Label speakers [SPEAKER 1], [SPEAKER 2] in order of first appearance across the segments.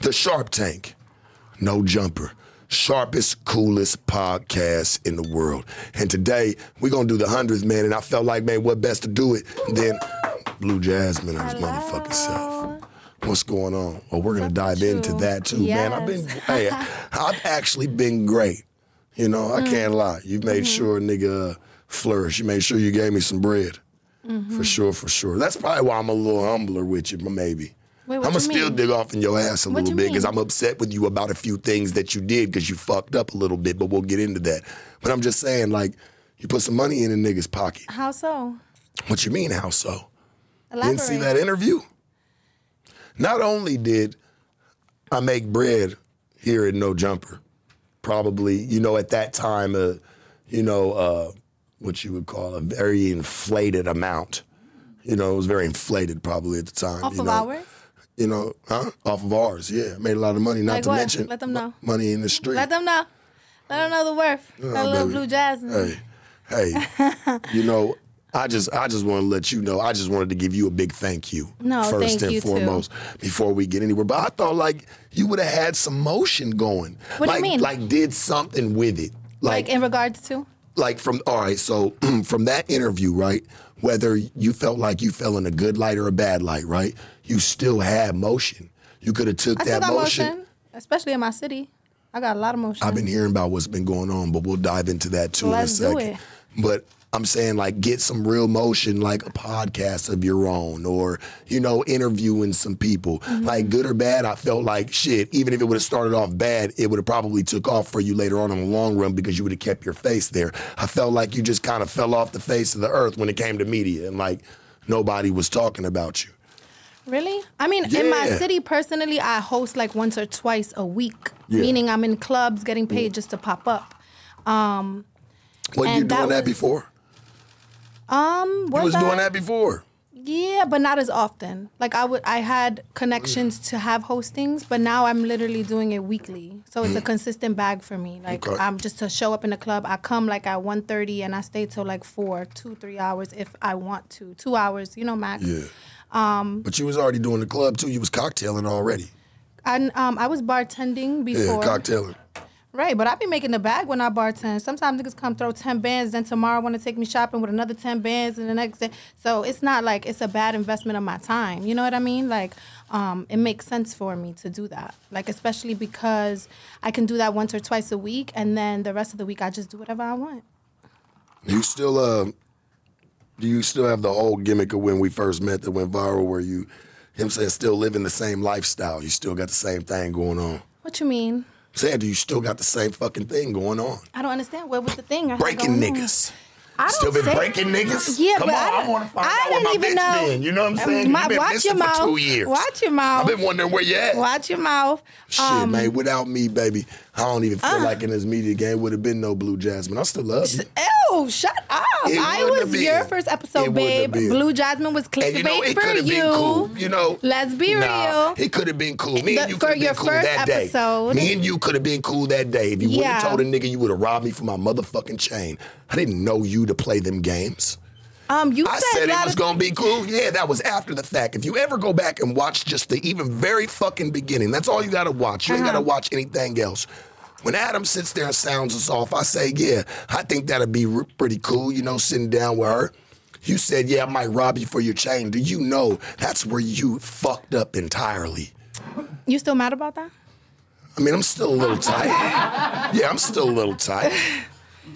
[SPEAKER 1] The Sharp Tank. No jumper. Sharpest, coolest podcast in the world. And today, we're going to do the 100th, man. And I felt like, man, what best to do it than Blue Jasmine and his motherfucking self. What's going on? Well, we're going to dive into that too, man. I've been, hey, I've actually been great. You know, I can't lie. You've made sure nigga uh, flourish. You made sure you gave me some bread.
[SPEAKER 2] Mm-hmm.
[SPEAKER 1] For sure, for sure. That's probably why I'm a little humbler with you, but maybe.
[SPEAKER 2] Wait, what
[SPEAKER 1] I'm gonna
[SPEAKER 2] you
[SPEAKER 1] still
[SPEAKER 2] mean?
[SPEAKER 1] dig off in your ass a
[SPEAKER 2] What
[SPEAKER 1] little
[SPEAKER 2] you
[SPEAKER 1] bit because
[SPEAKER 2] mean?
[SPEAKER 1] I'm upset with you about a few things that you did because you fucked up a little bit, but we'll get into that. But I'm just saying, like, you put some money in a nigga's pocket.
[SPEAKER 2] How so?
[SPEAKER 1] What you mean, how so?
[SPEAKER 2] Elaborate.
[SPEAKER 1] Didn't see that interview. Not only did I make bread here at No Jumper, probably, you know, at that time, uh, you know, uh, what you would call a very inflated amount. You know, it was very inflated probably at the time.
[SPEAKER 2] Off
[SPEAKER 1] you
[SPEAKER 2] of
[SPEAKER 1] know?
[SPEAKER 2] hours?
[SPEAKER 1] You know, huh? Off of ours, yeah. Made a lot of money, not
[SPEAKER 2] Like
[SPEAKER 1] to
[SPEAKER 2] what?
[SPEAKER 1] mention
[SPEAKER 2] Let them
[SPEAKER 1] mo-
[SPEAKER 2] know.
[SPEAKER 1] money in the street.
[SPEAKER 2] Let them know. Let them know the worth. that little
[SPEAKER 1] baby.
[SPEAKER 2] blue jasmine.
[SPEAKER 1] Hey, hey, you know, I just I just want to let you know. I just wanted to give you a big thank you.
[SPEAKER 2] No,
[SPEAKER 1] first
[SPEAKER 2] thank
[SPEAKER 1] and
[SPEAKER 2] you, too.
[SPEAKER 1] foremost before we get anywhere. But I thought like you would have had some motion going.
[SPEAKER 2] What do you
[SPEAKER 1] like,
[SPEAKER 2] mean?
[SPEAKER 1] Like did something with it. Like
[SPEAKER 2] Like in regards to?
[SPEAKER 1] like from all right so from that interview right whether you felt like you fell in a good light or a bad light right you still had motion you could have took
[SPEAKER 2] I still
[SPEAKER 1] that
[SPEAKER 2] got motion. especially in my city. I got a lot of motion.
[SPEAKER 1] I've been hearing about what's been going on, but we'll dive into that too
[SPEAKER 2] Let's
[SPEAKER 1] in a
[SPEAKER 2] do
[SPEAKER 1] second.
[SPEAKER 2] it.
[SPEAKER 1] But I'm saying like get some real motion, like a podcast of your own, or you know, interviewing some people.
[SPEAKER 2] Mm-hmm.
[SPEAKER 1] Like good or bad, I felt like shit. Even if it would have started off bad, it would have probably took off for you later on in the long run because you would have kept your face there. I felt like you just kind of fell off the face of the earth when it came to media, and like nobody was talking about you.
[SPEAKER 2] Really? I mean, in my
[SPEAKER 1] Yeah.
[SPEAKER 2] city, personally, I host like once or twice a week,
[SPEAKER 1] Yeah.
[SPEAKER 2] meaning I'm in clubs getting paid just to pop up. Um,
[SPEAKER 1] Well, you
[SPEAKER 2] And that
[SPEAKER 1] doing that
[SPEAKER 2] was-
[SPEAKER 1] before?
[SPEAKER 2] Um,
[SPEAKER 1] You
[SPEAKER 2] was,
[SPEAKER 1] was
[SPEAKER 2] I?
[SPEAKER 1] doing that before.
[SPEAKER 2] Yeah, but not as often. Like I would, I had connections to have hostings, but now I'm literally doing it weekly, so it's a consistent bag for me. Like
[SPEAKER 1] Mm. Okay.
[SPEAKER 2] I'm just to show up in the club. I come like at 1.30 and I stay till like four, two, three hours if I want to. Two hours, you know, max.
[SPEAKER 1] Yeah.
[SPEAKER 2] Um,
[SPEAKER 1] but you was already doing the club too. You was cocktailing already.
[SPEAKER 2] And um, I was bartending
[SPEAKER 1] Yeah,
[SPEAKER 2] before.
[SPEAKER 1] cocktailing.
[SPEAKER 2] Right, but I be making the bag when I bartend. Sometimes niggas come throw ten bands, then tomorrow want to take me shopping with another ten bands, and the next day. So it's not like it's a bad investment of my time. You know what I mean? Like, um, it makes sense for me to do that. Like, especially because I can do that once or twice a week, and then the rest of the week I just do whatever I want.
[SPEAKER 1] You still uh, do you still have the old gimmick of when we first met that went viral, where you, him saying, still living the same lifestyle. You still got the same thing going on.
[SPEAKER 2] What you mean?
[SPEAKER 1] Saying, do you still got the same fucking thing going on?
[SPEAKER 2] I don't understand. What was the thing? I had
[SPEAKER 1] Breaking
[SPEAKER 2] going on?
[SPEAKER 1] niggas.
[SPEAKER 2] I don't
[SPEAKER 1] Still been
[SPEAKER 2] say-
[SPEAKER 1] breaking niggas.
[SPEAKER 2] Yeah,
[SPEAKER 1] Come
[SPEAKER 2] but
[SPEAKER 1] on,
[SPEAKER 2] I,
[SPEAKER 1] I,
[SPEAKER 2] don't-
[SPEAKER 1] want to find
[SPEAKER 2] I
[SPEAKER 1] out where my
[SPEAKER 2] didn't even
[SPEAKER 1] bitch
[SPEAKER 2] know.
[SPEAKER 1] been. You know what I'm saying?
[SPEAKER 2] My-
[SPEAKER 1] you been
[SPEAKER 2] watch
[SPEAKER 1] missing
[SPEAKER 2] your mouth.
[SPEAKER 1] for two years.
[SPEAKER 2] Watch your mouth.
[SPEAKER 1] I've been wondering where you at.
[SPEAKER 2] Watch your mouth. Um,
[SPEAKER 1] Shit, man. Without me, baby, I don't even
[SPEAKER 2] uh,
[SPEAKER 1] feel like in this media game would have been no Blue Jasmine. I still love you.
[SPEAKER 2] Ew, shut up.
[SPEAKER 1] It
[SPEAKER 2] I
[SPEAKER 1] wouldn't
[SPEAKER 2] was
[SPEAKER 1] have
[SPEAKER 2] your
[SPEAKER 1] been.
[SPEAKER 2] first
[SPEAKER 1] It
[SPEAKER 2] episode,
[SPEAKER 1] wouldn't have
[SPEAKER 2] babe.
[SPEAKER 1] been.
[SPEAKER 2] Blue Jasmine was clickbait
[SPEAKER 1] And you know, it
[SPEAKER 2] for
[SPEAKER 1] could have
[SPEAKER 2] you.
[SPEAKER 1] been cool. You know,
[SPEAKER 2] Let's be
[SPEAKER 1] nah,
[SPEAKER 2] real.
[SPEAKER 1] It could have been cool. Me and
[SPEAKER 2] The-
[SPEAKER 1] you
[SPEAKER 2] for
[SPEAKER 1] could have been
[SPEAKER 2] your
[SPEAKER 1] cool
[SPEAKER 2] first
[SPEAKER 1] that day.
[SPEAKER 2] episode.
[SPEAKER 1] Me and you could have been cool that day. If you would have
[SPEAKER 2] Yeah.
[SPEAKER 1] told a nigga you would have robbed me for my motherfucking chain, I didn't know you to play them games.
[SPEAKER 2] Um, you
[SPEAKER 1] I
[SPEAKER 2] said,
[SPEAKER 1] said
[SPEAKER 2] a
[SPEAKER 1] it
[SPEAKER 2] lot
[SPEAKER 1] was
[SPEAKER 2] of-
[SPEAKER 1] gonna be cool. Yeah, that was after the fact. If you ever go back and watch just the even very fucking beginning, that's all you gotta watch. You ain't
[SPEAKER 2] Uh-huh.
[SPEAKER 1] gotta watch anything else. When Adam sits there and sounds us off, I say, yeah, I think that'd be r- pretty cool, you know, sitting down with her. You said, yeah, I might rob you for your chain. Do you know that's where you fucked up entirely?
[SPEAKER 2] You still mad about that?
[SPEAKER 1] I mean, I'm still a little tight. yeah, I'm still a little tight.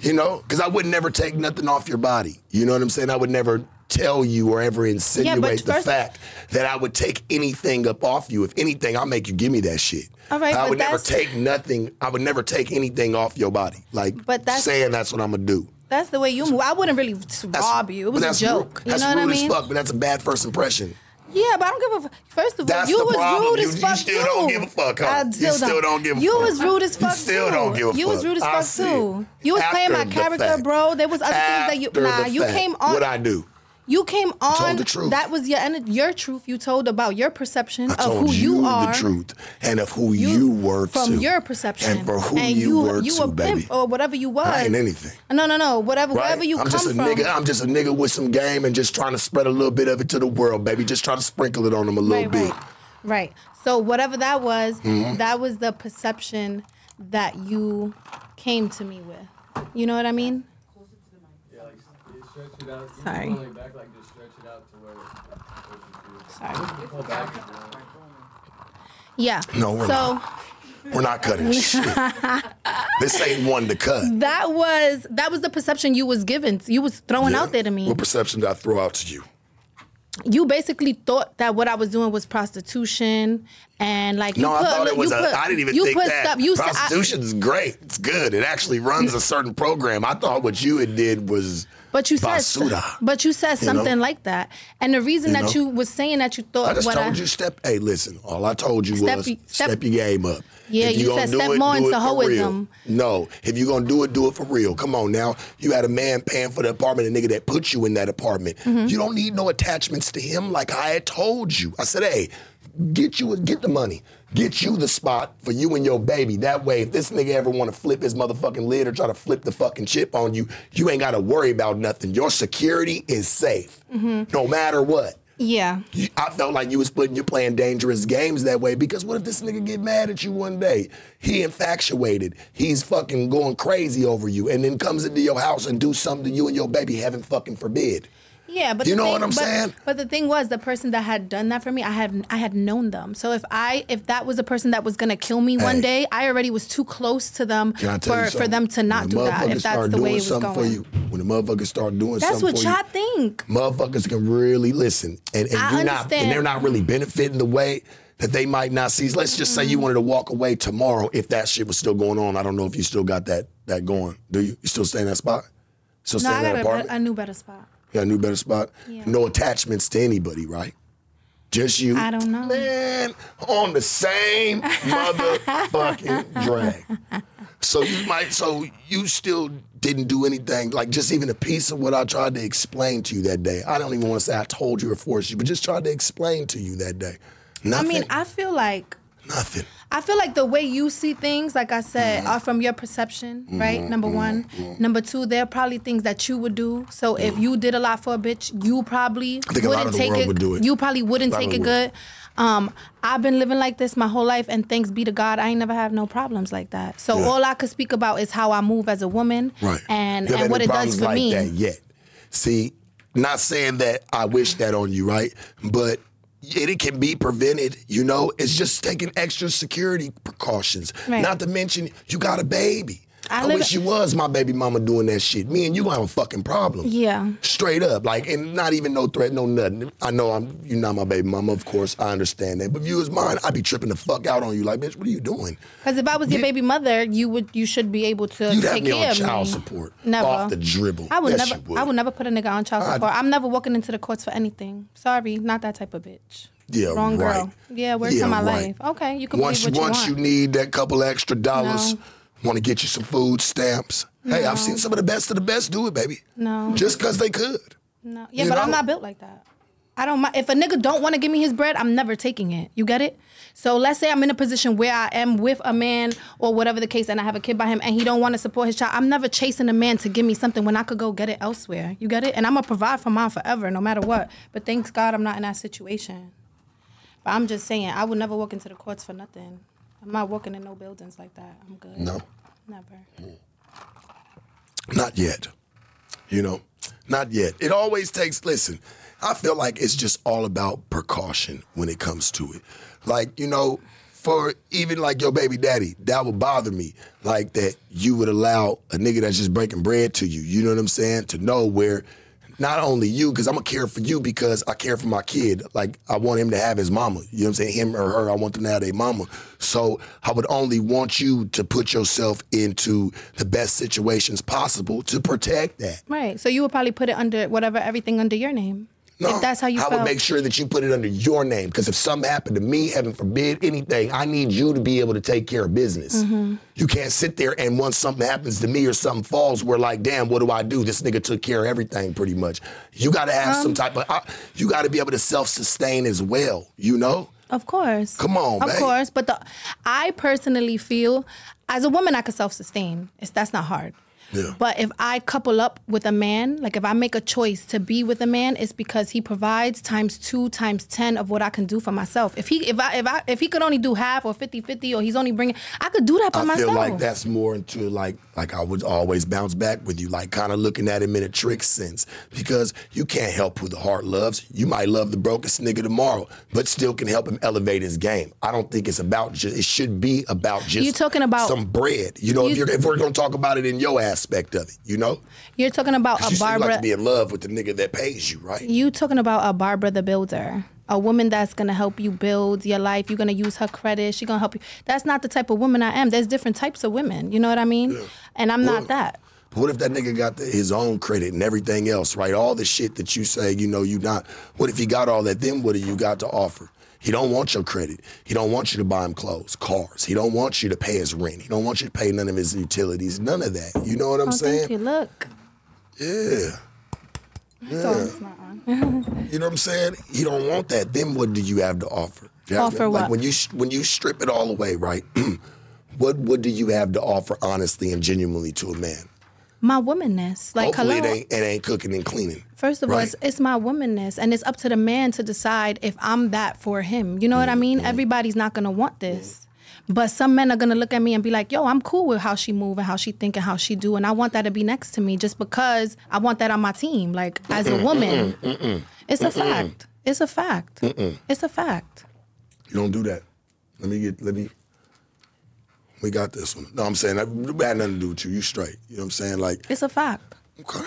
[SPEAKER 1] You know, because I would never take nothing off your body. You know what I'm saying? I would never tell you or ever insinuate the
[SPEAKER 2] first-
[SPEAKER 1] fact that I would take anything up off you. If anything, I'll make you give me that shit.
[SPEAKER 2] All right,
[SPEAKER 1] I
[SPEAKER 2] but
[SPEAKER 1] would never
[SPEAKER 2] that's-
[SPEAKER 1] take nothing. I would never take anything off your body. Like
[SPEAKER 2] But that's-
[SPEAKER 1] saying that's what I'm gonna do.
[SPEAKER 2] That's the way you move. I wouldn't really
[SPEAKER 1] That's-
[SPEAKER 2] rob you. It
[SPEAKER 1] but
[SPEAKER 2] was a
[SPEAKER 1] that's
[SPEAKER 2] joke.
[SPEAKER 1] rude- That's
[SPEAKER 2] you know what I
[SPEAKER 1] rude
[SPEAKER 2] mean?
[SPEAKER 1] as fuck, but that's a bad first impression.
[SPEAKER 2] Yeah, but I don't give a. f- First of all,
[SPEAKER 1] That's
[SPEAKER 2] you
[SPEAKER 1] the
[SPEAKER 2] was
[SPEAKER 1] problem.
[SPEAKER 2] rude
[SPEAKER 1] You-
[SPEAKER 2] as
[SPEAKER 1] you
[SPEAKER 2] fuck
[SPEAKER 1] still
[SPEAKER 2] too.
[SPEAKER 1] don't give a fuck, huh?
[SPEAKER 2] I
[SPEAKER 1] You
[SPEAKER 2] still,
[SPEAKER 1] still don't give a
[SPEAKER 2] You
[SPEAKER 1] fuck.
[SPEAKER 2] was rude as
[SPEAKER 1] You
[SPEAKER 2] fuck
[SPEAKER 1] still
[SPEAKER 2] too.
[SPEAKER 1] don't give a
[SPEAKER 2] You was
[SPEAKER 1] fuck.
[SPEAKER 2] rude as
[SPEAKER 1] I
[SPEAKER 2] fuck
[SPEAKER 1] see
[SPEAKER 2] too.
[SPEAKER 1] it.
[SPEAKER 2] You was
[SPEAKER 1] After
[SPEAKER 2] playing my
[SPEAKER 1] the
[SPEAKER 2] character,
[SPEAKER 1] fact.
[SPEAKER 2] bro. There was other things that
[SPEAKER 1] After
[SPEAKER 2] you
[SPEAKER 1] the
[SPEAKER 2] nah. You
[SPEAKER 1] fact,
[SPEAKER 2] came on.
[SPEAKER 1] What I do?
[SPEAKER 2] You came on.
[SPEAKER 1] the truth.
[SPEAKER 2] That was your ener- your truth. You told about your perception
[SPEAKER 1] I
[SPEAKER 2] of
[SPEAKER 1] told
[SPEAKER 2] who you,
[SPEAKER 1] you
[SPEAKER 2] are.
[SPEAKER 1] the truth and of who
[SPEAKER 2] You-
[SPEAKER 1] you, were to.
[SPEAKER 2] from your perception
[SPEAKER 1] and for who
[SPEAKER 2] And
[SPEAKER 1] you, were
[SPEAKER 2] you
[SPEAKER 1] to,
[SPEAKER 2] a
[SPEAKER 1] baby.
[SPEAKER 2] pimp or whatever you was.
[SPEAKER 1] I ain't anything.
[SPEAKER 2] No, no, no. Whatever,
[SPEAKER 1] Right?
[SPEAKER 2] wherever you
[SPEAKER 1] I'm
[SPEAKER 2] come
[SPEAKER 1] just a
[SPEAKER 2] from.
[SPEAKER 1] nigga. I'm just a nigga with some game and just trying to spread a little bit of it to the world, baby. Just trying to sprinkle it on them a little Mm-hmm. bit.
[SPEAKER 2] right, Right. right. So whatever that was, that was the perception that you came to me with. You know what I mean?
[SPEAKER 3] Stretch it out. You
[SPEAKER 2] Sorry.
[SPEAKER 3] Pull it back like this. Stretch it out to where.
[SPEAKER 2] Sorry.
[SPEAKER 3] Pull back. if you want.
[SPEAKER 2] Yeah.
[SPEAKER 1] No, we're
[SPEAKER 2] so
[SPEAKER 1] not. We're not cutting shit. this ain't one to cut.
[SPEAKER 2] that was that was the perception you was given. You was thrown
[SPEAKER 1] Yeah?
[SPEAKER 2] out there to me.
[SPEAKER 1] What perception did I throw out to you?
[SPEAKER 2] you basically thought that what I was doing was prostitution and like you
[SPEAKER 1] No,
[SPEAKER 2] put,
[SPEAKER 1] I thought it
[SPEAKER 2] look,
[SPEAKER 1] was.
[SPEAKER 2] you
[SPEAKER 1] a.
[SPEAKER 2] put,
[SPEAKER 1] I didn't even
[SPEAKER 2] you
[SPEAKER 1] think
[SPEAKER 2] put
[SPEAKER 1] that.
[SPEAKER 2] stuff you said- I-
[SPEAKER 1] Prostitution is great. It's good. It actually runs a certain program. I thought what you had did was.
[SPEAKER 2] But you
[SPEAKER 1] basura.
[SPEAKER 2] said, but you said
[SPEAKER 1] You know?
[SPEAKER 2] something like that, and the reason
[SPEAKER 1] You
[SPEAKER 2] that
[SPEAKER 1] know?
[SPEAKER 2] you was saying that you thought
[SPEAKER 1] I just
[SPEAKER 2] what
[SPEAKER 1] told
[SPEAKER 2] I,
[SPEAKER 1] you step. Hey, listen. All I told you
[SPEAKER 2] Step
[SPEAKER 1] was
[SPEAKER 2] y- step-
[SPEAKER 1] step, your game up.
[SPEAKER 2] Yeah,
[SPEAKER 1] If
[SPEAKER 2] you
[SPEAKER 1] gonna
[SPEAKER 2] said
[SPEAKER 1] do
[SPEAKER 2] step
[SPEAKER 1] it,
[SPEAKER 2] more
[SPEAKER 1] do
[SPEAKER 2] into
[SPEAKER 1] it for real.
[SPEAKER 2] hoism.
[SPEAKER 1] No, if you gonna do it, do it for real. Come on now. You had a man paying for the apartment, a nigga that put you in that apartment.
[SPEAKER 2] Mm-hmm.
[SPEAKER 1] You don't need no attachments to him. Like I had told you, I said, hey, get you get the money. Get you the spot for you and your baby. That way, if this nigga ever want to flip his motherfucking lid or try to flip the fucking chip on you, you ain't got to worry about nothing. Your security is safe,
[SPEAKER 2] Mm-hmm.
[SPEAKER 1] no matter what.
[SPEAKER 2] yeah,
[SPEAKER 1] You- I felt like you was putting you playing dangerous games that way because what if this nigga get mad at you one day? He infatuated. He's fucking going crazy over you, and then comes into your house and do something to you and your baby. Heaven fucking forbid.
[SPEAKER 2] yeah. But
[SPEAKER 1] You
[SPEAKER 2] the
[SPEAKER 1] know
[SPEAKER 2] thing,
[SPEAKER 1] what I'm
[SPEAKER 2] but,
[SPEAKER 1] saying?
[SPEAKER 2] But the thing was, the person that had done that for me, I had I had known them. So if I if that was a person that was gonna kill me one
[SPEAKER 1] Hey.
[SPEAKER 2] day, I already was too close to them
[SPEAKER 1] Can I tell you
[SPEAKER 2] for for
[SPEAKER 1] something?
[SPEAKER 2] them to not
[SPEAKER 1] When
[SPEAKER 2] do that.
[SPEAKER 1] motherfuckers
[SPEAKER 2] If that's
[SPEAKER 1] start
[SPEAKER 2] the way
[SPEAKER 1] doing
[SPEAKER 2] it was
[SPEAKER 1] something
[SPEAKER 2] going,
[SPEAKER 1] for you, when the motherfuckers start doing
[SPEAKER 2] that's
[SPEAKER 1] something
[SPEAKER 2] what
[SPEAKER 1] for you,
[SPEAKER 2] y'all think.
[SPEAKER 1] motherfuckers can really listen, and, and
[SPEAKER 2] I
[SPEAKER 1] you not,
[SPEAKER 2] understand.
[SPEAKER 1] and they're not really benefiting the way that they might not see. Let's just say you
[SPEAKER 2] Mm-hmm.
[SPEAKER 1] wanted to walk away tomorrow if that shit was still going on. I don't know if you still got that that going. Do you? You still stay in that spot? Still
[SPEAKER 2] No,
[SPEAKER 1] stay
[SPEAKER 2] I
[SPEAKER 1] in that
[SPEAKER 2] got a,
[SPEAKER 1] apartment?
[SPEAKER 2] bet- a new better spot.
[SPEAKER 1] You got a new better spot.
[SPEAKER 2] Yeah.
[SPEAKER 1] No attachments to anybody, right? Just you.
[SPEAKER 2] I don't know.
[SPEAKER 1] Man, on the same motherfucking drag. So you might. So you still didn't do anything. Like just even a piece of what I tried to explain to you that day. I don't even want to say I told you or forced you, but just tried to explain to you that day.
[SPEAKER 2] I
[SPEAKER 1] Nothing.
[SPEAKER 2] mean, I feel like
[SPEAKER 1] nothing.
[SPEAKER 2] I feel like the way you see things, like I said,
[SPEAKER 1] Mm-hmm.
[SPEAKER 2] are from your perception, right? Number one. Number two, there are probably things that you would do. So if you did a lot for a bitch, you probably
[SPEAKER 1] Mm-hmm. think a lot
[SPEAKER 2] wouldn't
[SPEAKER 1] of the
[SPEAKER 2] take
[SPEAKER 1] world
[SPEAKER 2] it.
[SPEAKER 1] would do it.
[SPEAKER 2] You probably wouldn't
[SPEAKER 1] A lot of
[SPEAKER 2] take
[SPEAKER 1] the
[SPEAKER 2] it
[SPEAKER 1] world.
[SPEAKER 2] good. Um, I've been living like this my whole life, and thanks be to God, I ain't never have no problems like that. So
[SPEAKER 1] Yeah.
[SPEAKER 2] all I could speak about is how I move as a woman,
[SPEAKER 1] Right.
[SPEAKER 2] and
[SPEAKER 1] You
[SPEAKER 2] and
[SPEAKER 1] haven't
[SPEAKER 2] what
[SPEAKER 1] had
[SPEAKER 2] it
[SPEAKER 1] any
[SPEAKER 2] does
[SPEAKER 1] problems
[SPEAKER 2] for
[SPEAKER 1] like
[SPEAKER 2] me.
[SPEAKER 1] That yet. See, not saying that I wish that on you, right? But it, it can be prevented, you know? It's just taking extra security precautions.
[SPEAKER 2] Right.
[SPEAKER 1] Not to mention, you got a baby.
[SPEAKER 2] I
[SPEAKER 1] I,
[SPEAKER 2] live-
[SPEAKER 1] wish you was my baby mama doing that shit. Me and you gonna have a fucking problem.
[SPEAKER 2] Yeah.
[SPEAKER 1] Straight up. Like, and not even no threat, no nothing. I know I'm you're not my baby mama, of course. I understand that. But if you was mine, I'd be tripping the fuck out on you. Like, bitch, what are you doing?
[SPEAKER 2] Because if I was your
[SPEAKER 1] You-
[SPEAKER 2] baby mother, you would you should be able to
[SPEAKER 1] You'd have
[SPEAKER 2] take
[SPEAKER 1] me
[SPEAKER 2] care
[SPEAKER 1] on
[SPEAKER 2] of
[SPEAKER 1] child
[SPEAKER 2] me.
[SPEAKER 1] support.
[SPEAKER 2] Never.
[SPEAKER 1] Off the dribble.
[SPEAKER 2] I would
[SPEAKER 1] Yes,
[SPEAKER 2] never.
[SPEAKER 1] you would.
[SPEAKER 2] I would never put a nigga on child
[SPEAKER 1] I'd-
[SPEAKER 2] support. I'm never walking into the courts for anything. Sorry, not that type of bitch.
[SPEAKER 1] Yeah,
[SPEAKER 2] wrong
[SPEAKER 1] right.
[SPEAKER 2] girl. Yeah, where's
[SPEAKER 1] Yeah,
[SPEAKER 2] to my
[SPEAKER 1] right.
[SPEAKER 2] life? Okay, you can
[SPEAKER 1] once
[SPEAKER 2] believe what
[SPEAKER 1] once
[SPEAKER 2] you want.
[SPEAKER 1] need that couple extra dollars,
[SPEAKER 2] No.
[SPEAKER 1] want to get you some food stamps. Hey, I've seen some of the best of the best do it, baby.
[SPEAKER 2] No.
[SPEAKER 1] just because they could.
[SPEAKER 2] no, yeah,
[SPEAKER 1] you
[SPEAKER 2] but I'm
[SPEAKER 1] know.
[SPEAKER 2] not built like that. I don't. mi- If a nigga don't want to give me his bread, I'm never taking it. You get it? So let's say I'm in a position where I am with a man or whatever the case, and I have a kid by him, and he don't want to support his child. I'm never chasing a man to give me something when I could go get it elsewhere. You get it? And I'm gonna provide for mine forever, no matter what. But thanks God, I'm not in that situation. But I'm just saying, I would never walk into the courts for nothing. I'm not walking in no buildings like that. I'm good.
[SPEAKER 1] No,
[SPEAKER 2] Never.
[SPEAKER 1] not yet. You know, not yet. It always takes. Listen, I feel like it's just all about precaution when it comes to it. Like you know, for even like your baby daddy, that would bother me. Like that you would allow a nigga that's just breaking bread to you, you know what I'm saying? To know where not only you, because I'm gonna care for you because I care for my kid. Like I want him to have his mama. You know what I'm saying? Him or her, I want them to have their mama. So I would only want you to put yourself into the best situations possible to protect that.
[SPEAKER 2] Right. So you would probably put it under whatever everything under your name.
[SPEAKER 1] No,
[SPEAKER 2] if that's how you
[SPEAKER 1] I
[SPEAKER 2] felt.
[SPEAKER 1] would make sure that you put it under your name because if something happened to me, heaven forbid, anything, I need you to be able to take care of business.
[SPEAKER 2] Mm-hmm.
[SPEAKER 1] You can't sit there and once something happens to me or something falls, we're like, damn, what do I do? This nigga took care of everything pretty much. You got to have
[SPEAKER 2] Um,
[SPEAKER 1] some type of, I, you got to be able to self sustain as well, you know?
[SPEAKER 2] Of course.
[SPEAKER 1] Come on,
[SPEAKER 2] Of
[SPEAKER 1] babe.
[SPEAKER 2] course, but the I personally feel as a woman I could self-sustain. It's that's not hard.
[SPEAKER 1] Yeah.
[SPEAKER 2] But if I couple up with a man, like if I make a choice to be with a man, it's because he provides times 2 times 10 of what I can do for myself. If he if I if I if he could only do half or 50-50 or he's only bringing I could do that by
[SPEAKER 1] I
[SPEAKER 2] myself.
[SPEAKER 1] feel like that's more into like like I would always bounce back with you, like kind of looking at him in a trick sense, because you can't help who the heart loves. You might love the brokest nigga tomorrow, but still can help him elevate his game. I don't think it's about just. It should be about just.
[SPEAKER 2] You talking about-
[SPEAKER 1] some bread? You know, if,
[SPEAKER 2] You-
[SPEAKER 1] you're, if we're gonna talk about it in your aspect of it, you know,
[SPEAKER 2] You're talking about
[SPEAKER 1] 'Cause
[SPEAKER 2] a
[SPEAKER 1] you seem
[SPEAKER 2] Barbara
[SPEAKER 1] like to be in love with the nigga that pays you, right?
[SPEAKER 2] You talking about a Barbara the Builder, a woman that's gonna help you build your life. You're gonna use her credit. She gonna help you. That's not the type of woman I am. There's different types of women. You know what I mean? And I'm
[SPEAKER 1] Well-
[SPEAKER 2] not that.
[SPEAKER 1] What if that nigga got the, his own credit and everything else, right? All the shit that you say, you know, you not. What if he got all that? Then what do you got to offer? He don't want your credit. He don't want you to buy him clothes, cars. He don't want you to pay his rent. He don't want you to pay none of his utilities, none of that. You know what I'm
[SPEAKER 2] Oh,
[SPEAKER 1] saying?
[SPEAKER 2] thank you. Look.
[SPEAKER 1] Yeah. You know what I'm saying? He don't want that. Then what do you have to offer? You have to-
[SPEAKER 2] Offer
[SPEAKER 1] like
[SPEAKER 2] what?
[SPEAKER 1] when you sh- when you strip it all away, right? what what do you have to offer honestly and genuinely to a man?
[SPEAKER 2] My womanness. Like
[SPEAKER 1] Hopefully
[SPEAKER 2] hello.
[SPEAKER 1] it ain't it ain't cooking and cleaning.
[SPEAKER 2] First of all, it's,
[SPEAKER 1] Right.
[SPEAKER 2] it's my womanness, and it's up to the man to decide if I'm that for him. You know what I mean?
[SPEAKER 1] Mm-hmm.
[SPEAKER 2] Everybody's not gonna want this, but some men are gonna look at me and be like, "Yo, I'm cool with how she move and how she think and how she do, and I want that to be next to me just because I want that on my team, like as a woman." It's a fact. It's a fact. It's a fact.
[SPEAKER 1] You don't do that. Let me get, let me, we got this one. No, I'm saying, that that had nothing to do with you. You straight. You know what I'm saying? Like,
[SPEAKER 2] It's a fact.
[SPEAKER 1] okay.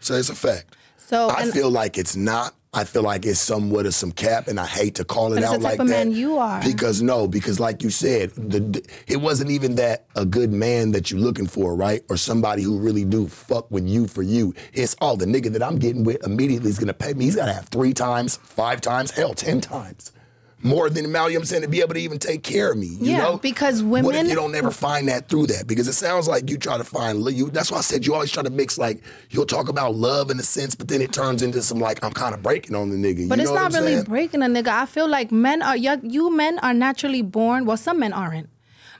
[SPEAKER 1] So it's a fact.
[SPEAKER 2] So
[SPEAKER 1] I
[SPEAKER 2] and
[SPEAKER 1] feel like it's not. I feel like it's somewhat of some cap, and I hate to call it
[SPEAKER 2] But it's
[SPEAKER 1] out
[SPEAKER 2] the type
[SPEAKER 1] like
[SPEAKER 2] of
[SPEAKER 1] that.
[SPEAKER 2] man you are.
[SPEAKER 1] Because no, because like you said, the, the- it wasn't even that a good man that you're looking for, right? Or somebody who really do fuck with you for you. It's all the nigga that I'm getting with immediately is gonna pay me. He's gotta have three times, five times, hell, ten times. More than Malium saying to be able to even take care of me, you
[SPEAKER 2] Yeah,
[SPEAKER 1] know.
[SPEAKER 2] because
[SPEAKER 1] what if
[SPEAKER 2] women-
[SPEAKER 1] you don't ever find that through that? Because it sounds like you try to find you. That's why I said you always try to mix like you'll talk about love in a sense, but then it turns into some like I'm kind of breaking on the nigga.
[SPEAKER 2] But
[SPEAKER 1] you
[SPEAKER 2] it's
[SPEAKER 1] know what
[SPEAKER 2] not
[SPEAKER 1] I'm
[SPEAKER 2] really
[SPEAKER 1] saying?
[SPEAKER 2] breaking a nigga. I feel like men are young, you men are naturally born. Well, some men aren't,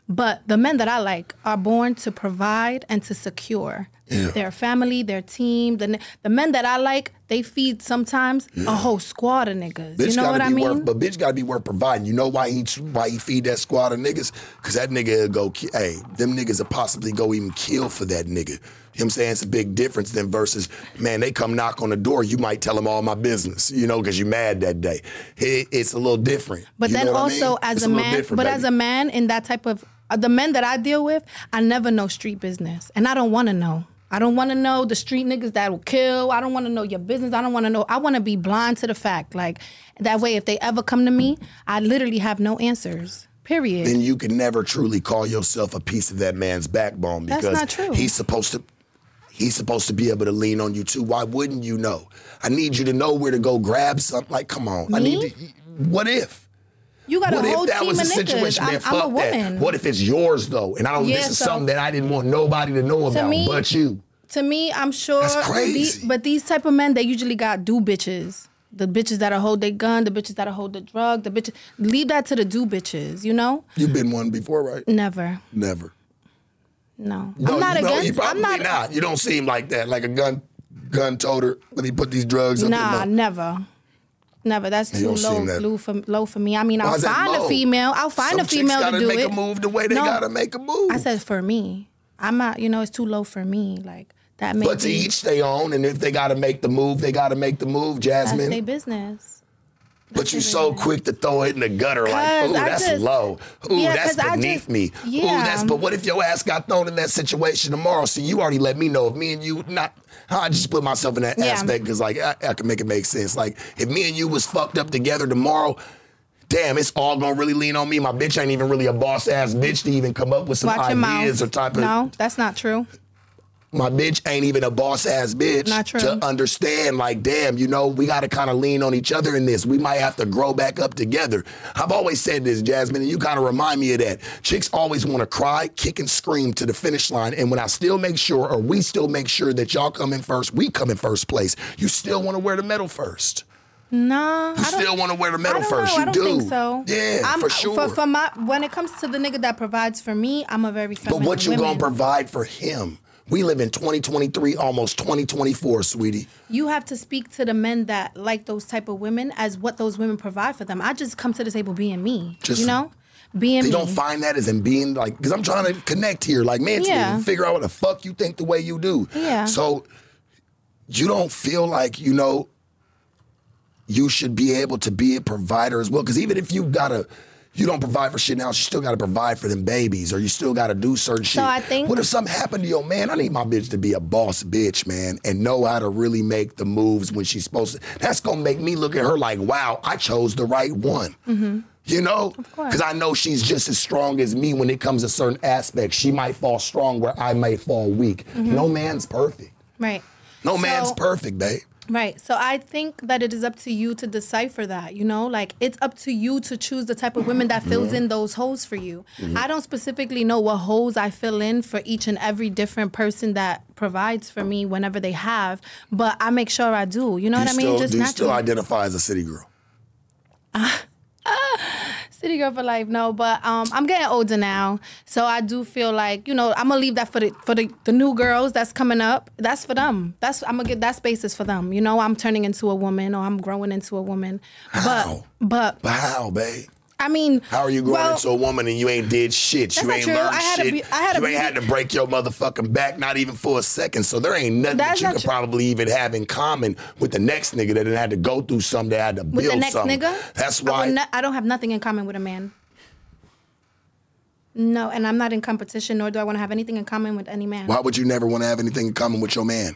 [SPEAKER 2] but the men that I like are born to provide and to secure their family, their team. The n- the men that I like, they feed sometimes a whole squad of niggas.
[SPEAKER 1] Bitch
[SPEAKER 2] you know
[SPEAKER 1] gotta
[SPEAKER 2] what
[SPEAKER 1] be
[SPEAKER 2] I mean?
[SPEAKER 1] worth, but bitch gotta be worth providing. You know why he why he feed that squad of niggas? Cause that nigga go, ki- hey, them niggas will possibly go even kill for that nigga. You know what I'm saying? It's a big difference than versus, man, they come knock on the door, you might tell them all my business, you know, cause you mad that day. It- it's a little different.
[SPEAKER 2] But
[SPEAKER 1] You
[SPEAKER 2] then
[SPEAKER 1] know what I mean?
[SPEAKER 2] also as
[SPEAKER 1] It's
[SPEAKER 2] a
[SPEAKER 1] little
[SPEAKER 2] man,
[SPEAKER 1] different,
[SPEAKER 2] but
[SPEAKER 1] baby.
[SPEAKER 2] as a man in that type of uh, the men that I deal with, I never know street business, and I don't want to know. I don't want to know the street niggas that will kill. I don't want to know your business. I don't want to know. I want to be blind to the fact, like that way. If they ever come to me, I literally have no answers. Period.
[SPEAKER 1] then you can never truly call yourself a piece of that man's backbone
[SPEAKER 2] That's
[SPEAKER 1] because
[SPEAKER 2] not true.
[SPEAKER 1] he's supposed to he's supposed to be able to lean on you too. Why wouldn't you know? I need you to know where to go grab something. Like, come on. I
[SPEAKER 2] Me?
[SPEAKER 1] need to, what if?
[SPEAKER 2] you got
[SPEAKER 1] What
[SPEAKER 2] a whole
[SPEAKER 1] if that
[SPEAKER 2] team
[SPEAKER 1] was a
[SPEAKER 2] of niggas.
[SPEAKER 1] situation?
[SPEAKER 2] I'm,
[SPEAKER 1] Man,
[SPEAKER 2] I'm
[SPEAKER 1] fuck
[SPEAKER 2] a woman.
[SPEAKER 1] that. What if it's yours though? And I don't
[SPEAKER 2] Yeah,
[SPEAKER 1] this is
[SPEAKER 2] so-
[SPEAKER 1] something that I didn't want nobody to know
[SPEAKER 2] To
[SPEAKER 1] about
[SPEAKER 2] me-
[SPEAKER 1] but you.
[SPEAKER 2] to me, I'm sure.
[SPEAKER 1] That's crazy.
[SPEAKER 2] the- but these type of men, they usually got do bitches. The bitches that'll hold their gun, the bitches that'll hold the drug, the bitches. Leave that to the do bitches, you know?
[SPEAKER 1] You've been one before, right?
[SPEAKER 2] Never.
[SPEAKER 1] Never.
[SPEAKER 2] No.
[SPEAKER 1] No,
[SPEAKER 2] I'm not
[SPEAKER 1] you, no,
[SPEAKER 2] against
[SPEAKER 1] you probably
[SPEAKER 2] I'm not,
[SPEAKER 1] You don't seem like that, like a gun gun toter. Let me put these drugs up in
[SPEAKER 2] Nah,
[SPEAKER 1] my-
[SPEAKER 2] never. Never. That's
[SPEAKER 1] You
[SPEAKER 2] too
[SPEAKER 1] don't
[SPEAKER 2] low,
[SPEAKER 1] seem that-
[SPEAKER 2] low for low for me. I mean,
[SPEAKER 1] Why
[SPEAKER 2] I'll
[SPEAKER 1] is that
[SPEAKER 2] find
[SPEAKER 1] low?
[SPEAKER 2] a female. I'll find a
[SPEAKER 1] Some chicks
[SPEAKER 2] female
[SPEAKER 1] gotta
[SPEAKER 2] to do
[SPEAKER 1] make
[SPEAKER 2] it.
[SPEAKER 1] a move the way they
[SPEAKER 2] No,
[SPEAKER 1] gotta make a move.
[SPEAKER 2] I said for me. I'm not. You know, it's too low for me. Like that. May
[SPEAKER 1] But to
[SPEAKER 2] be-
[SPEAKER 1] each they own, and if they got to make the move, they got to make the move,
[SPEAKER 2] that's their
[SPEAKER 1] Jasmine.
[SPEAKER 2] business.
[SPEAKER 1] But you so quick to throw it in the gutter like,
[SPEAKER 2] 'Cause
[SPEAKER 1] ooh,
[SPEAKER 2] I
[SPEAKER 1] that's
[SPEAKER 2] just-
[SPEAKER 1] low. Ooh,
[SPEAKER 2] Yeah,
[SPEAKER 1] that's
[SPEAKER 2] 'cause I
[SPEAKER 1] beneath
[SPEAKER 2] just-
[SPEAKER 1] me. Ooh,
[SPEAKER 2] yeah.
[SPEAKER 1] that's but what if your ass got thrown in that situation tomorrow? See, you already let me know if me and you not how I just put myself in that
[SPEAKER 2] Yeah.
[SPEAKER 1] aspect because like I, I can make it make sense. Like if me and you was fucked up together tomorrow. Damn, it's all gonna really lean on me. My bitch ain't even really a boss ass bitch to even come up with some
[SPEAKER 2] Watch your
[SPEAKER 1] ideas
[SPEAKER 2] mouth.
[SPEAKER 1] or type of
[SPEAKER 2] no, that's not true.
[SPEAKER 1] my bitch ain't even a boss ass bitch
[SPEAKER 2] Not true.
[SPEAKER 1] to understand like damn you know we gotta kind of lean on each other in this we might have to grow back up together i've always said this jasmine and you kind of remind me of that chicks always want to cry kick and scream to the finish line and when i still make sure or we still make sure that y'all come in first we come in first place you still want to wear the medal first
[SPEAKER 2] No,
[SPEAKER 1] you
[SPEAKER 2] I don't-
[SPEAKER 1] still want to wear the medal
[SPEAKER 2] I don't
[SPEAKER 1] first
[SPEAKER 2] Know.
[SPEAKER 1] you
[SPEAKER 2] I don't
[SPEAKER 1] do
[SPEAKER 2] think so.
[SPEAKER 1] yeah
[SPEAKER 2] I'm, uh,
[SPEAKER 1] for sure
[SPEAKER 2] For, for my, when it comes to the nigga that provides for me, I'm a very
[SPEAKER 1] But
[SPEAKER 2] feminine
[SPEAKER 1] what you
[SPEAKER 2] woman.
[SPEAKER 1] gonna provide for him? We live in 2023, almost 2024, sweetie.
[SPEAKER 2] you have to speak to the men that like those type of women as what those women provide for them. I just come to the table being me.
[SPEAKER 1] Just-
[SPEAKER 2] you know, being
[SPEAKER 1] They
[SPEAKER 2] me.
[SPEAKER 1] don't find that as in being like, because I'm trying to connect here, like mentally,
[SPEAKER 2] Yeah.
[SPEAKER 1] and figure out what the fuck you think the way you do.
[SPEAKER 2] Yeah.
[SPEAKER 1] So you don't feel like you know you should be able to be a provider as well, because even if you gotta. You don't provide for shit now. You still got to provide for them babies, or you still got to do certain shit.
[SPEAKER 2] I think-
[SPEAKER 1] What if something happened to your man? I need my bitch to be a boss bitch, man, and know how to really make the moves when she's supposed to. That's gonna make me look at her like, wow, I chose the right one. You know? Because I know she's just as strong as me when it comes to certain aspects. She might fall strong where I may fall weak. No man's perfect.
[SPEAKER 2] right.
[SPEAKER 1] No
[SPEAKER 2] Mm-hmm. So-
[SPEAKER 1] man's perfect, babe.
[SPEAKER 2] Right. So I think that it is up to you to decipher that, you know? Like it's up to you to choose the type of women that fills in those holes for you.
[SPEAKER 1] Mm-hmm.
[SPEAKER 2] I don't specifically know what holes I fill in for each and every different person that provides for me whenever they have, but I make sure I do. You know
[SPEAKER 1] do you
[SPEAKER 2] what I mean?
[SPEAKER 1] still,
[SPEAKER 2] Just
[SPEAKER 1] do you
[SPEAKER 2] naturally.
[SPEAKER 1] still identify as a city girl?
[SPEAKER 2] City girl for life, no, but um, I'm getting older now, so I do feel like you know I'm gonna leave that for the for the, the new girls that's coming up. That's for them. That's I'm gonna get that space is for them. You know, I'm turning into a woman or I'm growing into a woman.
[SPEAKER 1] How?
[SPEAKER 2] But but
[SPEAKER 1] But how, babe?
[SPEAKER 2] I mean,
[SPEAKER 1] How are you growing
[SPEAKER 2] well,
[SPEAKER 1] into a woman and you ain't did shit?
[SPEAKER 2] That's
[SPEAKER 1] You
[SPEAKER 2] not
[SPEAKER 1] ain't
[SPEAKER 2] true.
[SPEAKER 1] learned
[SPEAKER 2] I had a
[SPEAKER 1] shit.
[SPEAKER 2] be- I had a
[SPEAKER 1] you ain't had to
[SPEAKER 2] beauty-
[SPEAKER 1] break your motherfucking back, not even for a second. So there ain't nothing that
[SPEAKER 2] That's
[SPEAKER 1] you
[SPEAKER 2] not
[SPEAKER 1] could
[SPEAKER 2] true.
[SPEAKER 1] probably even have in common with the next nigga that done had to go through something that had to
[SPEAKER 2] with
[SPEAKER 1] build
[SPEAKER 2] the next
[SPEAKER 1] something.
[SPEAKER 2] nigga?
[SPEAKER 1] That's
[SPEAKER 2] I will
[SPEAKER 1] why
[SPEAKER 2] not- I don't have nothing in common with a man. No, and I'm not in competition, nor do I want to have anything in common with any man.
[SPEAKER 1] Why would you never want to have anything in common with your man?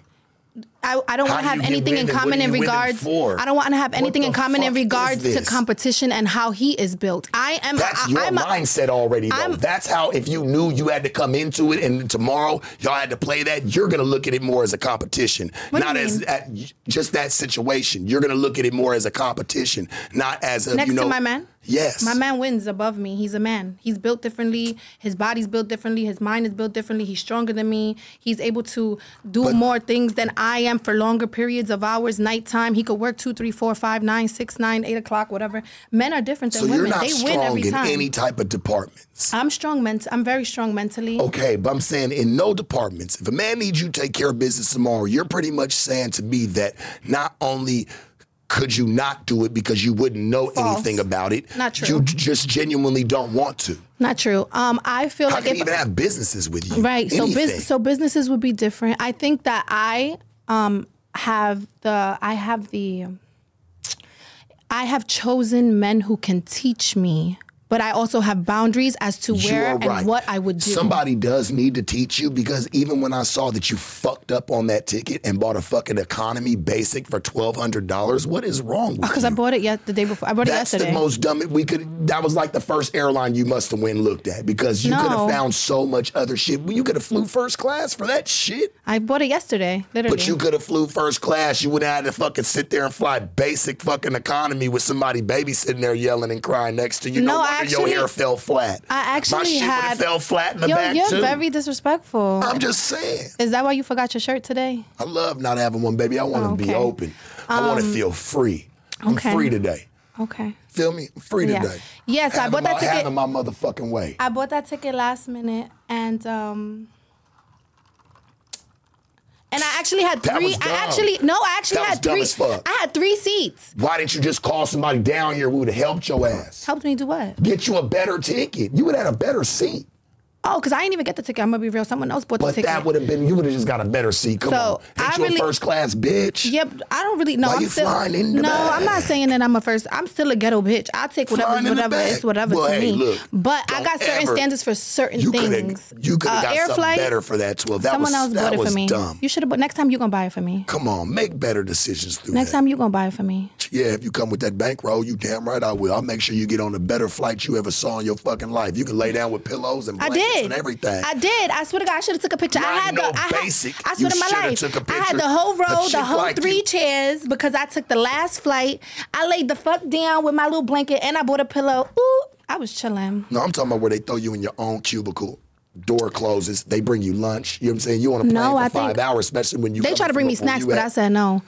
[SPEAKER 2] I, I don't
[SPEAKER 1] How do
[SPEAKER 2] want to have
[SPEAKER 1] you get
[SPEAKER 2] anything
[SPEAKER 1] with
[SPEAKER 2] in
[SPEAKER 1] him? What
[SPEAKER 2] common
[SPEAKER 1] are
[SPEAKER 2] in
[SPEAKER 1] you with him
[SPEAKER 2] regards.
[SPEAKER 1] for?
[SPEAKER 2] I don't want to have
[SPEAKER 1] What
[SPEAKER 2] anything
[SPEAKER 1] the
[SPEAKER 2] in common
[SPEAKER 1] fuck
[SPEAKER 2] in
[SPEAKER 1] is
[SPEAKER 2] regards to
[SPEAKER 1] this?
[SPEAKER 2] competition and how he is built. I am.
[SPEAKER 1] That's
[SPEAKER 2] I,
[SPEAKER 1] your
[SPEAKER 2] I'm a-
[SPEAKER 1] mindset already, though.
[SPEAKER 2] I'm-
[SPEAKER 1] That's how, if you knew you had to come into it and tomorrow y'all had to play that, you're going to look at it more as a competition.
[SPEAKER 2] What do
[SPEAKER 1] not
[SPEAKER 2] you
[SPEAKER 1] as
[SPEAKER 2] mean?
[SPEAKER 1] at, just that situation. You're going to look at it more as a competition, not as a,
[SPEAKER 2] Next
[SPEAKER 1] you know.
[SPEAKER 2] to my man.
[SPEAKER 1] Yes.
[SPEAKER 2] My man wins above me. He's a man. He's built differently. His body's built differently. His mind is built differently. He's stronger than me. He's able to do more things than I am for longer periods of hours, nighttime. He could work two, three, four, five, nine, six, nine, eight o'clock, whatever. Men are different than
[SPEAKER 1] So
[SPEAKER 2] women.
[SPEAKER 1] you're not
[SPEAKER 2] they win
[SPEAKER 1] strong
[SPEAKER 2] every
[SPEAKER 1] in
[SPEAKER 2] time.
[SPEAKER 1] any type of departments.
[SPEAKER 2] I'm strong ment. I'm very strong mentally.
[SPEAKER 1] Okay, but I'm saying in no departments. If a man needs you to take care of business tomorrow, you're pretty much saying to me that not only could you not do it because you wouldn't know
[SPEAKER 2] False.
[SPEAKER 1] anything about it,
[SPEAKER 2] Not true.
[SPEAKER 1] you j- just genuinely don't want to.
[SPEAKER 2] Not true. Um, I feel
[SPEAKER 1] How
[SPEAKER 2] like
[SPEAKER 1] can
[SPEAKER 2] if
[SPEAKER 1] you even have businesses with you?
[SPEAKER 2] Right. So
[SPEAKER 1] Anything.
[SPEAKER 2] bus- so businesses would be different. I think that I um have the I have the I have chosen men who can teach me, but I also have boundaries as to
[SPEAKER 1] You
[SPEAKER 2] where
[SPEAKER 1] are
[SPEAKER 2] and
[SPEAKER 1] right.
[SPEAKER 2] what I would do.
[SPEAKER 1] Somebody does need to teach you because even when I saw that you fucked up on that ticket and bought a fucking economy basic for twelve hundred dollars, what is wrong with
[SPEAKER 2] because
[SPEAKER 1] you?
[SPEAKER 2] I bought it yet the day before. I bought it
[SPEAKER 1] That's
[SPEAKER 2] yesterday.
[SPEAKER 1] the most dumb we could. That was like the first airline you must have went and looked at because you could
[SPEAKER 2] No.
[SPEAKER 1] have found so much other shit. You could have flew first class for that shit,
[SPEAKER 2] I bought it yesterday, literally.
[SPEAKER 1] but you could have flew first class. You wouldn't have had to fucking sit there and fly basic fucking economy with somebody babysitting there yelling and crying next to you. No,
[SPEAKER 2] No,
[SPEAKER 1] wonder
[SPEAKER 2] actually-
[SPEAKER 1] your hair fell flat.
[SPEAKER 2] I actually
[SPEAKER 1] my shit would
[SPEAKER 2] had
[SPEAKER 1] have fell flat in the
[SPEAKER 2] Yo,
[SPEAKER 1] back
[SPEAKER 2] you're
[SPEAKER 1] too.
[SPEAKER 2] very disrespectful.
[SPEAKER 1] I'm just saying.
[SPEAKER 2] Is that why you forgot your shirt today?
[SPEAKER 1] I love not having one, baby. I want to be
[SPEAKER 2] Okay. Um,
[SPEAKER 1] open. I want to feel free. I'm
[SPEAKER 2] okay.
[SPEAKER 1] free today.
[SPEAKER 2] Okay.
[SPEAKER 1] Feel me? I'm free
[SPEAKER 2] Yeah.
[SPEAKER 1] today.
[SPEAKER 2] Yes, I
[SPEAKER 1] having
[SPEAKER 2] bought that
[SPEAKER 1] my,
[SPEAKER 2] ticket-
[SPEAKER 1] Having my motherfucking way.
[SPEAKER 2] I bought that ticket last minute, and um, and I actually had
[SPEAKER 1] That
[SPEAKER 2] three.
[SPEAKER 1] was dumb.
[SPEAKER 2] I actually no, I actually
[SPEAKER 1] That was
[SPEAKER 2] had
[SPEAKER 1] dumb
[SPEAKER 2] three.
[SPEAKER 1] as fuck.
[SPEAKER 2] I had three seats.
[SPEAKER 1] Why didn't you just call somebody down here who would have helped your ass?
[SPEAKER 2] Helped me do what?
[SPEAKER 1] Get you a better ticket. You would have had a better seat.
[SPEAKER 2] Oh, because I didn't even get the ticket. I'm gonna be real. Someone else bought the
[SPEAKER 1] But
[SPEAKER 2] ticket.
[SPEAKER 1] that would have been you would have just got a better seat. Come
[SPEAKER 2] So,
[SPEAKER 1] on,
[SPEAKER 2] I
[SPEAKER 1] ain't you
[SPEAKER 2] really-
[SPEAKER 1] a first class bitch?
[SPEAKER 2] Yep, I don't really know.
[SPEAKER 1] Why
[SPEAKER 2] I'm
[SPEAKER 1] you
[SPEAKER 2] still,
[SPEAKER 1] flying in the
[SPEAKER 2] No,
[SPEAKER 1] back?
[SPEAKER 2] I'm not saying that I'm a first. I'm still a ghetto bitch. I take whatever,
[SPEAKER 1] Flying in the
[SPEAKER 2] whatever.
[SPEAKER 1] back.
[SPEAKER 2] It's whatever
[SPEAKER 1] Well,
[SPEAKER 2] to
[SPEAKER 1] hey,
[SPEAKER 2] me.
[SPEAKER 1] look,
[SPEAKER 2] but I
[SPEAKER 1] don't
[SPEAKER 2] got certain
[SPEAKER 1] ever-
[SPEAKER 2] standards for certain
[SPEAKER 1] You could
[SPEAKER 2] things.
[SPEAKER 1] have you could
[SPEAKER 2] Uh,
[SPEAKER 1] have got
[SPEAKER 2] air
[SPEAKER 1] something
[SPEAKER 2] flight,
[SPEAKER 1] better for that twelve. That
[SPEAKER 2] someone
[SPEAKER 1] was
[SPEAKER 2] else
[SPEAKER 1] that
[SPEAKER 2] bought it
[SPEAKER 1] was
[SPEAKER 2] for me.
[SPEAKER 1] dumb.
[SPEAKER 2] You should have. Next time you gonna buy it for me.
[SPEAKER 1] Come on, make better decisions through
[SPEAKER 2] Next
[SPEAKER 1] that.
[SPEAKER 2] time you gonna buy it for me.
[SPEAKER 1] Yeah, if you come with that bankroll, you damn right I will. I'll make sure you get on the better flight you ever saw in your fucking life. You can lay down with pillows and
[SPEAKER 2] I
[SPEAKER 1] blankets
[SPEAKER 2] did.
[SPEAKER 1] and everything.
[SPEAKER 2] I did. I swear to God, I should have took a picture. I
[SPEAKER 1] Not
[SPEAKER 2] had
[SPEAKER 1] no
[SPEAKER 2] the. I had-
[SPEAKER 1] basic.
[SPEAKER 2] I swear
[SPEAKER 1] You
[SPEAKER 2] to my
[SPEAKER 1] shoulda
[SPEAKER 2] life,
[SPEAKER 1] took a
[SPEAKER 2] I had
[SPEAKER 1] picture.
[SPEAKER 2] the whole
[SPEAKER 1] A
[SPEAKER 2] row, the
[SPEAKER 1] chick
[SPEAKER 2] whole
[SPEAKER 1] like
[SPEAKER 2] three
[SPEAKER 1] you.
[SPEAKER 2] chairs because I took the last flight. I laid the fuck down with my little blanket and I bought a pillow. Ooh, I was chilling.
[SPEAKER 1] No, I'm talking about where they throw you in your own cubicle. Door closes. They bring you lunch. You know what I'm saying? You on a plane
[SPEAKER 2] No,
[SPEAKER 1] for
[SPEAKER 2] I
[SPEAKER 1] five
[SPEAKER 2] think-
[SPEAKER 1] hours, especially when you.
[SPEAKER 2] They
[SPEAKER 1] coming
[SPEAKER 2] tried to bring
[SPEAKER 1] from
[SPEAKER 2] me
[SPEAKER 1] up where
[SPEAKER 2] snacks,
[SPEAKER 1] you
[SPEAKER 2] but
[SPEAKER 1] at.
[SPEAKER 2] I said no.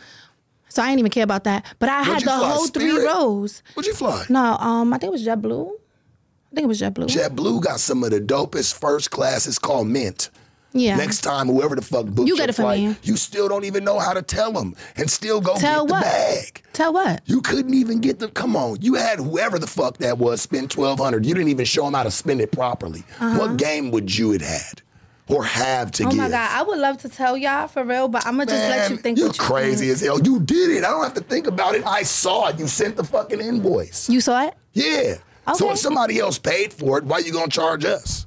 [SPEAKER 2] So I didn't even care about that. But I
[SPEAKER 1] Where'd
[SPEAKER 2] had
[SPEAKER 1] you
[SPEAKER 2] the
[SPEAKER 1] fly,
[SPEAKER 2] whole three
[SPEAKER 1] Spirit?
[SPEAKER 2] rows.
[SPEAKER 1] What'd you fly?
[SPEAKER 2] No, um, I think it was JetBlue. I think it was JetBlue.
[SPEAKER 1] JetBlue got some of the dopest first class. It's called Mint.
[SPEAKER 2] yeah.
[SPEAKER 1] Next time, whoever the fuck books your
[SPEAKER 2] You got it for
[SPEAKER 1] flight,
[SPEAKER 2] me.
[SPEAKER 1] you still don't even know how to tell them, and still go
[SPEAKER 2] Tell
[SPEAKER 1] get
[SPEAKER 2] what?
[SPEAKER 1] the bag.
[SPEAKER 2] Tell what?
[SPEAKER 1] You couldn't even get the. Come on, you had whoever the fuck that was spend twelve hundred. You didn't even show them how to spend it properly. What game would you had had or have to
[SPEAKER 2] Uh-huh. Oh
[SPEAKER 1] give?
[SPEAKER 2] my God, I would love to tell y'all for real, but I'm gonna just let you
[SPEAKER 1] Man,
[SPEAKER 2] think.
[SPEAKER 1] You're
[SPEAKER 2] what you
[SPEAKER 1] crazy
[SPEAKER 2] think.
[SPEAKER 1] as hell. You did it. I don't have to think about it. I saw it. You sent the fucking invoice.
[SPEAKER 2] You saw it?
[SPEAKER 1] yeah. So
[SPEAKER 2] Okay.
[SPEAKER 1] if somebody else paid for it, why you gonna charge us?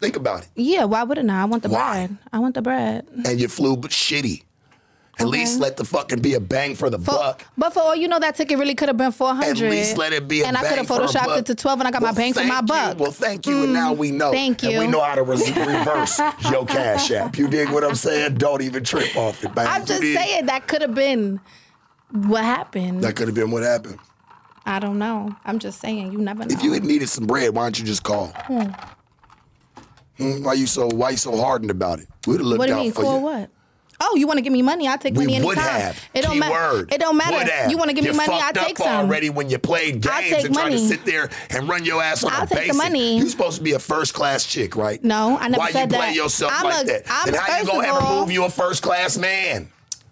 [SPEAKER 1] Think about it.
[SPEAKER 2] Yeah. Why wouldn't I? I want the
[SPEAKER 1] Why?
[SPEAKER 2] bread. I want the bread.
[SPEAKER 1] And you flew but shitty. At least let the fucking be a bang for the
[SPEAKER 2] For-
[SPEAKER 1] buck.
[SPEAKER 2] But for all you know, that ticket really could have been four
[SPEAKER 1] At
[SPEAKER 2] hundred.
[SPEAKER 1] least let it be a
[SPEAKER 2] And I
[SPEAKER 1] bang
[SPEAKER 2] could have
[SPEAKER 1] for a
[SPEAKER 2] photoshopped
[SPEAKER 1] buck.
[SPEAKER 2] it to twelve, and I got my
[SPEAKER 1] Well,
[SPEAKER 2] bang for
[SPEAKER 1] thank
[SPEAKER 2] my
[SPEAKER 1] you.
[SPEAKER 2] buck. Mm.
[SPEAKER 1] Well, thank you, and now we know.
[SPEAKER 2] Thank
[SPEAKER 1] And we
[SPEAKER 2] you.
[SPEAKER 1] know how to res- reverse your cash app. You dig what I'm saying? Don't even trip off it, baby.
[SPEAKER 2] I'm
[SPEAKER 1] You
[SPEAKER 2] just
[SPEAKER 1] dig?
[SPEAKER 2] saying that could have been what happened.
[SPEAKER 1] That could have been what happened.
[SPEAKER 2] I don't know. I'm just saying, you never know.
[SPEAKER 1] If you had needed some bread, why don't you just call? Hmm, why you so why you so hardened about it? We'd have looked
[SPEAKER 2] what do you
[SPEAKER 1] out
[SPEAKER 2] mean,
[SPEAKER 1] for
[SPEAKER 2] call
[SPEAKER 1] you.
[SPEAKER 2] what? Oh, you want to give me money? I take
[SPEAKER 1] We
[SPEAKER 2] money
[SPEAKER 1] would
[SPEAKER 2] anytime.
[SPEAKER 1] have.
[SPEAKER 2] It don't matter.
[SPEAKER 1] Keyword.
[SPEAKER 2] It don't matter.
[SPEAKER 1] Would have.
[SPEAKER 2] You want to give
[SPEAKER 1] You
[SPEAKER 2] me money? I
[SPEAKER 1] fucked
[SPEAKER 2] take
[SPEAKER 1] up
[SPEAKER 2] some.
[SPEAKER 1] already when you played
[SPEAKER 2] I'll
[SPEAKER 1] games
[SPEAKER 2] take
[SPEAKER 1] and try to
[SPEAKER 2] money.
[SPEAKER 1] sit there and run your ass on
[SPEAKER 2] I'll
[SPEAKER 1] a
[SPEAKER 2] take the
[SPEAKER 1] basic.
[SPEAKER 2] money.
[SPEAKER 1] You're supposed to be a first class chick, right?
[SPEAKER 2] No, I never
[SPEAKER 1] Why
[SPEAKER 2] said
[SPEAKER 1] you play
[SPEAKER 2] that.
[SPEAKER 1] yourself
[SPEAKER 2] I'm
[SPEAKER 1] like
[SPEAKER 2] a-
[SPEAKER 1] that?
[SPEAKER 2] I'm-
[SPEAKER 1] then how you
[SPEAKER 2] first
[SPEAKER 1] gonna
[SPEAKER 2] of
[SPEAKER 1] ever
[SPEAKER 2] all-
[SPEAKER 1] move you a first class man?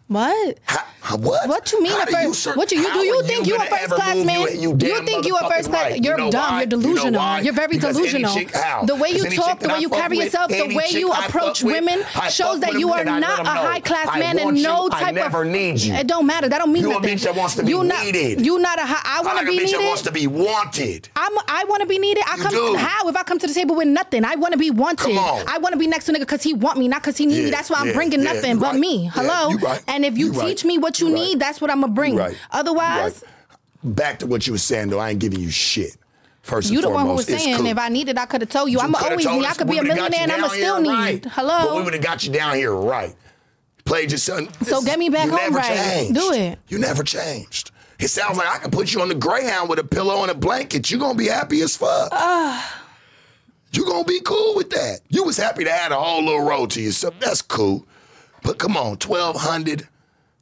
[SPEAKER 2] What?
[SPEAKER 1] How- how- what?
[SPEAKER 2] What you mean
[SPEAKER 1] How
[SPEAKER 2] a
[SPEAKER 1] do
[SPEAKER 2] first?
[SPEAKER 1] sir-
[SPEAKER 2] what you, you
[SPEAKER 1] how
[SPEAKER 2] do? You
[SPEAKER 1] are
[SPEAKER 2] think you, a
[SPEAKER 1] gonna
[SPEAKER 2] first
[SPEAKER 1] ever
[SPEAKER 2] class
[SPEAKER 1] move
[SPEAKER 2] man?
[SPEAKER 1] You, you damn
[SPEAKER 2] think you a
[SPEAKER 1] motherfucking
[SPEAKER 2] first class?
[SPEAKER 1] right. You
[SPEAKER 2] You're
[SPEAKER 1] know why?
[SPEAKER 2] dumb. You're
[SPEAKER 1] You know
[SPEAKER 2] delusional.
[SPEAKER 1] why?
[SPEAKER 2] are very
[SPEAKER 1] Because any
[SPEAKER 2] delusional.
[SPEAKER 1] chick- how?
[SPEAKER 2] the way you
[SPEAKER 1] Because any
[SPEAKER 2] talk,
[SPEAKER 1] chick
[SPEAKER 2] the
[SPEAKER 1] that
[SPEAKER 2] way
[SPEAKER 1] I
[SPEAKER 2] you
[SPEAKER 1] fuck
[SPEAKER 2] carry
[SPEAKER 1] with,
[SPEAKER 2] yourself, the
[SPEAKER 1] any
[SPEAKER 2] way
[SPEAKER 1] chick
[SPEAKER 2] you
[SPEAKER 1] I fuck
[SPEAKER 2] approach
[SPEAKER 1] with,
[SPEAKER 2] women
[SPEAKER 1] I fuck
[SPEAKER 2] shows that
[SPEAKER 1] with
[SPEAKER 2] you
[SPEAKER 1] them
[SPEAKER 2] are
[SPEAKER 1] and I let
[SPEAKER 2] not a
[SPEAKER 1] them know,
[SPEAKER 2] high class
[SPEAKER 1] I
[SPEAKER 2] man
[SPEAKER 1] want
[SPEAKER 2] and
[SPEAKER 1] you.
[SPEAKER 2] no
[SPEAKER 1] I
[SPEAKER 2] type of.
[SPEAKER 1] never need you.
[SPEAKER 2] It don't matter. That don't mean
[SPEAKER 1] You a
[SPEAKER 2] nothing.
[SPEAKER 1] bitch that wants to be
[SPEAKER 2] you
[SPEAKER 1] needed.
[SPEAKER 2] Not, you not a high. I
[SPEAKER 1] I
[SPEAKER 2] want
[SPEAKER 1] like
[SPEAKER 2] to
[SPEAKER 1] a
[SPEAKER 2] be
[SPEAKER 1] bitch
[SPEAKER 2] needed.
[SPEAKER 1] that wants to be wanted.
[SPEAKER 2] I'm, I want to be needed. I
[SPEAKER 1] You
[SPEAKER 2] come
[SPEAKER 1] do.
[SPEAKER 2] how if I come to the table with nothing. I want to be wanted.
[SPEAKER 1] Come on.
[SPEAKER 2] I want to be next to a nigga because he want me, not because he need me.
[SPEAKER 1] Yeah,
[SPEAKER 2] That's why
[SPEAKER 1] yeah,
[SPEAKER 2] I'm bringing
[SPEAKER 1] yeah,
[SPEAKER 2] nothing
[SPEAKER 1] you
[SPEAKER 2] but
[SPEAKER 1] right.
[SPEAKER 2] me.
[SPEAKER 1] Yeah,
[SPEAKER 2] Hello.
[SPEAKER 1] you right.
[SPEAKER 2] And if you,
[SPEAKER 1] You right.
[SPEAKER 2] teach me what you
[SPEAKER 1] You right.
[SPEAKER 2] need, that's what I'm gonna bring.
[SPEAKER 1] You right.
[SPEAKER 2] Otherwise,
[SPEAKER 1] You right. back to what you were saying though, I ain't giving you shit. First
[SPEAKER 2] you
[SPEAKER 1] and
[SPEAKER 2] the
[SPEAKER 1] foremost,
[SPEAKER 2] one who was
[SPEAKER 1] It's
[SPEAKER 2] saying
[SPEAKER 1] cool.
[SPEAKER 2] if I needed, I could have told you.
[SPEAKER 1] You
[SPEAKER 2] I'm
[SPEAKER 1] coulda
[SPEAKER 2] always
[SPEAKER 1] told
[SPEAKER 2] me. I
[SPEAKER 1] us
[SPEAKER 2] could
[SPEAKER 1] we
[SPEAKER 2] be a
[SPEAKER 1] woulda got you
[SPEAKER 2] millionaire and I'ma
[SPEAKER 1] down
[SPEAKER 2] still
[SPEAKER 1] here
[SPEAKER 2] need.
[SPEAKER 1] right.
[SPEAKER 2] Hello.
[SPEAKER 1] But we would have got you down here right. Played your son.
[SPEAKER 2] So
[SPEAKER 1] This-
[SPEAKER 2] get me back
[SPEAKER 1] you
[SPEAKER 2] home
[SPEAKER 1] never
[SPEAKER 2] right.
[SPEAKER 1] Changed.
[SPEAKER 2] Do it.
[SPEAKER 1] You never changed. It sounds like I can put you on the Greyhound with a pillow and a blanket. You're gonna be happy as fuck.
[SPEAKER 2] Ah.
[SPEAKER 1] you gonna be cool with that. You was happy to add a whole little road to yourself. That's cool. But come on, twelve hundred,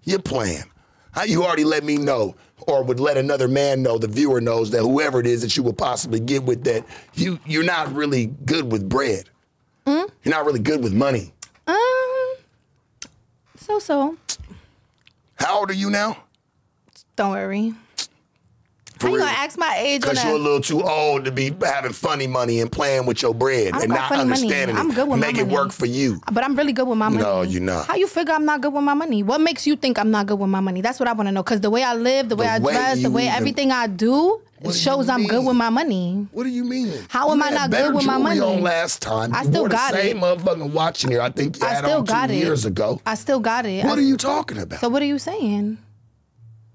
[SPEAKER 1] you're playing. How you already let me know, or would let another man know, the viewer knows that whoever it is that you would possibly get with that, you you're not really good with bread.
[SPEAKER 2] Mm?
[SPEAKER 1] You're not really good with money.
[SPEAKER 2] Um. So so.
[SPEAKER 1] How old are you now?
[SPEAKER 2] Don't worry.
[SPEAKER 1] For
[SPEAKER 2] How you
[SPEAKER 1] real.
[SPEAKER 2] gonna ask my age on
[SPEAKER 1] Cause you're a
[SPEAKER 2] that?
[SPEAKER 1] little too old to be having funny money and playing with your bread
[SPEAKER 2] don't
[SPEAKER 1] and
[SPEAKER 2] got
[SPEAKER 1] not
[SPEAKER 2] funny money.
[SPEAKER 1] understanding
[SPEAKER 2] I'm
[SPEAKER 1] it.
[SPEAKER 2] good with my
[SPEAKER 1] Make it
[SPEAKER 2] money.
[SPEAKER 1] work for you.
[SPEAKER 2] But I'm really good with my money.
[SPEAKER 1] No, you're not.
[SPEAKER 2] How you figure I'm not good with my money? What makes you think I'm not good with my money? That's what I want to know. Cause the way I live, the way I
[SPEAKER 1] way
[SPEAKER 2] dress, the
[SPEAKER 1] you
[SPEAKER 2] way
[SPEAKER 1] even-
[SPEAKER 2] everything I do
[SPEAKER 1] What do
[SPEAKER 2] shows
[SPEAKER 1] you
[SPEAKER 2] I'm good
[SPEAKER 1] mean?
[SPEAKER 2] with my money.
[SPEAKER 1] What do you mean?
[SPEAKER 2] How am
[SPEAKER 1] You
[SPEAKER 2] I
[SPEAKER 1] had
[SPEAKER 2] not
[SPEAKER 1] better
[SPEAKER 2] good with my
[SPEAKER 1] jewelry
[SPEAKER 2] money?
[SPEAKER 1] on last time.
[SPEAKER 2] I
[SPEAKER 1] You
[SPEAKER 2] still
[SPEAKER 1] wore the
[SPEAKER 2] got it.
[SPEAKER 1] same motherfucking watch in here. I think you
[SPEAKER 2] I
[SPEAKER 1] had
[SPEAKER 2] still
[SPEAKER 1] on
[SPEAKER 2] got
[SPEAKER 1] two
[SPEAKER 2] it
[SPEAKER 1] years ago.
[SPEAKER 2] I still got it.
[SPEAKER 1] what
[SPEAKER 2] I-
[SPEAKER 1] are you talking about?
[SPEAKER 2] So what are you saying?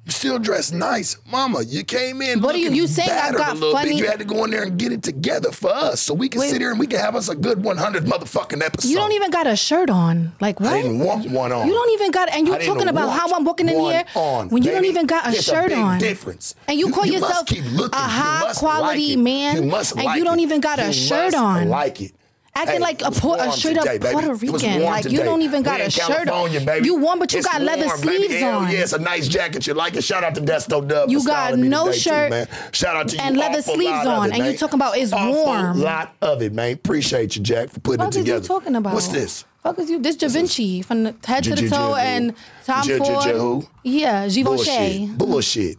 [SPEAKER 1] you still dress nice, Mama. You came in.
[SPEAKER 2] What are you-
[SPEAKER 1] looking
[SPEAKER 2] you saying I
[SPEAKER 1] battered
[SPEAKER 2] got
[SPEAKER 1] a little
[SPEAKER 2] funny-
[SPEAKER 1] Bit. You had to go in there and get it together for us, so we can
[SPEAKER 2] Wait.
[SPEAKER 1] sit here and we can have us a good 100 motherfucking episode.
[SPEAKER 2] You don't even got a shirt on. Like what?
[SPEAKER 1] I didn't want one on.
[SPEAKER 2] You don't even got, and
[SPEAKER 1] I
[SPEAKER 2] you're
[SPEAKER 1] didn't
[SPEAKER 2] talking about
[SPEAKER 1] want
[SPEAKER 2] how I'm walking in
[SPEAKER 1] one
[SPEAKER 2] here
[SPEAKER 1] on,
[SPEAKER 2] when you don't
[SPEAKER 1] baby.
[SPEAKER 2] even got a
[SPEAKER 1] It's
[SPEAKER 2] shirt
[SPEAKER 1] big
[SPEAKER 2] on.
[SPEAKER 1] Difference.
[SPEAKER 2] And you call
[SPEAKER 1] must
[SPEAKER 2] yourself
[SPEAKER 1] keep looking.
[SPEAKER 2] a
[SPEAKER 1] You
[SPEAKER 2] high
[SPEAKER 1] must
[SPEAKER 2] quality
[SPEAKER 1] like it.
[SPEAKER 2] man,
[SPEAKER 1] You must
[SPEAKER 2] and
[SPEAKER 1] like
[SPEAKER 2] you don't
[SPEAKER 1] it.
[SPEAKER 2] even got a
[SPEAKER 1] You
[SPEAKER 2] shirt
[SPEAKER 1] must
[SPEAKER 2] on.
[SPEAKER 1] Like it.
[SPEAKER 2] Acting
[SPEAKER 1] Hey,
[SPEAKER 2] like a,
[SPEAKER 1] it was
[SPEAKER 2] Puerto- a
[SPEAKER 1] warm
[SPEAKER 2] straight
[SPEAKER 1] today,
[SPEAKER 2] up
[SPEAKER 1] baby.
[SPEAKER 2] Puerto
[SPEAKER 1] It was
[SPEAKER 2] Rican.
[SPEAKER 1] warm
[SPEAKER 2] Like you
[SPEAKER 1] today.
[SPEAKER 2] don't even
[SPEAKER 1] We
[SPEAKER 2] got
[SPEAKER 1] in
[SPEAKER 2] a shirt on.
[SPEAKER 1] California, baby.
[SPEAKER 2] You warm, but you
[SPEAKER 1] It's
[SPEAKER 2] got leather
[SPEAKER 1] warm, baby.
[SPEAKER 2] sleeves
[SPEAKER 1] Hell
[SPEAKER 2] on.
[SPEAKER 1] Yeah, it's a nice jacket. You like it. Shout out to Desto Dub.
[SPEAKER 2] You
[SPEAKER 1] for
[SPEAKER 2] got
[SPEAKER 1] styling me
[SPEAKER 2] no
[SPEAKER 1] today, too,
[SPEAKER 2] shirt
[SPEAKER 1] man. Shout out to you.
[SPEAKER 2] and leather
[SPEAKER 1] Awful
[SPEAKER 2] sleeves
[SPEAKER 1] lot of
[SPEAKER 2] on,
[SPEAKER 1] it,
[SPEAKER 2] and you
[SPEAKER 1] man.
[SPEAKER 2] talking about it's
[SPEAKER 1] Awful
[SPEAKER 2] warm.
[SPEAKER 1] lot of it, man. Appreciate you, Jack, for putting
[SPEAKER 2] Fuck
[SPEAKER 1] it
[SPEAKER 2] is you
[SPEAKER 1] together.
[SPEAKER 2] talking about?
[SPEAKER 1] What's this?
[SPEAKER 2] Fuck is you? This Da Vinci from the head to the
[SPEAKER 1] J- J-
[SPEAKER 2] toe
[SPEAKER 1] J-
[SPEAKER 2] and Tom
[SPEAKER 1] J- J- J-
[SPEAKER 2] Ford.
[SPEAKER 1] who?
[SPEAKER 2] Yeah, Givenchy.
[SPEAKER 1] Bullshit.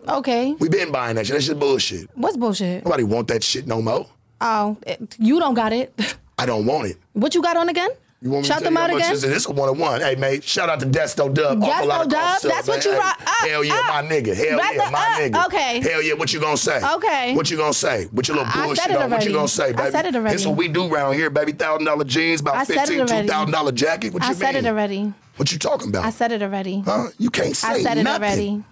[SPEAKER 1] Bullshit.
[SPEAKER 2] Okay.
[SPEAKER 1] We been buying that shit. That's just bullshit.
[SPEAKER 2] What's bullshit?
[SPEAKER 1] Nobody want that shit no more.
[SPEAKER 2] Oh, it- you don't got it.
[SPEAKER 1] I don't want it.
[SPEAKER 2] What you got on again?
[SPEAKER 1] You want me
[SPEAKER 2] Shout
[SPEAKER 1] to tell
[SPEAKER 2] them
[SPEAKER 1] you
[SPEAKER 2] out
[SPEAKER 1] how much
[SPEAKER 2] again.
[SPEAKER 1] This, this a one on one. Hey, man, shout out to Desto Dub. Awful
[SPEAKER 2] Desto
[SPEAKER 1] lot of
[SPEAKER 2] Dub,
[SPEAKER 1] cough syrup,
[SPEAKER 2] that's
[SPEAKER 1] man.
[SPEAKER 2] what you
[SPEAKER 1] Hey,
[SPEAKER 2] rock- up,
[SPEAKER 1] Hell yeah,
[SPEAKER 2] up.
[SPEAKER 1] my nigga. Hell
[SPEAKER 2] That's
[SPEAKER 1] yeah,
[SPEAKER 2] a-
[SPEAKER 1] my
[SPEAKER 2] up,
[SPEAKER 1] nigga.
[SPEAKER 2] okay.
[SPEAKER 1] Hell yeah, what you gonna say?
[SPEAKER 2] Okay.
[SPEAKER 1] What you gonna say? What your little
[SPEAKER 2] I- I
[SPEAKER 1] bullshit
[SPEAKER 2] said it
[SPEAKER 1] on? What
[SPEAKER 2] already.
[SPEAKER 1] you gonna say,
[SPEAKER 2] I
[SPEAKER 1] baby?
[SPEAKER 2] said it already.
[SPEAKER 1] This what we do round here, baby. Thousand dollar jeans,
[SPEAKER 2] I
[SPEAKER 1] about
[SPEAKER 2] said it
[SPEAKER 1] fifteen, two
[SPEAKER 2] already.
[SPEAKER 1] thousand dollar jacket. What
[SPEAKER 2] I
[SPEAKER 1] you
[SPEAKER 2] said
[SPEAKER 1] mean?
[SPEAKER 2] it already.
[SPEAKER 1] What you talking about?
[SPEAKER 2] I said it already.
[SPEAKER 1] Huh? You can't say
[SPEAKER 2] I said it
[SPEAKER 1] nothing.
[SPEAKER 2] already.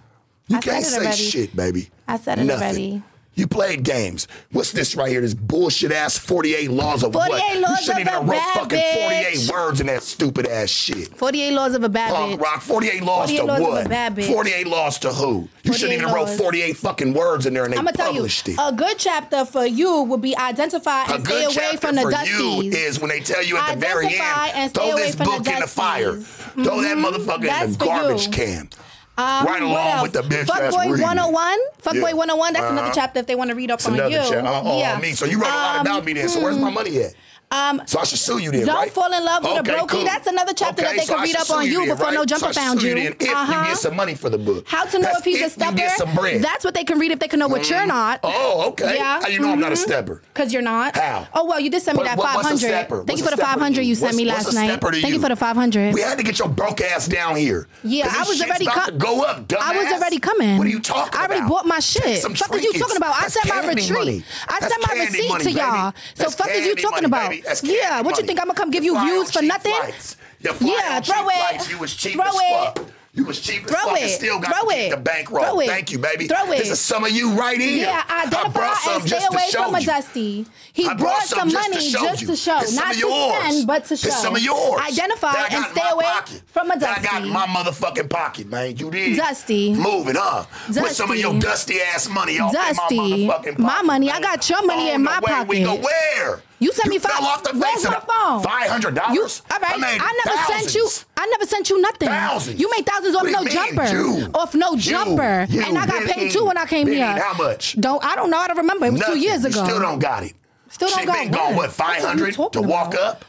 [SPEAKER 1] You
[SPEAKER 2] I said
[SPEAKER 1] can't
[SPEAKER 2] it
[SPEAKER 1] say
[SPEAKER 2] already.
[SPEAKER 1] shit, baby.
[SPEAKER 2] I said it
[SPEAKER 1] Nothing.
[SPEAKER 2] already.
[SPEAKER 1] You played games. What's this right here? This bullshit ass 48 laws of
[SPEAKER 2] 48
[SPEAKER 1] what?
[SPEAKER 2] laws
[SPEAKER 1] you shouldn't even
[SPEAKER 2] of a
[SPEAKER 1] have wrote
[SPEAKER 2] bad
[SPEAKER 1] fucking
[SPEAKER 2] bitch.
[SPEAKER 1] 48 words in that stupid ass shit.
[SPEAKER 2] 48 laws of a bad
[SPEAKER 1] Punk
[SPEAKER 2] bitch.
[SPEAKER 1] rock, 48 laws
[SPEAKER 2] 48
[SPEAKER 1] to
[SPEAKER 2] laws of a
[SPEAKER 1] what?
[SPEAKER 2] bad bitch.
[SPEAKER 1] 48 laws to who? You
[SPEAKER 2] 48
[SPEAKER 1] shouldn't even have
[SPEAKER 2] laws.
[SPEAKER 1] wrote 48 fucking words in there and they
[SPEAKER 2] I'm gonna tell you,
[SPEAKER 1] published it.
[SPEAKER 2] a good chapter for you would be identify
[SPEAKER 1] A
[SPEAKER 2] and stay away
[SPEAKER 1] chapter
[SPEAKER 2] from the
[SPEAKER 1] for
[SPEAKER 2] dusties.
[SPEAKER 1] you is when they tell you at the very end,
[SPEAKER 2] Identify and stay
[SPEAKER 1] throw
[SPEAKER 2] away
[SPEAKER 1] this
[SPEAKER 2] from the
[SPEAKER 1] book in the fire.
[SPEAKER 2] dusties.
[SPEAKER 1] Throw that
[SPEAKER 2] Mhm.
[SPEAKER 1] motherfucker in
[SPEAKER 2] That's
[SPEAKER 1] the
[SPEAKER 2] for you.
[SPEAKER 1] garbage can.
[SPEAKER 2] Um,
[SPEAKER 1] right
[SPEAKER 2] what
[SPEAKER 1] along
[SPEAKER 2] else? oh
[SPEAKER 1] with the bitch
[SPEAKER 2] Fuck
[SPEAKER 1] that's
[SPEAKER 2] boy
[SPEAKER 1] reading.
[SPEAKER 2] 101. Fuck
[SPEAKER 1] Yeah.
[SPEAKER 2] boy 101. That's another
[SPEAKER 1] Uh-huh.
[SPEAKER 2] chapter if they want to read up
[SPEAKER 1] It's
[SPEAKER 2] on
[SPEAKER 1] another
[SPEAKER 2] you.
[SPEAKER 1] chapter. Uh, oh,
[SPEAKER 2] yeah. Hmm.
[SPEAKER 1] me. So you wrote a lot about me then. So where's my money at?
[SPEAKER 2] Um,
[SPEAKER 1] So I should sue you then,
[SPEAKER 2] Don't
[SPEAKER 1] right?
[SPEAKER 2] fall in love with a brokey. That's another chapter that they
[SPEAKER 1] so
[SPEAKER 2] can
[SPEAKER 1] I
[SPEAKER 2] read
[SPEAKER 1] should
[SPEAKER 2] up on
[SPEAKER 1] sue
[SPEAKER 2] you
[SPEAKER 1] then,
[SPEAKER 2] before
[SPEAKER 1] right?
[SPEAKER 2] no jumper
[SPEAKER 1] so I should
[SPEAKER 2] found
[SPEAKER 1] sue
[SPEAKER 2] you.
[SPEAKER 1] then if
[SPEAKER 2] Uh-huh.
[SPEAKER 1] you get some money for the book.
[SPEAKER 2] how to know
[SPEAKER 1] That's
[SPEAKER 2] if he's a
[SPEAKER 1] You get some
[SPEAKER 2] stepper?
[SPEAKER 1] bread.
[SPEAKER 2] That's what they can read if they can know what you're not.
[SPEAKER 1] oh, okay.
[SPEAKER 2] Yeah.
[SPEAKER 1] How you know I'm not a
[SPEAKER 2] Mhm.
[SPEAKER 1] stepper?
[SPEAKER 2] Cause you're not.
[SPEAKER 1] How?
[SPEAKER 2] Oh well, you did send me
[SPEAKER 1] What-
[SPEAKER 2] that
[SPEAKER 1] what-
[SPEAKER 2] five
[SPEAKER 1] what's a
[SPEAKER 2] hundred. Thank
[SPEAKER 1] stepper? What's
[SPEAKER 2] you
[SPEAKER 1] a
[SPEAKER 2] for the
[SPEAKER 1] stepper to
[SPEAKER 2] five hundred you sent
[SPEAKER 1] What's-
[SPEAKER 2] me
[SPEAKER 1] what's
[SPEAKER 2] last
[SPEAKER 1] a
[SPEAKER 2] night.
[SPEAKER 1] stepper to
[SPEAKER 2] Thank you for the five hundred.
[SPEAKER 1] We had to get your broke ass down here.
[SPEAKER 2] Yeah,
[SPEAKER 1] 'Cause
[SPEAKER 2] I
[SPEAKER 1] this
[SPEAKER 2] was
[SPEAKER 1] shit's
[SPEAKER 2] already
[SPEAKER 1] about
[SPEAKER 2] co-
[SPEAKER 1] to go up. Dumbass.
[SPEAKER 2] I was already coming.
[SPEAKER 1] What are you talking
[SPEAKER 2] I
[SPEAKER 1] about?
[SPEAKER 2] already bought my
[SPEAKER 1] Take
[SPEAKER 2] shit.
[SPEAKER 1] some
[SPEAKER 2] Fuck is you
[SPEAKER 1] trinkets.
[SPEAKER 2] talking about? I
[SPEAKER 1] That's
[SPEAKER 2] sent my
[SPEAKER 1] candy
[SPEAKER 2] retreat.
[SPEAKER 1] money.
[SPEAKER 2] I
[SPEAKER 1] That's
[SPEAKER 2] sent my
[SPEAKER 1] candy
[SPEAKER 2] receipt
[SPEAKER 1] money,
[SPEAKER 2] to
[SPEAKER 1] baby.
[SPEAKER 2] y'all. So
[SPEAKER 1] That's
[SPEAKER 2] fuck is you
[SPEAKER 1] candy
[SPEAKER 2] talking
[SPEAKER 1] money,
[SPEAKER 2] about?
[SPEAKER 1] baby. That's
[SPEAKER 2] Yeah,
[SPEAKER 1] candy
[SPEAKER 2] what you
[SPEAKER 1] money.
[SPEAKER 2] think, I'ma come give
[SPEAKER 1] You
[SPEAKER 2] you
[SPEAKER 1] fly
[SPEAKER 2] views
[SPEAKER 1] on
[SPEAKER 2] for
[SPEAKER 1] cheap
[SPEAKER 2] nothing?
[SPEAKER 1] flights. You fly
[SPEAKER 2] Yeah,
[SPEAKER 1] on
[SPEAKER 2] throw
[SPEAKER 1] cheap
[SPEAKER 2] it.
[SPEAKER 1] flights. You was cheap
[SPEAKER 2] Throw
[SPEAKER 1] as
[SPEAKER 2] it.
[SPEAKER 1] fuck. You was cheap
[SPEAKER 2] Throw
[SPEAKER 1] as fuck.
[SPEAKER 2] it.
[SPEAKER 1] And still got
[SPEAKER 2] Throw
[SPEAKER 1] to keep
[SPEAKER 2] it.
[SPEAKER 1] the bankroll.
[SPEAKER 2] Throw it.
[SPEAKER 1] Thank you, baby.
[SPEAKER 2] Throw it.
[SPEAKER 1] This is some of you right here.
[SPEAKER 2] Yeah,
[SPEAKER 1] I brought
[SPEAKER 2] identify
[SPEAKER 1] some
[SPEAKER 2] and stay
[SPEAKER 1] just to
[SPEAKER 2] away
[SPEAKER 1] show
[SPEAKER 2] from a
[SPEAKER 1] you.
[SPEAKER 2] dusty. He
[SPEAKER 1] I
[SPEAKER 2] brought,
[SPEAKER 1] brought
[SPEAKER 2] some,
[SPEAKER 1] some just
[SPEAKER 2] money
[SPEAKER 1] to show
[SPEAKER 2] just
[SPEAKER 1] you.
[SPEAKER 2] to show,
[SPEAKER 1] It's some
[SPEAKER 2] not
[SPEAKER 1] of
[SPEAKER 2] to
[SPEAKER 1] yours.
[SPEAKER 2] spend, but to show.
[SPEAKER 1] It's some of yours.
[SPEAKER 2] Identify
[SPEAKER 1] That I got
[SPEAKER 2] and
[SPEAKER 1] in
[SPEAKER 2] stay
[SPEAKER 1] my
[SPEAKER 2] away
[SPEAKER 1] pocket.
[SPEAKER 2] from a
[SPEAKER 1] That
[SPEAKER 2] dusty.
[SPEAKER 1] I got in my motherfucking pocket, man. You did.
[SPEAKER 2] Dusty.
[SPEAKER 1] Moving up. With some of
[SPEAKER 2] Dusty.
[SPEAKER 1] your dusty ass money off
[SPEAKER 2] Dusty.
[SPEAKER 1] in my motherfucking pocket.
[SPEAKER 2] My money, I
[SPEAKER 1] man.
[SPEAKER 2] got your money
[SPEAKER 1] On
[SPEAKER 2] in
[SPEAKER 1] the
[SPEAKER 2] my
[SPEAKER 1] way We go
[SPEAKER 2] pocket.
[SPEAKER 1] where?
[SPEAKER 2] You sent me five-
[SPEAKER 1] fell off the face
[SPEAKER 2] Where's
[SPEAKER 1] of
[SPEAKER 2] my
[SPEAKER 1] the-
[SPEAKER 2] phone?
[SPEAKER 1] $500.
[SPEAKER 2] You, all right. I,
[SPEAKER 1] made
[SPEAKER 2] never sent you.
[SPEAKER 1] thousands.
[SPEAKER 2] I never sent you nothing.
[SPEAKER 1] Thousands.
[SPEAKER 2] You made thousands off
[SPEAKER 1] What do
[SPEAKER 2] no
[SPEAKER 1] you mean,
[SPEAKER 2] jumper.
[SPEAKER 1] you?
[SPEAKER 2] Off no
[SPEAKER 1] You,
[SPEAKER 2] jumper.
[SPEAKER 1] you,
[SPEAKER 2] and I got
[SPEAKER 1] Benny,
[SPEAKER 2] paid too when I came
[SPEAKER 1] Benny,
[SPEAKER 2] here.
[SPEAKER 1] how much?
[SPEAKER 2] Don't I don't know. I don't remember. It was
[SPEAKER 1] Nothing.
[SPEAKER 2] two years
[SPEAKER 1] You
[SPEAKER 2] ago.
[SPEAKER 1] still don't got it.
[SPEAKER 2] Still don't
[SPEAKER 1] she
[SPEAKER 2] got
[SPEAKER 1] been gone, what,
[SPEAKER 2] what? What are you
[SPEAKER 1] 500 to
[SPEAKER 2] talking
[SPEAKER 1] walk
[SPEAKER 2] about?
[SPEAKER 1] up?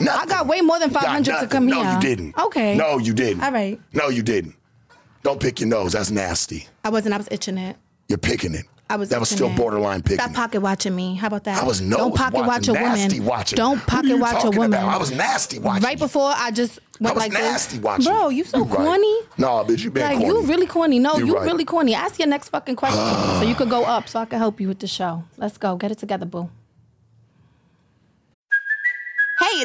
[SPEAKER 1] Nothing.
[SPEAKER 2] I got way more than
[SPEAKER 1] You got
[SPEAKER 2] 500 to
[SPEAKER 1] nothing.
[SPEAKER 2] come
[SPEAKER 1] no,
[SPEAKER 2] here.
[SPEAKER 1] you didn't.
[SPEAKER 2] Okay.
[SPEAKER 1] No, you didn't.
[SPEAKER 2] All right.
[SPEAKER 1] No, you didn't. Don't pick your nose. That's nasty.
[SPEAKER 2] I wasn't. I was itching it.
[SPEAKER 1] You're picking it.
[SPEAKER 2] I was.
[SPEAKER 1] that was
[SPEAKER 2] itching
[SPEAKER 1] still
[SPEAKER 2] it.
[SPEAKER 1] borderline picking.
[SPEAKER 2] Stop
[SPEAKER 1] it.
[SPEAKER 2] pocket watching me. How about that?
[SPEAKER 1] I was no
[SPEAKER 2] Don't
[SPEAKER 1] was
[SPEAKER 2] pocket watch
[SPEAKER 1] watching,
[SPEAKER 2] a woman.
[SPEAKER 1] Nasty watching.
[SPEAKER 2] Don't
[SPEAKER 1] Who
[SPEAKER 2] pocket
[SPEAKER 1] you
[SPEAKER 2] watch a
[SPEAKER 1] talking
[SPEAKER 2] woman.
[SPEAKER 1] About? I was nasty watching.
[SPEAKER 2] Right before I just
[SPEAKER 1] I
[SPEAKER 2] went
[SPEAKER 1] was
[SPEAKER 2] like
[SPEAKER 1] nasty
[SPEAKER 2] this.
[SPEAKER 1] watching.
[SPEAKER 2] Bro, you so
[SPEAKER 1] right.
[SPEAKER 2] corny.
[SPEAKER 1] Nah, bitch, you been
[SPEAKER 2] Like
[SPEAKER 1] corny.
[SPEAKER 2] you really corny. No,
[SPEAKER 1] You
[SPEAKER 2] you,
[SPEAKER 1] right.
[SPEAKER 2] really corny. Ask your next fucking question so you could go up so I can help you with the show. Let's go. Get it together, boo.
[SPEAKER 4] Hey,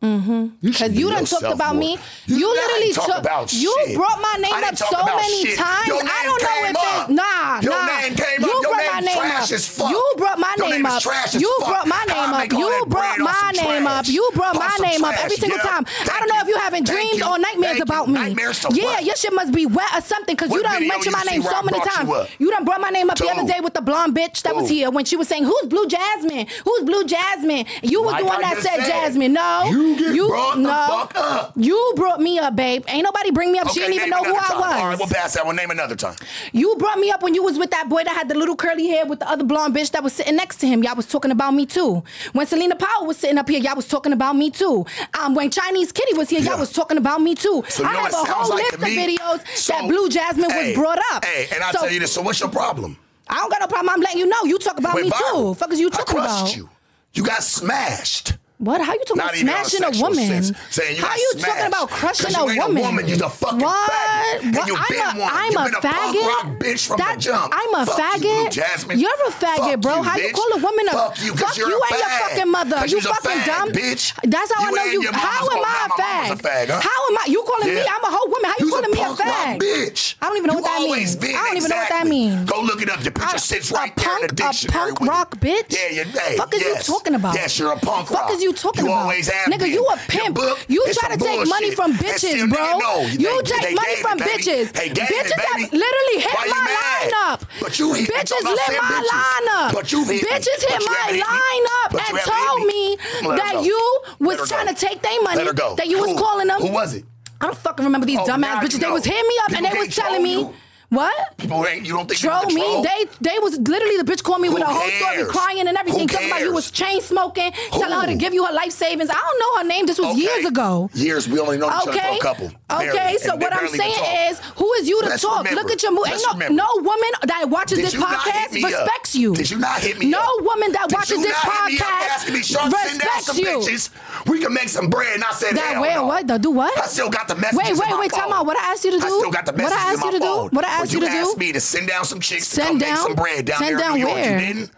[SPEAKER 1] should
[SPEAKER 2] Cause you
[SPEAKER 1] know
[SPEAKER 2] done talked
[SPEAKER 1] yourself
[SPEAKER 2] about
[SPEAKER 1] more.
[SPEAKER 2] me. You,
[SPEAKER 1] did not
[SPEAKER 2] literally
[SPEAKER 1] talk
[SPEAKER 2] took.
[SPEAKER 1] about
[SPEAKER 2] you
[SPEAKER 1] shit.
[SPEAKER 2] brought my
[SPEAKER 1] I
[SPEAKER 2] name
[SPEAKER 1] didn't
[SPEAKER 2] up
[SPEAKER 1] talk
[SPEAKER 2] so
[SPEAKER 1] about
[SPEAKER 2] many
[SPEAKER 1] shit.
[SPEAKER 2] times.
[SPEAKER 1] Your
[SPEAKER 2] I
[SPEAKER 1] name
[SPEAKER 2] don't know
[SPEAKER 1] came
[SPEAKER 2] if
[SPEAKER 1] up.
[SPEAKER 2] it. Nah,
[SPEAKER 1] Your
[SPEAKER 2] nah.
[SPEAKER 1] name came
[SPEAKER 2] you
[SPEAKER 1] up. Your
[SPEAKER 2] brought
[SPEAKER 1] name
[SPEAKER 2] my name
[SPEAKER 1] trash
[SPEAKER 2] up.
[SPEAKER 1] as fuck.
[SPEAKER 2] You brought my
[SPEAKER 1] Your
[SPEAKER 2] name
[SPEAKER 1] name is
[SPEAKER 2] up.
[SPEAKER 1] trash as
[SPEAKER 2] You
[SPEAKER 1] fuck.
[SPEAKER 2] brought my
[SPEAKER 1] How I
[SPEAKER 2] name
[SPEAKER 1] make
[SPEAKER 2] up.
[SPEAKER 1] all
[SPEAKER 2] You
[SPEAKER 1] that
[SPEAKER 2] brought
[SPEAKER 1] bread off
[SPEAKER 2] my
[SPEAKER 1] some
[SPEAKER 2] name
[SPEAKER 1] trash?
[SPEAKER 2] up. You brought
[SPEAKER 1] Off
[SPEAKER 2] my
[SPEAKER 1] some
[SPEAKER 2] name up every
[SPEAKER 1] trash,
[SPEAKER 2] single
[SPEAKER 1] yeah.
[SPEAKER 2] time. I
[SPEAKER 1] Thank
[SPEAKER 2] don't know if you having
[SPEAKER 1] Thank
[SPEAKER 2] dreams
[SPEAKER 1] you.
[SPEAKER 2] or nightmares
[SPEAKER 1] Thank
[SPEAKER 2] about
[SPEAKER 1] you.
[SPEAKER 2] me.
[SPEAKER 1] Nightmares to
[SPEAKER 2] yeah,
[SPEAKER 1] what?
[SPEAKER 2] your shit must be wet or something because
[SPEAKER 1] What
[SPEAKER 2] you done
[SPEAKER 1] video
[SPEAKER 2] mentioned
[SPEAKER 1] you
[SPEAKER 2] my
[SPEAKER 1] see
[SPEAKER 2] name
[SPEAKER 1] where
[SPEAKER 2] so
[SPEAKER 1] I
[SPEAKER 2] many
[SPEAKER 1] brought you
[SPEAKER 2] times.
[SPEAKER 1] up?
[SPEAKER 2] You done brought my name up the
[SPEAKER 1] Dude.
[SPEAKER 2] other day with the blonde bitch that was
[SPEAKER 1] Dude.
[SPEAKER 2] here when she was saying, "Who's Blue Jasmine? Who's Blue Jasmine?" You was
[SPEAKER 1] Like
[SPEAKER 2] the one
[SPEAKER 1] I
[SPEAKER 2] that
[SPEAKER 1] just
[SPEAKER 2] said
[SPEAKER 1] said,
[SPEAKER 2] Jasmine. No,
[SPEAKER 1] you get brought the fuck up.
[SPEAKER 2] You brought me up, babe. Ain't nobody bring me up. she
[SPEAKER 1] Okay,
[SPEAKER 2] didn't even know
[SPEAKER 1] name
[SPEAKER 2] who
[SPEAKER 1] another
[SPEAKER 2] I
[SPEAKER 1] time.
[SPEAKER 2] was.
[SPEAKER 1] All right, we'll pass that one. Name another time.
[SPEAKER 2] You brought me up when you was with that boy that had the little curly hair with the other blonde bitch that was sitting next to him. Y'all was talking about me too. When Selena Powell was sitting up here, y'all was talking about me too. Um, when Chinese Kitty was here,
[SPEAKER 1] Yeah.
[SPEAKER 2] y'all was talking about me too.
[SPEAKER 1] So you
[SPEAKER 2] I
[SPEAKER 1] know
[SPEAKER 2] have
[SPEAKER 1] what
[SPEAKER 2] a
[SPEAKER 1] it sounds
[SPEAKER 2] whole
[SPEAKER 1] like
[SPEAKER 2] list
[SPEAKER 1] to
[SPEAKER 2] of
[SPEAKER 1] me?
[SPEAKER 2] videos
[SPEAKER 1] So-
[SPEAKER 2] that Blue Jasmine
[SPEAKER 1] Hey,
[SPEAKER 2] was brought up.
[SPEAKER 1] Hey, and I
[SPEAKER 2] so,
[SPEAKER 1] tell you this. So what's your problem?
[SPEAKER 2] I don't got no problem. I'm letting you know. You talk about
[SPEAKER 1] Went
[SPEAKER 2] me
[SPEAKER 1] viral.
[SPEAKER 2] too. Fuck is you
[SPEAKER 1] I
[SPEAKER 2] talking
[SPEAKER 1] crushed
[SPEAKER 2] about?
[SPEAKER 1] you. You got smashed.
[SPEAKER 2] What? How you talking
[SPEAKER 1] Not
[SPEAKER 2] about
[SPEAKER 1] even on
[SPEAKER 2] smashing a,
[SPEAKER 1] sexual
[SPEAKER 2] woman?
[SPEAKER 1] sense. Saying you
[SPEAKER 2] How
[SPEAKER 1] got
[SPEAKER 2] you talking
[SPEAKER 1] smashed.
[SPEAKER 2] about crushing
[SPEAKER 1] 'Cause you
[SPEAKER 2] a
[SPEAKER 1] ain't a
[SPEAKER 2] woman?
[SPEAKER 1] woman, you's a fucking
[SPEAKER 2] what?
[SPEAKER 1] faggot. And
[SPEAKER 2] What?
[SPEAKER 1] you
[SPEAKER 2] I'm
[SPEAKER 1] been
[SPEAKER 2] a,
[SPEAKER 1] one.
[SPEAKER 2] I'm
[SPEAKER 1] You
[SPEAKER 2] a
[SPEAKER 1] been a punk
[SPEAKER 2] faggot.
[SPEAKER 1] rock bitch from the
[SPEAKER 2] That-
[SPEAKER 1] jump.
[SPEAKER 2] I'm a
[SPEAKER 1] Fuck you,
[SPEAKER 2] faggot.
[SPEAKER 1] Blue Jasmine.
[SPEAKER 2] You're a faggot,
[SPEAKER 1] Fuck
[SPEAKER 2] bro.
[SPEAKER 1] you,
[SPEAKER 2] How you
[SPEAKER 1] bitch.
[SPEAKER 2] call a woman a
[SPEAKER 1] fuck you? 'cause
[SPEAKER 2] fuck
[SPEAKER 1] you're
[SPEAKER 2] you
[SPEAKER 1] a
[SPEAKER 2] and your
[SPEAKER 1] fag.
[SPEAKER 2] fucking mother?
[SPEAKER 1] 'Cause
[SPEAKER 2] you
[SPEAKER 1] you's a
[SPEAKER 2] fucking
[SPEAKER 1] fag,
[SPEAKER 2] dumb
[SPEAKER 1] bitch.
[SPEAKER 2] That's how I
[SPEAKER 1] You
[SPEAKER 2] know
[SPEAKER 1] and
[SPEAKER 2] you.
[SPEAKER 1] your
[SPEAKER 2] How
[SPEAKER 1] mama's
[SPEAKER 2] am
[SPEAKER 1] gonna-
[SPEAKER 2] I
[SPEAKER 1] my
[SPEAKER 2] a
[SPEAKER 1] mama's
[SPEAKER 2] fag?
[SPEAKER 1] a fag, huh?
[SPEAKER 2] How am I? You calling me?
[SPEAKER 1] Yeah.
[SPEAKER 2] I'm a whole woman. How you
[SPEAKER 1] You's
[SPEAKER 2] calling me a
[SPEAKER 1] punk rock
[SPEAKER 2] fag?
[SPEAKER 1] bitch.
[SPEAKER 2] I don't even know
[SPEAKER 1] You
[SPEAKER 2] what that
[SPEAKER 1] always
[SPEAKER 2] means.
[SPEAKER 1] Been,
[SPEAKER 2] I don't even know what that
[SPEAKER 1] exactly.
[SPEAKER 2] means.
[SPEAKER 1] Go look it up. The picture
[SPEAKER 2] I-
[SPEAKER 1] sits
[SPEAKER 2] a
[SPEAKER 1] right there in the
[SPEAKER 2] punk- a
[SPEAKER 1] dictionary.
[SPEAKER 2] punk
[SPEAKER 1] with it.
[SPEAKER 2] rock bitch?
[SPEAKER 1] Yeah, you're hey,
[SPEAKER 2] Fuck is you
[SPEAKER 1] yes.
[SPEAKER 2] talking about?
[SPEAKER 1] Yes, you're a punk
[SPEAKER 2] Fuck
[SPEAKER 1] rock.
[SPEAKER 2] is you talking
[SPEAKER 1] you
[SPEAKER 2] about?
[SPEAKER 1] always have
[SPEAKER 2] Nigga,
[SPEAKER 1] been.
[SPEAKER 2] you a
[SPEAKER 1] Your
[SPEAKER 2] pimp.
[SPEAKER 1] book
[SPEAKER 2] You
[SPEAKER 1] is
[SPEAKER 2] try
[SPEAKER 1] some
[SPEAKER 2] to take money
[SPEAKER 1] bullshit.
[SPEAKER 2] from
[SPEAKER 1] And
[SPEAKER 2] bitches,
[SPEAKER 1] still, nigga,
[SPEAKER 2] bro.
[SPEAKER 1] no,
[SPEAKER 2] You
[SPEAKER 1] they-
[SPEAKER 2] take
[SPEAKER 1] they
[SPEAKER 2] money
[SPEAKER 1] gave
[SPEAKER 2] from
[SPEAKER 1] it, baby.
[SPEAKER 2] bitches.
[SPEAKER 1] They gave
[SPEAKER 2] Bitches
[SPEAKER 1] it, baby.
[SPEAKER 2] have literally hit
[SPEAKER 1] Why you
[SPEAKER 2] my
[SPEAKER 1] mad?
[SPEAKER 2] lineup.
[SPEAKER 1] But you hit
[SPEAKER 2] bitches
[SPEAKER 1] I'm not
[SPEAKER 2] lit
[SPEAKER 1] saying
[SPEAKER 2] my
[SPEAKER 1] bitches.
[SPEAKER 2] lineup.
[SPEAKER 1] But you hit me.
[SPEAKER 2] bitches hit
[SPEAKER 1] But you
[SPEAKER 2] my
[SPEAKER 1] haven't hit me.
[SPEAKER 2] lineup
[SPEAKER 1] But you
[SPEAKER 2] and
[SPEAKER 1] haven't hit
[SPEAKER 2] told
[SPEAKER 1] me.
[SPEAKER 2] me
[SPEAKER 1] Let 'em
[SPEAKER 2] that
[SPEAKER 1] know.
[SPEAKER 2] you was
[SPEAKER 1] Let her
[SPEAKER 2] trying
[SPEAKER 1] go.
[SPEAKER 2] to take their money
[SPEAKER 1] Let her go.
[SPEAKER 2] that you was
[SPEAKER 1] Who?
[SPEAKER 2] calling them.
[SPEAKER 1] Who was it?
[SPEAKER 2] I don't fucking remember these
[SPEAKER 1] Oh,
[SPEAKER 2] dumbass
[SPEAKER 1] now you
[SPEAKER 2] bitches. They
[SPEAKER 1] know.
[SPEAKER 2] was hitting me up
[SPEAKER 1] People
[SPEAKER 2] and they was
[SPEAKER 1] can't
[SPEAKER 2] telling me
[SPEAKER 1] troll you.
[SPEAKER 2] what.
[SPEAKER 1] People ain't. You don't think you
[SPEAKER 2] Troll
[SPEAKER 1] can
[SPEAKER 2] me.
[SPEAKER 1] troll?
[SPEAKER 2] They they was literally the bitch called me with
[SPEAKER 1] Who
[SPEAKER 2] a whole story,
[SPEAKER 1] cares?
[SPEAKER 2] crying and everything.
[SPEAKER 1] Who
[SPEAKER 2] Talking about you
[SPEAKER 1] cares?
[SPEAKER 2] was chain smoking, telling her to
[SPEAKER 1] Who?
[SPEAKER 2] give you her life savings. I don't know her name. This was
[SPEAKER 1] Okay.
[SPEAKER 2] years ago.
[SPEAKER 1] Years. We only know each other for
[SPEAKER 2] Okay.
[SPEAKER 1] a couple.
[SPEAKER 2] Okay.
[SPEAKER 1] barely,
[SPEAKER 2] So
[SPEAKER 1] and they
[SPEAKER 2] what I'm
[SPEAKER 1] barely even
[SPEAKER 2] saying
[SPEAKER 1] talk.
[SPEAKER 2] is, who is you to
[SPEAKER 1] Let's
[SPEAKER 2] talk?
[SPEAKER 1] remember.
[SPEAKER 2] Look at your move. Ain't
[SPEAKER 1] Let's
[SPEAKER 2] no
[SPEAKER 1] remember.
[SPEAKER 2] no woman that watches
[SPEAKER 1] Did
[SPEAKER 2] this
[SPEAKER 1] you not hit
[SPEAKER 2] podcast
[SPEAKER 1] me up?
[SPEAKER 2] respects you.
[SPEAKER 1] Did you not hit me?
[SPEAKER 2] No
[SPEAKER 1] up?
[SPEAKER 2] woman that
[SPEAKER 1] Did
[SPEAKER 2] watches
[SPEAKER 1] you
[SPEAKER 2] this
[SPEAKER 1] not hit me up
[SPEAKER 2] podcast
[SPEAKER 1] asking me, "Sharp, send down some
[SPEAKER 2] respects you."
[SPEAKER 1] Bitches. We can make some bread. And I said,
[SPEAKER 2] That
[SPEAKER 1] hell
[SPEAKER 2] where
[SPEAKER 1] no.
[SPEAKER 2] what though? Do what?
[SPEAKER 1] I still got the messages.
[SPEAKER 2] Wait,
[SPEAKER 1] in
[SPEAKER 2] wait,
[SPEAKER 1] my
[SPEAKER 2] wait.
[SPEAKER 1] phone.
[SPEAKER 2] Time out. What I asked you to do?
[SPEAKER 1] I still got the
[SPEAKER 2] What
[SPEAKER 1] messages
[SPEAKER 2] I
[SPEAKER 1] in
[SPEAKER 2] asked
[SPEAKER 1] my
[SPEAKER 2] you to do?
[SPEAKER 1] phone.
[SPEAKER 2] What I
[SPEAKER 1] When
[SPEAKER 2] asked you to do?
[SPEAKER 1] asked me to send down some chicks to
[SPEAKER 2] Send
[SPEAKER 1] come
[SPEAKER 2] down?
[SPEAKER 1] make some bread down
[SPEAKER 2] Send
[SPEAKER 1] there
[SPEAKER 2] down
[SPEAKER 1] in New York.
[SPEAKER 2] where?
[SPEAKER 1] You didn't?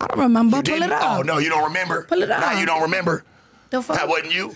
[SPEAKER 2] I don't remember.
[SPEAKER 1] You
[SPEAKER 2] Pull
[SPEAKER 1] didn't?
[SPEAKER 2] it up.
[SPEAKER 1] Oh, no, you don't remember.
[SPEAKER 2] Pull it up.
[SPEAKER 1] Now you don't remember.
[SPEAKER 2] The fuck?
[SPEAKER 1] That wasn't you.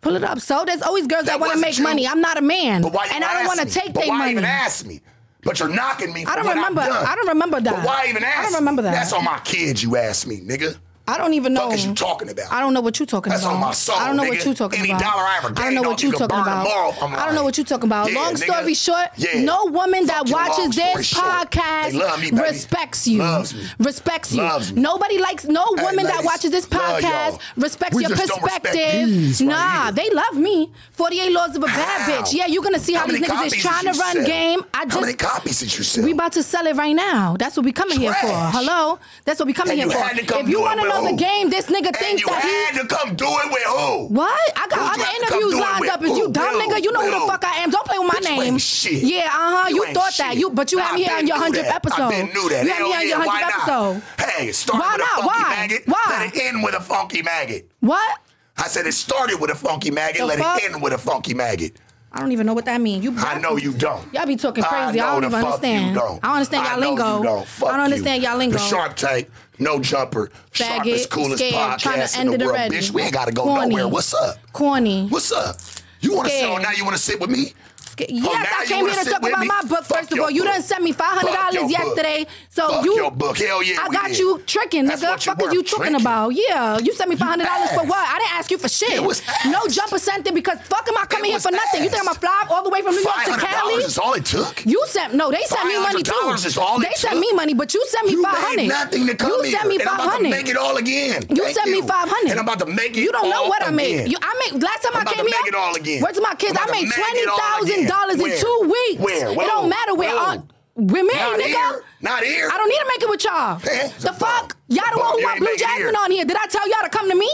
[SPEAKER 2] Pull it up. So there's always girls that,
[SPEAKER 1] That
[SPEAKER 2] want to
[SPEAKER 1] wasn't
[SPEAKER 2] make
[SPEAKER 1] you.
[SPEAKER 2] money. I'm not a man,
[SPEAKER 1] But why you
[SPEAKER 2] and I don't
[SPEAKER 1] want
[SPEAKER 2] want to
[SPEAKER 1] to
[SPEAKER 2] take
[SPEAKER 1] But
[SPEAKER 2] their
[SPEAKER 1] why
[SPEAKER 2] money.
[SPEAKER 1] even ask me? But you're knocking me. For
[SPEAKER 2] I don't
[SPEAKER 1] what I've
[SPEAKER 2] remember-
[SPEAKER 1] done.
[SPEAKER 2] I don't remember that.
[SPEAKER 1] But why even
[SPEAKER 2] I
[SPEAKER 1] ask?
[SPEAKER 2] don't remember that.
[SPEAKER 1] That's on my kids. You asked me, nigga.
[SPEAKER 2] I don't even know.
[SPEAKER 1] Fuck is you talking about?
[SPEAKER 2] I don't know what you talking
[SPEAKER 1] That's
[SPEAKER 2] about.
[SPEAKER 1] on my soul,
[SPEAKER 2] I don't know
[SPEAKER 1] nigga.
[SPEAKER 2] what you talking
[SPEAKER 1] Any
[SPEAKER 2] about.
[SPEAKER 1] dollar I ever
[SPEAKER 2] I don't know
[SPEAKER 1] gained,
[SPEAKER 2] what
[SPEAKER 1] you
[SPEAKER 2] you
[SPEAKER 1] can
[SPEAKER 2] talking
[SPEAKER 1] burn
[SPEAKER 2] about.
[SPEAKER 1] tomorrow if I'm
[SPEAKER 2] I don't know
[SPEAKER 1] lying.
[SPEAKER 2] what you talking about.
[SPEAKER 1] Yeah,
[SPEAKER 2] long
[SPEAKER 1] nigga.
[SPEAKER 2] story short,
[SPEAKER 1] Yeah.
[SPEAKER 2] no woman that
[SPEAKER 1] Fuck your long
[SPEAKER 2] watches
[SPEAKER 1] story
[SPEAKER 2] this
[SPEAKER 1] short.
[SPEAKER 2] podcast
[SPEAKER 1] They love me, baby.
[SPEAKER 2] respects you.
[SPEAKER 1] Loves me.
[SPEAKER 2] Respects you.
[SPEAKER 1] Loves me.
[SPEAKER 2] Nobody likes no
[SPEAKER 1] Hey,
[SPEAKER 2] woman that
[SPEAKER 1] ladies,
[SPEAKER 2] watches this
[SPEAKER 1] love
[SPEAKER 2] podcast
[SPEAKER 1] y'all.
[SPEAKER 2] respects
[SPEAKER 1] We
[SPEAKER 2] your
[SPEAKER 1] just don't respect
[SPEAKER 2] perspective.
[SPEAKER 1] these right
[SPEAKER 2] nah,
[SPEAKER 1] here.
[SPEAKER 2] they love me. 48 laws of a bad
[SPEAKER 1] How?
[SPEAKER 2] bitch. Yeah, you're gonna see how,
[SPEAKER 1] many
[SPEAKER 2] these niggas
[SPEAKER 1] copies
[SPEAKER 2] is trying
[SPEAKER 1] did
[SPEAKER 2] to
[SPEAKER 1] you
[SPEAKER 2] run
[SPEAKER 1] sell?
[SPEAKER 2] game. I just
[SPEAKER 1] How many copies did you sell?
[SPEAKER 2] we about to sell it right now. That's what we coming here
[SPEAKER 1] Trash.
[SPEAKER 2] for. Hello, that's what we coming
[SPEAKER 1] And
[SPEAKER 2] here
[SPEAKER 1] you
[SPEAKER 2] for.
[SPEAKER 1] had to come
[SPEAKER 2] if you
[SPEAKER 1] do it
[SPEAKER 2] want to
[SPEAKER 1] with
[SPEAKER 2] know the
[SPEAKER 1] who?
[SPEAKER 2] game, this nigga
[SPEAKER 1] and
[SPEAKER 2] think
[SPEAKER 1] you
[SPEAKER 2] that he.
[SPEAKER 1] had to come do it with who?
[SPEAKER 2] What? I
[SPEAKER 1] Who'd you
[SPEAKER 2] got
[SPEAKER 1] have
[SPEAKER 2] other
[SPEAKER 1] to come
[SPEAKER 2] interviews
[SPEAKER 1] do it
[SPEAKER 2] lined
[SPEAKER 1] with?
[SPEAKER 2] up. Is you
[SPEAKER 1] Who?
[SPEAKER 2] dumb
[SPEAKER 1] Who?
[SPEAKER 2] nigga? You know who the
[SPEAKER 1] Who?
[SPEAKER 2] fuck I am. Don't play with my
[SPEAKER 1] Bitch, you
[SPEAKER 2] name.
[SPEAKER 1] ain't shit.
[SPEAKER 2] Yeah, uh huh. You,
[SPEAKER 1] ain't
[SPEAKER 2] thought that.
[SPEAKER 1] shit.
[SPEAKER 2] You, but you
[SPEAKER 1] I
[SPEAKER 2] had me here on
[SPEAKER 1] been
[SPEAKER 2] your
[SPEAKER 1] knew
[SPEAKER 2] hundredth
[SPEAKER 1] that.
[SPEAKER 2] episode.
[SPEAKER 1] I been knew that.
[SPEAKER 2] You had
[SPEAKER 1] Hell
[SPEAKER 2] me here on your
[SPEAKER 1] yeah, why not?
[SPEAKER 2] hundredth episode.
[SPEAKER 1] Hey, it started
[SPEAKER 2] Why
[SPEAKER 1] with a
[SPEAKER 2] not?
[SPEAKER 1] funky
[SPEAKER 2] Why?
[SPEAKER 1] maggot.
[SPEAKER 2] Why?
[SPEAKER 1] Let it end with a funky maggot.
[SPEAKER 2] What?
[SPEAKER 1] I said it started with a funky maggot.
[SPEAKER 2] The
[SPEAKER 1] let
[SPEAKER 2] fuck?
[SPEAKER 1] it end with a funky maggot.
[SPEAKER 2] I don't even know what that means. You.
[SPEAKER 1] I know you don't.
[SPEAKER 2] Y'all be talking
[SPEAKER 1] I
[SPEAKER 2] crazy. I,
[SPEAKER 1] know
[SPEAKER 2] don't
[SPEAKER 1] the
[SPEAKER 2] even
[SPEAKER 1] fuck
[SPEAKER 2] understand.
[SPEAKER 1] You don't.
[SPEAKER 2] I don't understand y'all
[SPEAKER 1] know
[SPEAKER 2] lingo.
[SPEAKER 1] You don't. Fuck
[SPEAKER 2] I don't
[SPEAKER 1] you.
[SPEAKER 2] understand y'all lingo.
[SPEAKER 1] The sharp tank, no jumper, sharpest, coolest
[SPEAKER 2] scared, trying to
[SPEAKER 1] podcast
[SPEAKER 2] end
[SPEAKER 1] in
[SPEAKER 2] it
[SPEAKER 1] the world.
[SPEAKER 2] already.
[SPEAKER 1] Bitch, we ain't gotta go
[SPEAKER 2] Corny.
[SPEAKER 1] nowhere. What's up?
[SPEAKER 2] Corny.
[SPEAKER 1] What's up? You want to sit?
[SPEAKER 2] Scared.
[SPEAKER 1] Oh, now you want to sit with me?
[SPEAKER 2] Yes,
[SPEAKER 1] Oh, now
[SPEAKER 2] I
[SPEAKER 1] you
[SPEAKER 2] came
[SPEAKER 1] wanna
[SPEAKER 2] here to
[SPEAKER 1] sit
[SPEAKER 2] talk
[SPEAKER 1] with
[SPEAKER 2] about
[SPEAKER 1] me?
[SPEAKER 2] my book.
[SPEAKER 1] Fuck
[SPEAKER 2] First of
[SPEAKER 1] your
[SPEAKER 2] all, you
[SPEAKER 1] book.
[SPEAKER 2] done sent me five hundred
[SPEAKER 1] Fuck your book.
[SPEAKER 2] dollars yesterday, so
[SPEAKER 1] Fuck
[SPEAKER 2] you.
[SPEAKER 1] your book. Hell yeah,
[SPEAKER 2] I
[SPEAKER 1] we
[SPEAKER 2] got
[SPEAKER 1] did.
[SPEAKER 2] you tricking,
[SPEAKER 1] That's
[SPEAKER 2] nigga.
[SPEAKER 1] what you
[SPEAKER 2] Fuck is
[SPEAKER 1] were,
[SPEAKER 2] you tricking,
[SPEAKER 1] tricking.
[SPEAKER 2] about? Yeah, you sent me five hundred dollars for
[SPEAKER 1] asked.
[SPEAKER 2] what? I didn't ask you for shit.
[SPEAKER 1] It was
[SPEAKER 2] no
[SPEAKER 1] asked.
[SPEAKER 2] jumper sent it because fuck am I coming
[SPEAKER 1] It
[SPEAKER 2] here
[SPEAKER 1] was
[SPEAKER 2] for nothing? You think I'm
[SPEAKER 1] asked.
[SPEAKER 2] gonna fly all the way from New York
[SPEAKER 1] Five
[SPEAKER 2] to
[SPEAKER 1] hundred
[SPEAKER 2] Cali?
[SPEAKER 1] dollars is all it took.
[SPEAKER 2] You sent no, they sent me money too.
[SPEAKER 1] $500 is all it
[SPEAKER 2] they sent
[SPEAKER 1] took.
[SPEAKER 2] me money, but you sent me
[SPEAKER 1] You
[SPEAKER 2] five
[SPEAKER 1] made
[SPEAKER 2] hundred.
[SPEAKER 1] nothing to come
[SPEAKER 2] You
[SPEAKER 1] here.
[SPEAKER 2] sent me
[SPEAKER 1] and I'm
[SPEAKER 2] five
[SPEAKER 1] about to
[SPEAKER 2] hundred.
[SPEAKER 1] make it all again.
[SPEAKER 2] You
[SPEAKER 1] Thank
[SPEAKER 2] sent me five hundred.
[SPEAKER 1] And I'm about to make it.
[SPEAKER 2] You don't know
[SPEAKER 1] all
[SPEAKER 2] what I made.
[SPEAKER 1] again.
[SPEAKER 2] You, I made last time
[SPEAKER 1] I'm
[SPEAKER 2] I
[SPEAKER 1] about
[SPEAKER 2] came
[SPEAKER 1] to
[SPEAKER 2] here.
[SPEAKER 1] make it all again.
[SPEAKER 2] Where's my
[SPEAKER 1] I'm
[SPEAKER 2] kids? I
[SPEAKER 1] about to
[SPEAKER 2] made
[SPEAKER 1] make
[SPEAKER 2] twenty
[SPEAKER 1] it all
[SPEAKER 2] thousand
[SPEAKER 1] again.
[SPEAKER 2] dollars in
[SPEAKER 1] Where?
[SPEAKER 2] two weeks.
[SPEAKER 1] Where?
[SPEAKER 2] It don't
[SPEAKER 1] Whoa,
[SPEAKER 2] matter where.
[SPEAKER 1] whoa.
[SPEAKER 2] Uh, with me,
[SPEAKER 1] Not
[SPEAKER 2] nigga.
[SPEAKER 1] here. Not here.
[SPEAKER 2] I don't need to make it with y'all.
[SPEAKER 1] Man,
[SPEAKER 2] the
[SPEAKER 1] it's a
[SPEAKER 2] fuck?
[SPEAKER 1] bum.
[SPEAKER 2] Y'all the
[SPEAKER 1] Bum,
[SPEAKER 2] one who
[SPEAKER 1] you
[SPEAKER 2] want
[SPEAKER 1] ain't
[SPEAKER 2] Blue
[SPEAKER 1] making it
[SPEAKER 2] Jasmine
[SPEAKER 1] here.
[SPEAKER 2] on here. Did I tell y'all to come to me?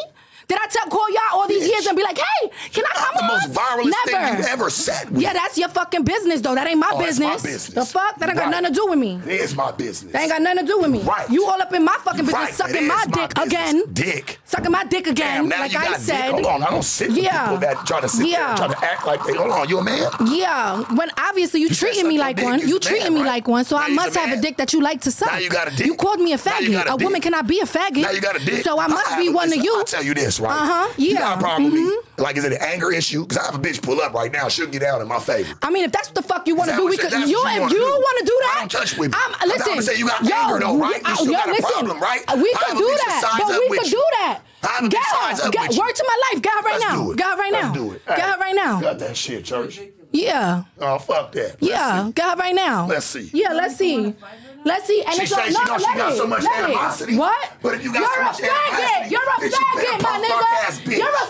[SPEAKER 2] Did I tell call y'all all these
[SPEAKER 1] Bitch.
[SPEAKER 2] years and be like, hey, can I
[SPEAKER 1] Not
[SPEAKER 2] come
[SPEAKER 1] the
[SPEAKER 2] on?
[SPEAKER 1] most viralest
[SPEAKER 2] Never.
[SPEAKER 1] thing you ever said. with.
[SPEAKER 2] Yeah, that's your fucking business though. That ain't my,
[SPEAKER 1] Oh, that's
[SPEAKER 2] business.
[SPEAKER 1] my business.
[SPEAKER 2] The fuck? That ain't got
[SPEAKER 1] Right.
[SPEAKER 2] nothing to do with me.
[SPEAKER 1] It is my business.
[SPEAKER 2] That ain't got nothing to do with me.
[SPEAKER 1] Right.
[SPEAKER 2] You all up in my fucking business,
[SPEAKER 1] Right,
[SPEAKER 2] sucking
[SPEAKER 1] it
[SPEAKER 2] my
[SPEAKER 1] is
[SPEAKER 2] dick
[SPEAKER 1] business.
[SPEAKER 2] again.
[SPEAKER 1] Dick.
[SPEAKER 2] Sucking my dick again,
[SPEAKER 1] Damn, now
[SPEAKER 2] like
[SPEAKER 1] you
[SPEAKER 2] I
[SPEAKER 1] got
[SPEAKER 2] said.
[SPEAKER 1] Dick. Hold on, I don't sit with
[SPEAKER 2] Yeah.
[SPEAKER 1] people that try to sit
[SPEAKER 2] Yeah.
[SPEAKER 1] there and try to act like they. Hold on, you a man?
[SPEAKER 2] Yeah, when obviously you,
[SPEAKER 1] You said
[SPEAKER 2] treating
[SPEAKER 1] suck
[SPEAKER 2] me
[SPEAKER 1] your
[SPEAKER 2] like
[SPEAKER 1] dick,
[SPEAKER 2] one.
[SPEAKER 1] you
[SPEAKER 2] You
[SPEAKER 1] a man,
[SPEAKER 2] treating me
[SPEAKER 1] right?
[SPEAKER 2] like one, so
[SPEAKER 1] Now
[SPEAKER 2] I
[SPEAKER 1] you's
[SPEAKER 2] must
[SPEAKER 1] a
[SPEAKER 2] have a
[SPEAKER 1] man.
[SPEAKER 2] dick that you like to suck.
[SPEAKER 1] Now you got a dick.
[SPEAKER 2] You called me a
[SPEAKER 1] Now you
[SPEAKER 2] faggot.
[SPEAKER 1] got a
[SPEAKER 2] a woman
[SPEAKER 1] dick.
[SPEAKER 2] cannot be a faggot.
[SPEAKER 1] Now you got a dick.
[SPEAKER 2] So I must
[SPEAKER 1] have
[SPEAKER 2] be
[SPEAKER 1] a-
[SPEAKER 2] one of
[SPEAKER 1] listen,
[SPEAKER 2] you.
[SPEAKER 1] I'll tell you this, right?
[SPEAKER 2] Uh-huh,
[SPEAKER 1] You
[SPEAKER 2] yeah, Mm-hmm.
[SPEAKER 1] got a problem with me. Like, is it an anger issue? Because I have a bitch pull up right now. She'll get out in my favor.
[SPEAKER 2] I mean, if that's what the fuck you want to
[SPEAKER 1] Is
[SPEAKER 2] do,
[SPEAKER 1] that
[SPEAKER 2] we
[SPEAKER 1] what-
[SPEAKER 2] could.
[SPEAKER 1] that's
[SPEAKER 2] You,
[SPEAKER 1] what you
[SPEAKER 2] if
[SPEAKER 1] wanna
[SPEAKER 2] you
[SPEAKER 1] do?
[SPEAKER 2] want to do
[SPEAKER 1] I
[SPEAKER 2] that,
[SPEAKER 1] don't touch women.
[SPEAKER 2] I'm
[SPEAKER 1] I'm not
[SPEAKER 2] listen.
[SPEAKER 1] gonna say you got
[SPEAKER 2] yo,
[SPEAKER 1] anger though, right? You
[SPEAKER 2] I-
[SPEAKER 1] still
[SPEAKER 2] yo,
[SPEAKER 1] got a
[SPEAKER 2] listen,
[SPEAKER 1] problem, right?
[SPEAKER 2] We
[SPEAKER 1] I
[SPEAKER 2] could
[SPEAKER 1] have a
[SPEAKER 2] do
[SPEAKER 1] bitch that
[SPEAKER 2] that,
[SPEAKER 1] sides
[SPEAKER 2] but
[SPEAKER 1] up
[SPEAKER 2] we
[SPEAKER 1] with you.
[SPEAKER 2] could do that.
[SPEAKER 1] I have a bitch
[SPEAKER 2] Get
[SPEAKER 1] sides
[SPEAKER 2] her.
[SPEAKER 1] up
[SPEAKER 2] Get,
[SPEAKER 1] with you.
[SPEAKER 2] word to my life. Get her right
[SPEAKER 1] Let's do
[SPEAKER 2] now.
[SPEAKER 1] it.
[SPEAKER 2] Get her right
[SPEAKER 1] Let's
[SPEAKER 2] now.
[SPEAKER 1] do it.
[SPEAKER 2] Get her right now.
[SPEAKER 1] Got that shit, church.
[SPEAKER 2] Yeah.
[SPEAKER 1] Oh, fuck that. Let's
[SPEAKER 2] Yeah,
[SPEAKER 1] see.
[SPEAKER 2] get her right now.
[SPEAKER 1] Let's see.
[SPEAKER 2] Yeah, let's see. Let's see. And
[SPEAKER 1] She
[SPEAKER 2] it's
[SPEAKER 1] say
[SPEAKER 2] all,
[SPEAKER 1] she
[SPEAKER 2] no,
[SPEAKER 1] know she
[SPEAKER 2] let
[SPEAKER 1] got
[SPEAKER 2] it,
[SPEAKER 1] so much
[SPEAKER 2] let it.
[SPEAKER 1] animosity.
[SPEAKER 2] What?
[SPEAKER 1] But if you got
[SPEAKER 2] You're
[SPEAKER 1] so
[SPEAKER 2] a
[SPEAKER 1] much
[SPEAKER 2] faggot.
[SPEAKER 1] animosity,
[SPEAKER 2] You're
[SPEAKER 1] then
[SPEAKER 2] a
[SPEAKER 1] she better
[SPEAKER 2] faggot, my
[SPEAKER 1] punk ass
[SPEAKER 2] nigga.
[SPEAKER 1] bitch.
[SPEAKER 2] You're a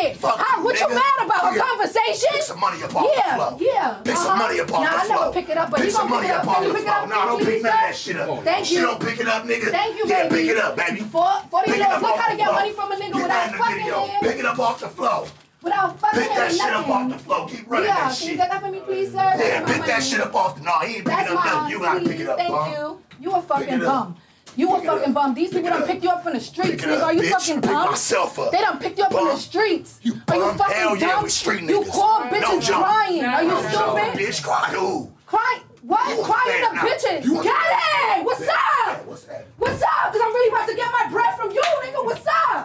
[SPEAKER 2] faggot.
[SPEAKER 1] Fuck
[SPEAKER 2] Huh,
[SPEAKER 1] you,
[SPEAKER 2] what you
[SPEAKER 1] nigga.
[SPEAKER 2] mad about? A
[SPEAKER 1] Here.
[SPEAKER 2] conversation?
[SPEAKER 1] Pick some money up off
[SPEAKER 2] yeah,
[SPEAKER 1] the floor.
[SPEAKER 2] Yeah.
[SPEAKER 1] Pick
[SPEAKER 2] uh-huh.
[SPEAKER 1] some money up off
[SPEAKER 2] nah,
[SPEAKER 1] the floor.
[SPEAKER 2] I never pick it up, but
[SPEAKER 1] pick
[SPEAKER 2] he
[SPEAKER 1] some
[SPEAKER 2] gonna
[SPEAKER 1] money
[SPEAKER 2] pick
[SPEAKER 1] up
[SPEAKER 2] it up.
[SPEAKER 1] off
[SPEAKER 2] Can
[SPEAKER 1] the
[SPEAKER 2] you
[SPEAKER 1] floor.
[SPEAKER 2] pick it up?
[SPEAKER 1] Nah, don't
[SPEAKER 2] Can you
[SPEAKER 1] pick
[SPEAKER 2] pick
[SPEAKER 1] none of
[SPEAKER 2] it
[SPEAKER 1] that shit up.
[SPEAKER 2] Thank
[SPEAKER 1] She
[SPEAKER 2] you.
[SPEAKER 1] don't pick it up, nigga.
[SPEAKER 2] Thank you,
[SPEAKER 1] yeah,
[SPEAKER 2] baby.
[SPEAKER 1] pick it up, baby.
[SPEAKER 2] For- forty
[SPEAKER 1] Pick it
[SPEAKER 2] dollars.
[SPEAKER 1] up
[SPEAKER 2] Look
[SPEAKER 1] off
[SPEAKER 2] how
[SPEAKER 1] the
[SPEAKER 2] to get
[SPEAKER 1] floor.
[SPEAKER 2] money from a nigga
[SPEAKER 1] Get
[SPEAKER 2] without
[SPEAKER 1] that in the
[SPEAKER 2] fucking
[SPEAKER 1] video.
[SPEAKER 2] him.
[SPEAKER 1] Pick it up off the floor.
[SPEAKER 2] Without fucking
[SPEAKER 1] Pick that
[SPEAKER 2] him,
[SPEAKER 1] shit up
[SPEAKER 2] nothing.
[SPEAKER 1] off the floor. Keep running
[SPEAKER 2] Yeah,
[SPEAKER 1] that
[SPEAKER 2] can
[SPEAKER 1] shit.
[SPEAKER 2] you get that for me, please, sir? That's
[SPEAKER 1] Yeah,
[SPEAKER 2] my
[SPEAKER 1] pick that
[SPEAKER 2] money.
[SPEAKER 1] shit up off the. No, he ain't picking
[SPEAKER 2] That's
[SPEAKER 1] up
[SPEAKER 2] my
[SPEAKER 1] nothing. You gotta pick
[SPEAKER 2] please,
[SPEAKER 1] it up,
[SPEAKER 2] Thank
[SPEAKER 1] bum.
[SPEAKER 2] you. You a
[SPEAKER 1] Pick
[SPEAKER 2] fucking
[SPEAKER 1] it up.
[SPEAKER 2] bum. You a
[SPEAKER 1] Pick it
[SPEAKER 2] fucking
[SPEAKER 1] up.
[SPEAKER 2] bum. These
[SPEAKER 1] Pick
[SPEAKER 2] people
[SPEAKER 1] it
[SPEAKER 2] done
[SPEAKER 1] up.
[SPEAKER 2] picked you up from the streets,
[SPEAKER 1] Pick it
[SPEAKER 2] nigga.
[SPEAKER 1] up,
[SPEAKER 2] Are you
[SPEAKER 1] bitch.
[SPEAKER 2] fucking
[SPEAKER 1] Pick
[SPEAKER 2] dumb?
[SPEAKER 1] myself up.
[SPEAKER 2] They done picked you up from the
[SPEAKER 1] Bum.
[SPEAKER 2] streets.
[SPEAKER 1] You
[SPEAKER 2] Are you
[SPEAKER 1] bum.
[SPEAKER 2] fucking
[SPEAKER 1] Hell
[SPEAKER 2] dumb?
[SPEAKER 1] yeah, we street
[SPEAKER 2] you
[SPEAKER 1] niggas.
[SPEAKER 2] call
[SPEAKER 1] No
[SPEAKER 2] bitches
[SPEAKER 1] jump.
[SPEAKER 2] crying. Are you
[SPEAKER 1] No,
[SPEAKER 2] stupid?
[SPEAKER 1] bitch, cry who?
[SPEAKER 2] Crying. What?
[SPEAKER 1] You a
[SPEAKER 2] Crying
[SPEAKER 1] fat
[SPEAKER 2] the
[SPEAKER 1] now. You
[SPEAKER 2] bitches.
[SPEAKER 1] a-
[SPEAKER 2] Get it! What's
[SPEAKER 1] Yeah, yeah,
[SPEAKER 2] up?
[SPEAKER 1] what's that?
[SPEAKER 2] What's up? Cause I'm really about to get my breath from you, nigga. What's up?
[SPEAKER 3] All right,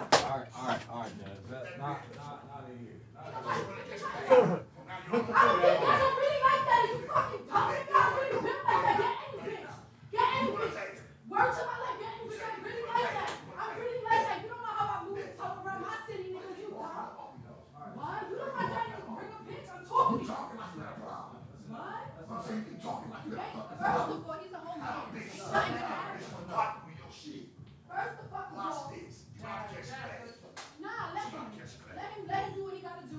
[SPEAKER 3] all right, all right, man. That- Not, not, not in here.
[SPEAKER 2] First the fucking Nah, let him. Let him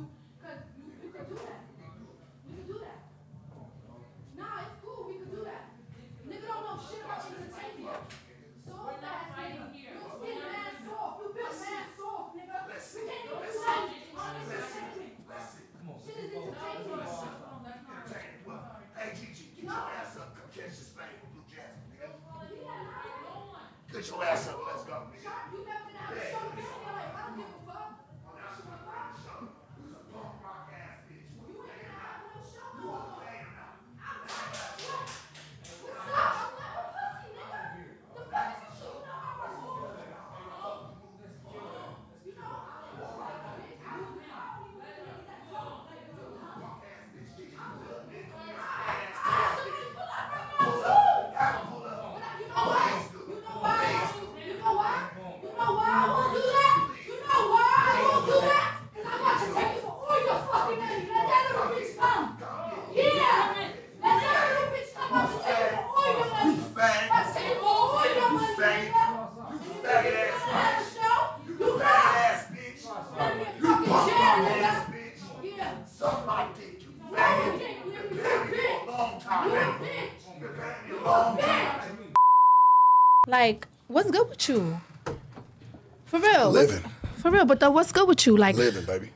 [SPEAKER 1] class up. Let's go.
[SPEAKER 2] Like, what's good with you? For real. what's-
[SPEAKER 1] Living.
[SPEAKER 2] For real, but though, what's good with you? Like,
[SPEAKER 1] Living, baby.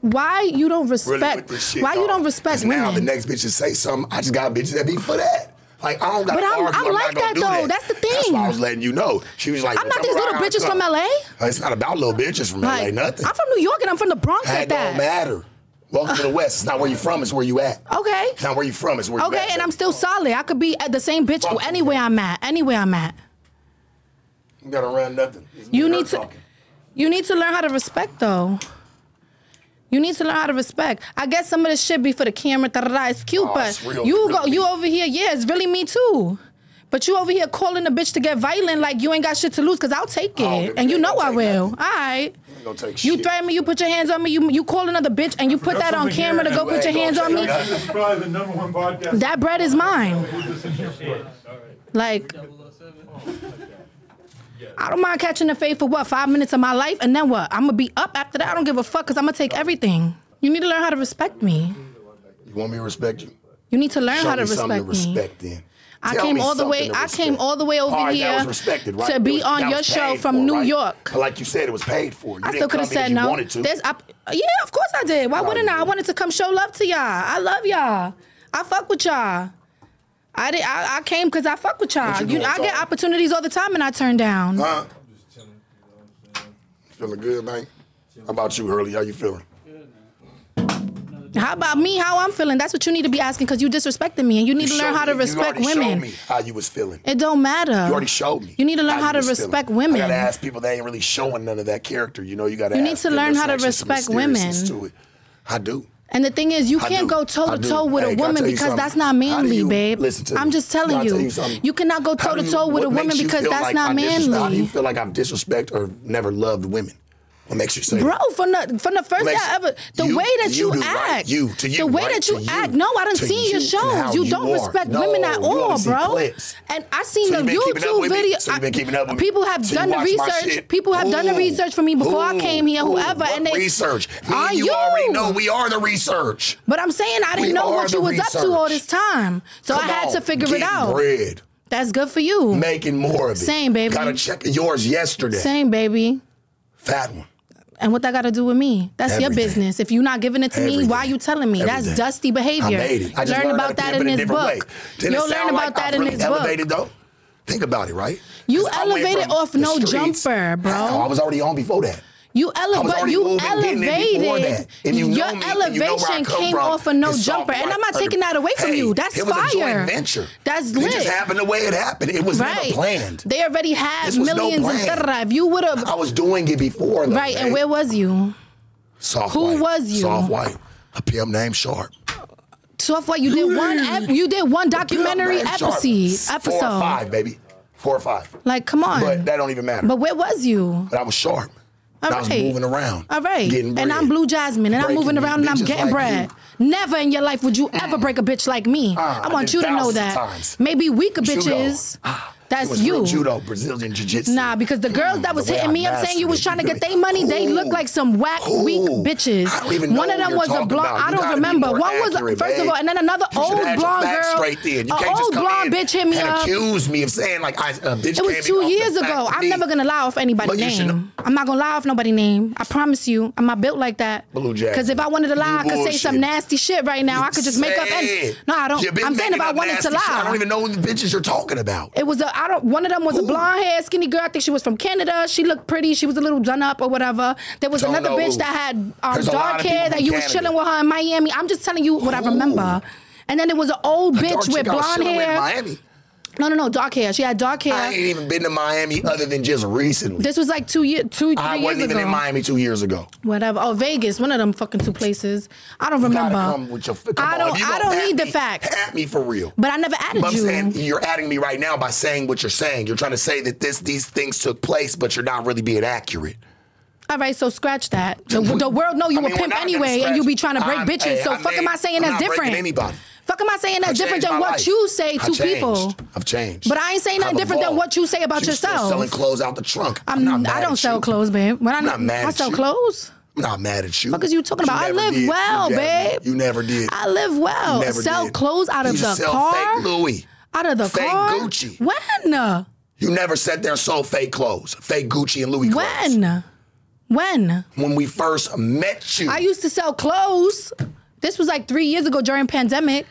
[SPEAKER 2] why you don't
[SPEAKER 1] Really
[SPEAKER 2] respect?
[SPEAKER 1] with this shit,
[SPEAKER 2] why you
[SPEAKER 1] dog.
[SPEAKER 2] don't respect
[SPEAKER 1] 'Cause Now the
[SPEAKER 2] women?
[SPEAKER 1] next bitches say something. I just got bitches that be for that. Like I don't got.
[SPEAKER 2] But I'm- I'm like that, though. That's the
[SPEAKER 1] That's
[SPEAKER 2] thing.
[SPEAKER 1] why I was letting you know. She was like,
[SPEAKER 2] I'm not
[SPEAKER 1] "Bitch,
[SPEAKER 2] these little
[SPEAKER 1] around,
[SPEAKER 2] bitches
[SPEAKER 1] come."
[SPEAKER 2] from LA.
[SPEAKER 1] It's not about little bitches from LA.
[SPEAKER 2] Like,
[SPEAKER 1] Nothing.
[SPEAKER 2] I'm from New York and I'm from the Bronx
[SPEAKER 1] That
[SPEAKER 2] at
[SPEAKER 1] don't
[SPEAKER 2] that.
[SPEAKER 1] matter. Welcome to the West. It's not where you from. It's where you at.
[SPEAKER 2] Okay.
[SPEAKER 1] It's not where you from. It's where you at.
[SPEAKER 2] Okay, and
[SPEAKER 1] baby.
[SPEAKER 2] I'm still solid. I could be at the same bitch
[SPEAKER 1] Fuck.
[SPEAKER 2] anywhere I'm at. Anywhere I'm at.
[SPEAKER 1] You gotta run nothing. It's me
[SPEAKER 2] You
[SPEAKER 1] and her
[SPEAKER 2] need to-
[SPEAKER 1] talking.
[SPEAKER 2] You need to learn how to respect though. You need to learn how to respect. I guess some of this shit be for the camera. da, da, da, It's cute,
[SPEAKER 1] Oh,
[SPEAKER 2] but
[SPEAKER 1] it's real,
[SPEAKER 2] you
[SPEAKER 1] really
[SPEAKER 2] go,
[SPEAKER 1] me.
[SPEAKER 2] you over here. Yeah, it's really me too. But you over here calling a bitch to get violent like you ain't got shit to lose. Cause I'll take it,
[SPEAKER 1] Oh, baby,
[SPEAKER 2] and
[SPEAKER 1] you
[SPEAKER 2] you
[SPEAKER 1] ain't
[SPEAKER 2] know
[SPEAKER 1] gonna
[SPEAKER 2] I
[SPEAKER 1] take
[SPEAKER 2] will.
[SPEAKER 1] nothing.
[SPEAKER 2] All right.
[SPEAKER 1] You ain't gonna take
[SPEAKER 2] You
[SPEAKER 1] shit.
[SPEAKER 2] threaten me. You put your hands on me. You you call another bitch, and you put that on
[SPEAKER 3] over here
[SPEAKER 2] camera to
[SPEAKER 3] and
[SPEAKER 2] go
[SPEAKER 1] you ain't
[SPEAKER 2] put your
[SPEAKER 1] gonna
[SPEAKER 2] hands on
[SPEAKER 1] take
[SPEAKER 2] me.
[SPEAKER 1] nothing.
[SPEAKER 3] This is probably the number one podcast.
[SPEAKER 2] That bread is mine. Like, I don't mind catching the fade for what five minutes of my life, and then what? I'm gonna be up after that. I don't give a fuck because I'm gonna take everything. You need to learn how to respect me.
[SPEAKER 1] You want me to respect you?
[SPEAKER 2] You need to learn
[SPEAKER 1] Show
[SPEAKER 2] how to
[SPEAKER 1] me
[SPEAKER 2] respect
[SPEAKER 1] something
[SPEAKER 2] me.
[SPEAKER 1] to respect then.
[SPEAKER 2] I
[SPEAKER 1] Tell
[SPEAKER 2] came
[SPEAKER 1] me
[SPEAKER 2] all the way-
[SPEAKER 1] something to
[SPEAKER 2] I
[SPEAKER 1] respect.
[SPEAKER 2] came all the way over
[SPEAKER 1] All right,
[SPEAKER 2] here
[SPEAKER 1] that was respected, right?
[SPEAKER 2] to
[SPEAKER 1] It
[SPEAKER 2] be
[SPEAKER 1] was-
[SPEAKER 2] on
[SPEAKER 1] that
[SPEAKER 2] your
[SPEAKER 1] was
[SPEAKER 2] show
[SPEAKER 1] paid
[SPEAKER 2] from
[SPEAKER 1] for,
[SPEAKER 2] New
[SPEAKER 1] right?
[SPEAKER 2] York.
[SPEAKER 1] Like you said, it was paid for. You
[SPEAKER 2] I still
[SPEAKER 1] didn't
[SPEAKER 2] could
[SPEAKER 1] come
[SPEAKER 2] have
[SPEAKER 1] because
[SPEAKER 2] said
[SPEAKER 1] you
[SPEAKER 2] no.
[SPEAKER 1] wanted to.
[SPEAKER 2] There's, I, yeah, of course I did. Why
[SPEAKER 1] No,
[SPEAKER 2] wouldn't
[SPEAKER 1] you
[SPEAKER 2] I? I
[SPEAKER 1] didn't.
[SPEAKER 2] wanted to come show love to y'all. I love y'all. I fuck with y'all. I did. I, I came because I fuck with y'all.
[SPEAKER 1] What you
[SPEAKER 2] You,
[SPEAKER 1] doing,
[SPEAKER 2] I get
[SPEAKER 1] Tom?
[SPEAKER 2] opportunities all the time and I turn down.
[SPEAKER 1] Huh? Feeling good, man? How about you, Hurley? How you feeling?
[SPEAKER 2] How about me? How I'm feeling? That's what you need to be asking because you disrespecting me, and you need to
[SPEAKER 1] You
[SPEAKER 2] learn
[SPEAKER 1] showed
[SPEAKER 2] how to
[SPEAKER 1] me-
[SPEAKER 2] respect
[SPEAKER 1] you already showed
[SPEAKER 2] women.
[SPEAKER 1] me how you was feeling.
[SPEAKER 2] It don't matter.
[SPEAKER 1] You already showed me.
[SPEAKER 2] You need to learn how
[SPEAKER 1] you
[SPEAKER 2] to
[SPEAKER 1] was
[SPEAKER 2] respect
[SPEAKER 1] feeling.
[SPEAKER 2] women.
[SPEAKER 1] I gotta ask people that ain't really showing none of that character. You know, you gotta.
[SPEAKER 2] You need
[SPEAKER 1] ask
[SPEAKER 2] to
[SPEAKER 1] them.
[SPEAKER 2] learn
[SPEAKER 1] There's
[SPEAKER 2] how to
[SPEAKER 1] actually some
[SPEAKER 2] respect
[SPEAKER 1] mysteriousness
[SPEAKER 2] women.
[SPEAKER 1] to it. I do.
[SPEAKER 2] And the thing is, you
[SPEAKER 1] I
[SPEAKER 2] can't
[SPEAKER 1] do.
[SPEAKER 2] go toe
[SPEAKER 1] I
[SPEAKER 2] to
[SPEAKER 1] do.
[SPEAKER 2] toe with
[SPEAKER 1] Hey,
[SPEAKER 2] a
[SPEAKER 1] can I
[SPEAKER 2] woman
[SPEAKER 1] tell you
[SPEAKER 2] because that's
[SPEAKER 1] something?
[SPEAKER 2] not
[SPEAKER 1] How do
[SPEAKER 2] manly,
[SPEAKER 1] you-
[SPEAKER 2] babe.
[SPEAKER 1] Listen to me.
[SPEAKER 2] I'm just telling
[SPEAKER 1] Can I
[SPEAKER 2] you,
[SPEAKER 1] tell something?
[SPEAKER 2] you cannot go
[SPEAKER 1] How
[SPEAKER 2] toe to
[SPEAKER 1] do you-
[SPEAKER 2] toe with
[SPEAKER 1] what
[SPEAKER 2] a woman
[SPEAKER 1] makes you
[SPEAKER 2] because
[SPEAKER 1] feel
[SPEAKER 2] that's
[SPEAKER 1] like
[SPEAKER 2] not
[SPEAKER 1] I disres- How do you
[SPEAKER 2] manly.
[SPEAKER 1] feel like I've disrespected or never loved women? What makes you say
[SPEAKER 2] Bro,
[SPEAKER 1] that?
[SPEAKER 2] from the from the first day
[SPEAKER 1] Makes-
[SPEAKER 2] I ever, the
[SPEAKER 1] you-
[SPEAKER 2] way that
[SPEAKER 1] you
[SPEAKER 2] you,
[SPEAKER 1] do, right?
[SPEAKER 2] act,
[SPEAKER 1] You, to you,
[SPEAKER 2] the way
[SPEAKER 1] right?
[SPEAKER 2] that you
[SPEAKER 1] To you,
[SPEAKER 2] act. No, I done
[SPEAKER 1] to
[SPEAKER 2] seen your
[SPEAKER 1] you and how
[SPEAKER 2] shows. You,
[SPEAKER 1] you
[SPEAKER 2] don't
[SPEAKER 1] are.
[SPEAKER 2] respect
[SPEAKER 1] No,
[SPEAKER 2] women at
[SPEAKER 1] you only
[SPEAKER 2] all,
[SPEAKER 1] see
[SPEAKER 2] bro.
[SPEAKER 1] clips.
[SPEAKER 2] And I seen
[SPEAKER 1] So you
[SPEAKER 2] the
[SPEAKER 1] been keeping up
[SPEAKER 2] YouTube
[SPEAKER 1] with me?
[SPEAKER 2] video.
[SPEAKER 1] So you been
[SPEAKER 2] I-
[SPEAKER 1] keeping up with me?
[SPEAKER 2] people have
[SPEAKER 1] So you
[SPEAKER 2] done the
[SPEAKER 1] watch my
[SPEAKER 2] research.
[SPEAKER 1] shit?
[SPEAKER 2] People have done the
[SPEAKER 1] Ooh,
[SPEAKER 2] research for me before I
[SPEAKER 1] ooh,
[SPEAKER 2] came here.
[SPEAKER 1] ooh,
[SPEAKER 2] Whoever
[SPEAKER 1] what
[SPEAKER 2] and they
[SPEAKER 1] research. Me
[SPEAKER 2] On
[SPEAKER 1] and you,
[SPEAKER 2] you.
[SPEAKER 1] already know we are the research.
[SPEAKER 2] But I'm saying I
[SPEAKER 1] We
[SPEAKER 2] didn't know
[SPEAKER 1] are
[SPEAKER 2] what you
[SPEAKER 1] the
[SPEAKER 2] was up to all
[SPEAKER 1] research.
[SPEAKER 2] this time, so I
[SPEAKER 1] Come
[SPEAKER 2] had
[SPEAKER 1] on,
[SPEAKER 2] to figure it
[SPEAKER 1] getting
[SPEAKER 2] out.
[SPEAKER 1] Bread,
[SPEAKER 2] That's good for you.
[SPEAKER 1] making more of it.
[SPEAKER 2] Same, baby.
[SPEAKER 1] Got a check of yours yesterday.
[SPEAKER 2] Same, baby.
[SPEAKER 1] Fat one.
[SPEAKER 2] And what that got to do with me? That's your
[SPEAKER 1] Everything.
[SPEAKER 2] business. If you're not giving it to me,
[SPEAKER 1] Everything.
[SPEAKER 2] why you telling me? That's
[SPEAKER 1] Everything.
[SPEAKER 2] dusty behavior.
[SPEAKER 1] I made it. I just
[SPEAKER 2] learn
[SPEAKER 1] learned
[SPEAKER 2] about
[SPEAKER 1] how
[SPEAKER 2] that
[SPEAKER 1] to pimp
[SPEAKER 2] in
[SPEAKER 1] it a
[SPEAKER 2] this
[SPEAKER 1] different
[SPEAKER 2] book.
[SPEAKER 1] way. Didn't it
[SPEAKER 2] You'll learn
[SPEAKER 1] sound
[SPEAKER 2] about
[SPEAKER 1] like
[SPEAKER 2] that
[SPEAKER 1] I
[SPEAKER 2] in
[SPEAKER 1] really
[SPEAKER 2] this
[SPEAKER 1] elevated,
[SPEAKER 2] book.
[SPEAKER 1] Though? Think about it, right?
[SPEAKER 2] You
[SPEAKER 1] 'Cause I went
[SPEAKER 2] elevated
[SPEAKER 1] from
[SPEAKER 2] off
[SPEAKER 1] the
[SPEAKER 2] no
[SPEAKER 1] streets.
[SPEAKER 2] jumper, bro.
[SPEAKER 1] How? I was already on before that.
[SPEAKER 2] You
[SPEAKER 1] I
[SPEAKER 2] ele-
[SPEAKER 1] was
[SPEAKER 2] but
[SPEAKER 1] already
[SPEAKER 2] you
[SPEAKER 1] moving, getting it before
[SPEAKER 2] elevated.
[SPEAKER 1] that. And you know
[SPEAKER 2] your
[SPEAKER 1] me, and
[SPEAKER 2] elevation
[SPEAKER 1] you know where I come
[SPEAKER 2] came
[SPEAKER 1] from.
[SPEAKER 2] off of no
[SPEAKER 1] It's soft
[SPEAKER 2] jumper, and I'm not
[SPEAKER 1] life.
[SPEAKER 2] taking that away from
[SPEAKER 1] Hey,
[SPEAKER 2] you. That's
[SPEAKER 1] it was
[SPEAKER 2] fire.
[SPEAKER 1] A joint venture.
[SPEAKER 2] That's
[SPEAKER 1] It
[SPEAKER 2] lit.
[SPEAKER 1] just happened the way it happened. It was
[SPEAKER 2] right.
[SPEAKER 1] never planned.
[SPEAKER 2] They already had
[SPEAKER 1] This was no
[SPEAKER 2] millions and
[SPEAKER 1] plan.
[SPEAKER 2] da-da-da. If you would have
[SPEAKER 1] I was doing it before. Though,
[SPEAKER 2] right, and
[SPEAKER 1] man.
[SPEAKER 2] where was you?
[SPEAKER 1] soft
[SPEAKER 2] who
[SPEAKER 1] white.
[SPEAKER 2] was you?
[SPEAKER 1] Soft white. A PM named Sharp.
[SPEAKER 2] So off what you did one ep- you did one documentary
[SPEAKER 1] PM named Sharp.
[SPEAKER 2] episode
[SPEAKER 1] Four or
[SPEAKER 2] episode.
[SPEAKER 1] five, baby. Four or five.
[SPEAKER 2] Like, come on.
[SPEAKER 1] But that don't even matter.
[SPEAKER 2] But where was you?
[SPEAKER 1] But I was sharp.
[SPEAKER 2] All
[SPEAKER 1] And I was
[SPEAKER 2] right.
[SPEAKER 1] moving around.
[SPEAKER 2] All right.
[SPEAKER 1] Getting bread.
[SPEAKER 2] And I'm Blue Jasmine and I'm
[SPEAKER 1] Breaking
[SPEAKER 2] moving around and I'm
[SPEAKER 1] bitches
[SPEAKER 2] getting
[SPEAKER 1] like
[SPEAKER 2] bread.
[SPEAKER 1] you.
[SPEAKER 2] Never in your life would you ever break a bitch like me.
[SPEAKER 1] Ah,
[SPEAKER 2] I
[SPEAKER 1] I
[SPEAKER 2] want
[SPEAKER 1] did
[SPEAKER 2] you to know
[SPEAKER 1] thousands of
[SPEAKER 2] that.
[SPEAKER 1] times.
[SPEAKER 2] Maybe weaker
[SPEAKER 1] Judo.
[SPEAKER 2] bitches.
[SPEAKER 1] Ah, it
[SPEAKER 2] That's
[SPEAKER 1] was real
[SPEAKER 2] you.
[SPEAKER 1] Judo, Brazilian Jiu Jitsu.
[SPEAKER 2] Nah, because the girls that was hitting me up saying you was trying to get their money, they look like some whack, weak bitches.
[SPEAKER 1] I don't even know
[SPEAKER 2] One of
[SPEAKER 1] who
[SPEAKER 2] them
[SPEAKER 1] you're
[SPEAKER 2] was a
[SPEAKER 1] talking
[SPEAKER 2] blonde.
[SPEAKER 1] about.
[SPEAKER 2] I
[SPEAKER 1] You
[SPEAKER 2] don't
[SPEAKER 1] gotta be
[SPEAKER 2] remember.
[SPEAKER 1] more
[SPEAKER 2] One was
[SPEAKER 1] accurate,
[SPEAKER 2] first of
[SPEAKER 1] babe.
[SPEAKER 2] all, and then another
[SPEAKER 1] You should
[SPEAKER 2] old
[SPEAKER 1] have had your
[SPEAKER 2] blonde
[SPEAKER 1] facts
[SPEAKER 2] girl.
[SPEAKER 1] Straight then. You
[SPEAKER 2] a
[SPEAKER 1] can't just
[SPEAKER 2] old
[SPEAKER 1] come
[SPEAKER 2] blonde
[SPEAKER 1] in
[SPEAKER 2] bitch hit me
[SPEAKER 1] and
[SPEAKER 2] up.
[SPEAKER 1] accuse me of saying like I, a bitch
[SPEAKER 2] It
[SPEAKER 1] came
[SPEAKER 2] was two
[SPEAKER 1] off the
[SPEAKER 2] years
[SPEAKER 1] back
[SPEAKER 2] ago.
[SPEAKER 1] to
[SPEAKER 2] I'm
[SPEAKER 1] me.
[SPEAKER 2] never gonna lie off anybody's
[SPEAKER 1] But you should know.
[SPEAKER 2] name. I'm not gonna lie off nobody's name. I promise you. I'm not built like that.
[SPEAKER 1] Blue Jasmine.
[SPEAKER 2] Because if I wanted to lie, I
[SPEAKER 1] You
[SPEAKER 2] could say some
[SPEAKER 1] bullshit.
[SPEAKER 2] nasty shit right now. I could just make up
[SPEAKER 1] Say
[SPEAKER 2] any.
[SPEAKER 1] it.
[SPEAKER 2] No, I don't.
[SPEAKER 1] You been
[SPEAKER 2] I'm saying
[SPEAKER 1] making
[SPEAKER 2] if I
[SPEAKER 1] up
[SPEAKER 2] wanted
[SPEAKER 1] nasty
[SPEAKER 2] to lie.
[SPEAKER 1] shit. I don't even know who the bitches you're talking about.
[SPEAKER 2] It was a. I don't. One of them was a blonde hair, skinny girl. I think she was from Canada. She looked pretty. She was a little done up or whatever. There was
[SPEAKER 1] Don't know
[SPEAKER 2] another bitch
[SPEAKER 1] who.
[SPEAKER 2] that had um,
[SPEAKER 1] There's a lot
[SPEAKER 2] dark
[SPEAKER 1] of people
[SPEAKER 2] hair that
[SPEAKER 1] from
[SPEAKER 2] you was
[SPEAKER 1] Canada.
[SPEAKER 2] chilling with her in Miami. I'm just telling you what I
[SPEAKER 1] Ooh.
[SPEAKER 2] remember. And then there was an old
[SPEAKER 1] A dark
[SPEAKER 2] bitch with
[SPEAKER 1] chick I was
[SPEAKER 2] blonde
[SPEAKER 1] chilling with in
[SPEAKER 2] hair.
[SPEAKER 1] Miami.
[SPEAKER 2] No, no, no, dark hair. She had dark hair.
[SPEAKER 1] I ain't even been to Miami other than just recently.
[SPEAKER 2] this was like two year, two, three
[SPEAKER 1] I
[SPEAKER 2] years
[SPEAKER 1] wasn't
[SPEAKER 2] ago.
[SPEAKER 1] even in Miami two years ago.
[SPEAKER 2] Whatever. Oh, Vegas, one of them fucking two places. I don't remember.
[SPEAKER 1] Gotta come with your. Come
[SPEAKER 2] I
[SPEAKER 1] on,
[SPEAKER 2] don't.
[SPEAKER 1] if you
[SPEAKER 2] I
[SPEAKER 1] gonna
[SPEAKER 2] don't
[SPEAKER 1] at
[SPEAKER 2] need the
[SPEAKER 1] me,
[SPEAKER 2] facts.
[SPEAKER 1] At me for real.
[SPEAKER 2] But I never added
[SPEAKER 1] But I'm
[SPEAKER 2] you.
[SPEAKER 1] saying you're adding me right now by saying what you're saying. You're trying to say that this these things took place, but you're not really being accurate.
[SPEAKER 2] All right, so scratch that. The, the world know Oh, you
[SPEAKER 1] I mean,
[SPEAKER 2] a
[SPEAKER 1] we're
[SPEAKER 2] pimp
[SPEAKER 1] not gonna
[SPEAKER 2] anyway,
[SPEAKER 1] scratch-
[SPEAKER 2] and you be trying to break
[SPEAKER 1] I'm-
[SPEAKER 2] bitches.
[SPEAKER 1] hey,
[SPEAKER 2] so
[SPEAKER 1] I
[SPEAKER 2] fuck am I
[SPEAKER 1] made-
[SPEAKER 2] saying
[SPEAKER 1] I'm
[SPEAKER 2] that's
[SPEAKER 1] not breaking
[SPEAKER 2] different?
[SPEAKER 1] anybody.
[SPEAKER 2] Fuck am I saying
[SPEAKER 1] I
[SPEAKER 2] that's different
[SPEAKER 1] changed
[SPEAKER 2] than
[SPEAKER 1] my
[SPEAKER 2] what
[SPEAKER 1] life.
[SPEAKER 2] you say
[SPEAKER 1] I
[SPEAKER 2] to
[SPEAKER 1] changed.
[SPEAKER 2] people?
[SPEAKER 1] I've changed.
[SPEAKER 2] But I ain't saying nothing
[SPEAKER 1] I've
[SPEAKER 2] different than
[SPEAKER 1] evolved.
[SPEAKER 2] what you say about
[SPEAKER 1] You still
[SPEAKER 2] yourself.
[SPEAKER 1] selling clothes out the trunk. I'm,
[SPEAKER 2] I'm,
[SPEAKER 1] not mad
[SPEAKER 2] I don't
[SPEAKER 1] at
[SPEAKER 2] sell
[SPEAKER 1] you.
[SPEAKER 2] clothes, babe. When I,
[SPEAKER 1] I'm not mad
[SPEAKER 2] I
[SPEAKER 1] at
[SPEAKER 2] sell
[SPEAKER 1] you.
[SPEAKER 2] clothes.
[SPEAKER 1] I'm not mad at you.
[SPEAKER 2] Fuck is you talking about? I
[SPEAKER 1] never
[SPEAKER 2] live
[SPEAKER 1] did.
[SPEAKER 2] well,
[SPEAKER 1] you never-
[SPEAKER 2] babe.
[SPEAKER 1] You never did.
[SPEAKER 2] I live
[SPEAKER 1] You
[SPEAKER 2] well.
[SPEAKER 1] never
[SPEAKER 2] sell
[SPEAKER 1] did.
[SPEAKER 2] clothes out
[SPEAKER 1] You
[SPEAKER 2] of the
[SPEAKER 1] sell
[SPEAKER 2] car.
[SPEAKER 1] Fake Louis.
[SPEAKER 2] Out of the
[SPEAKER 1] Fake
[SPEAKER 2] car.
[SPEAKER 1] Gucci.
[SPEAKER 2] When? Uh,
[SPEAKER 1] You never sat there and sold fake clothes, fake Gucci and Louis clothes.
[SPEAKER 2] When? When?
[SPEAKER 1] When we first met you.
[SPEAKER 2] I used to sell clothes. This was like three years ago during pandemic.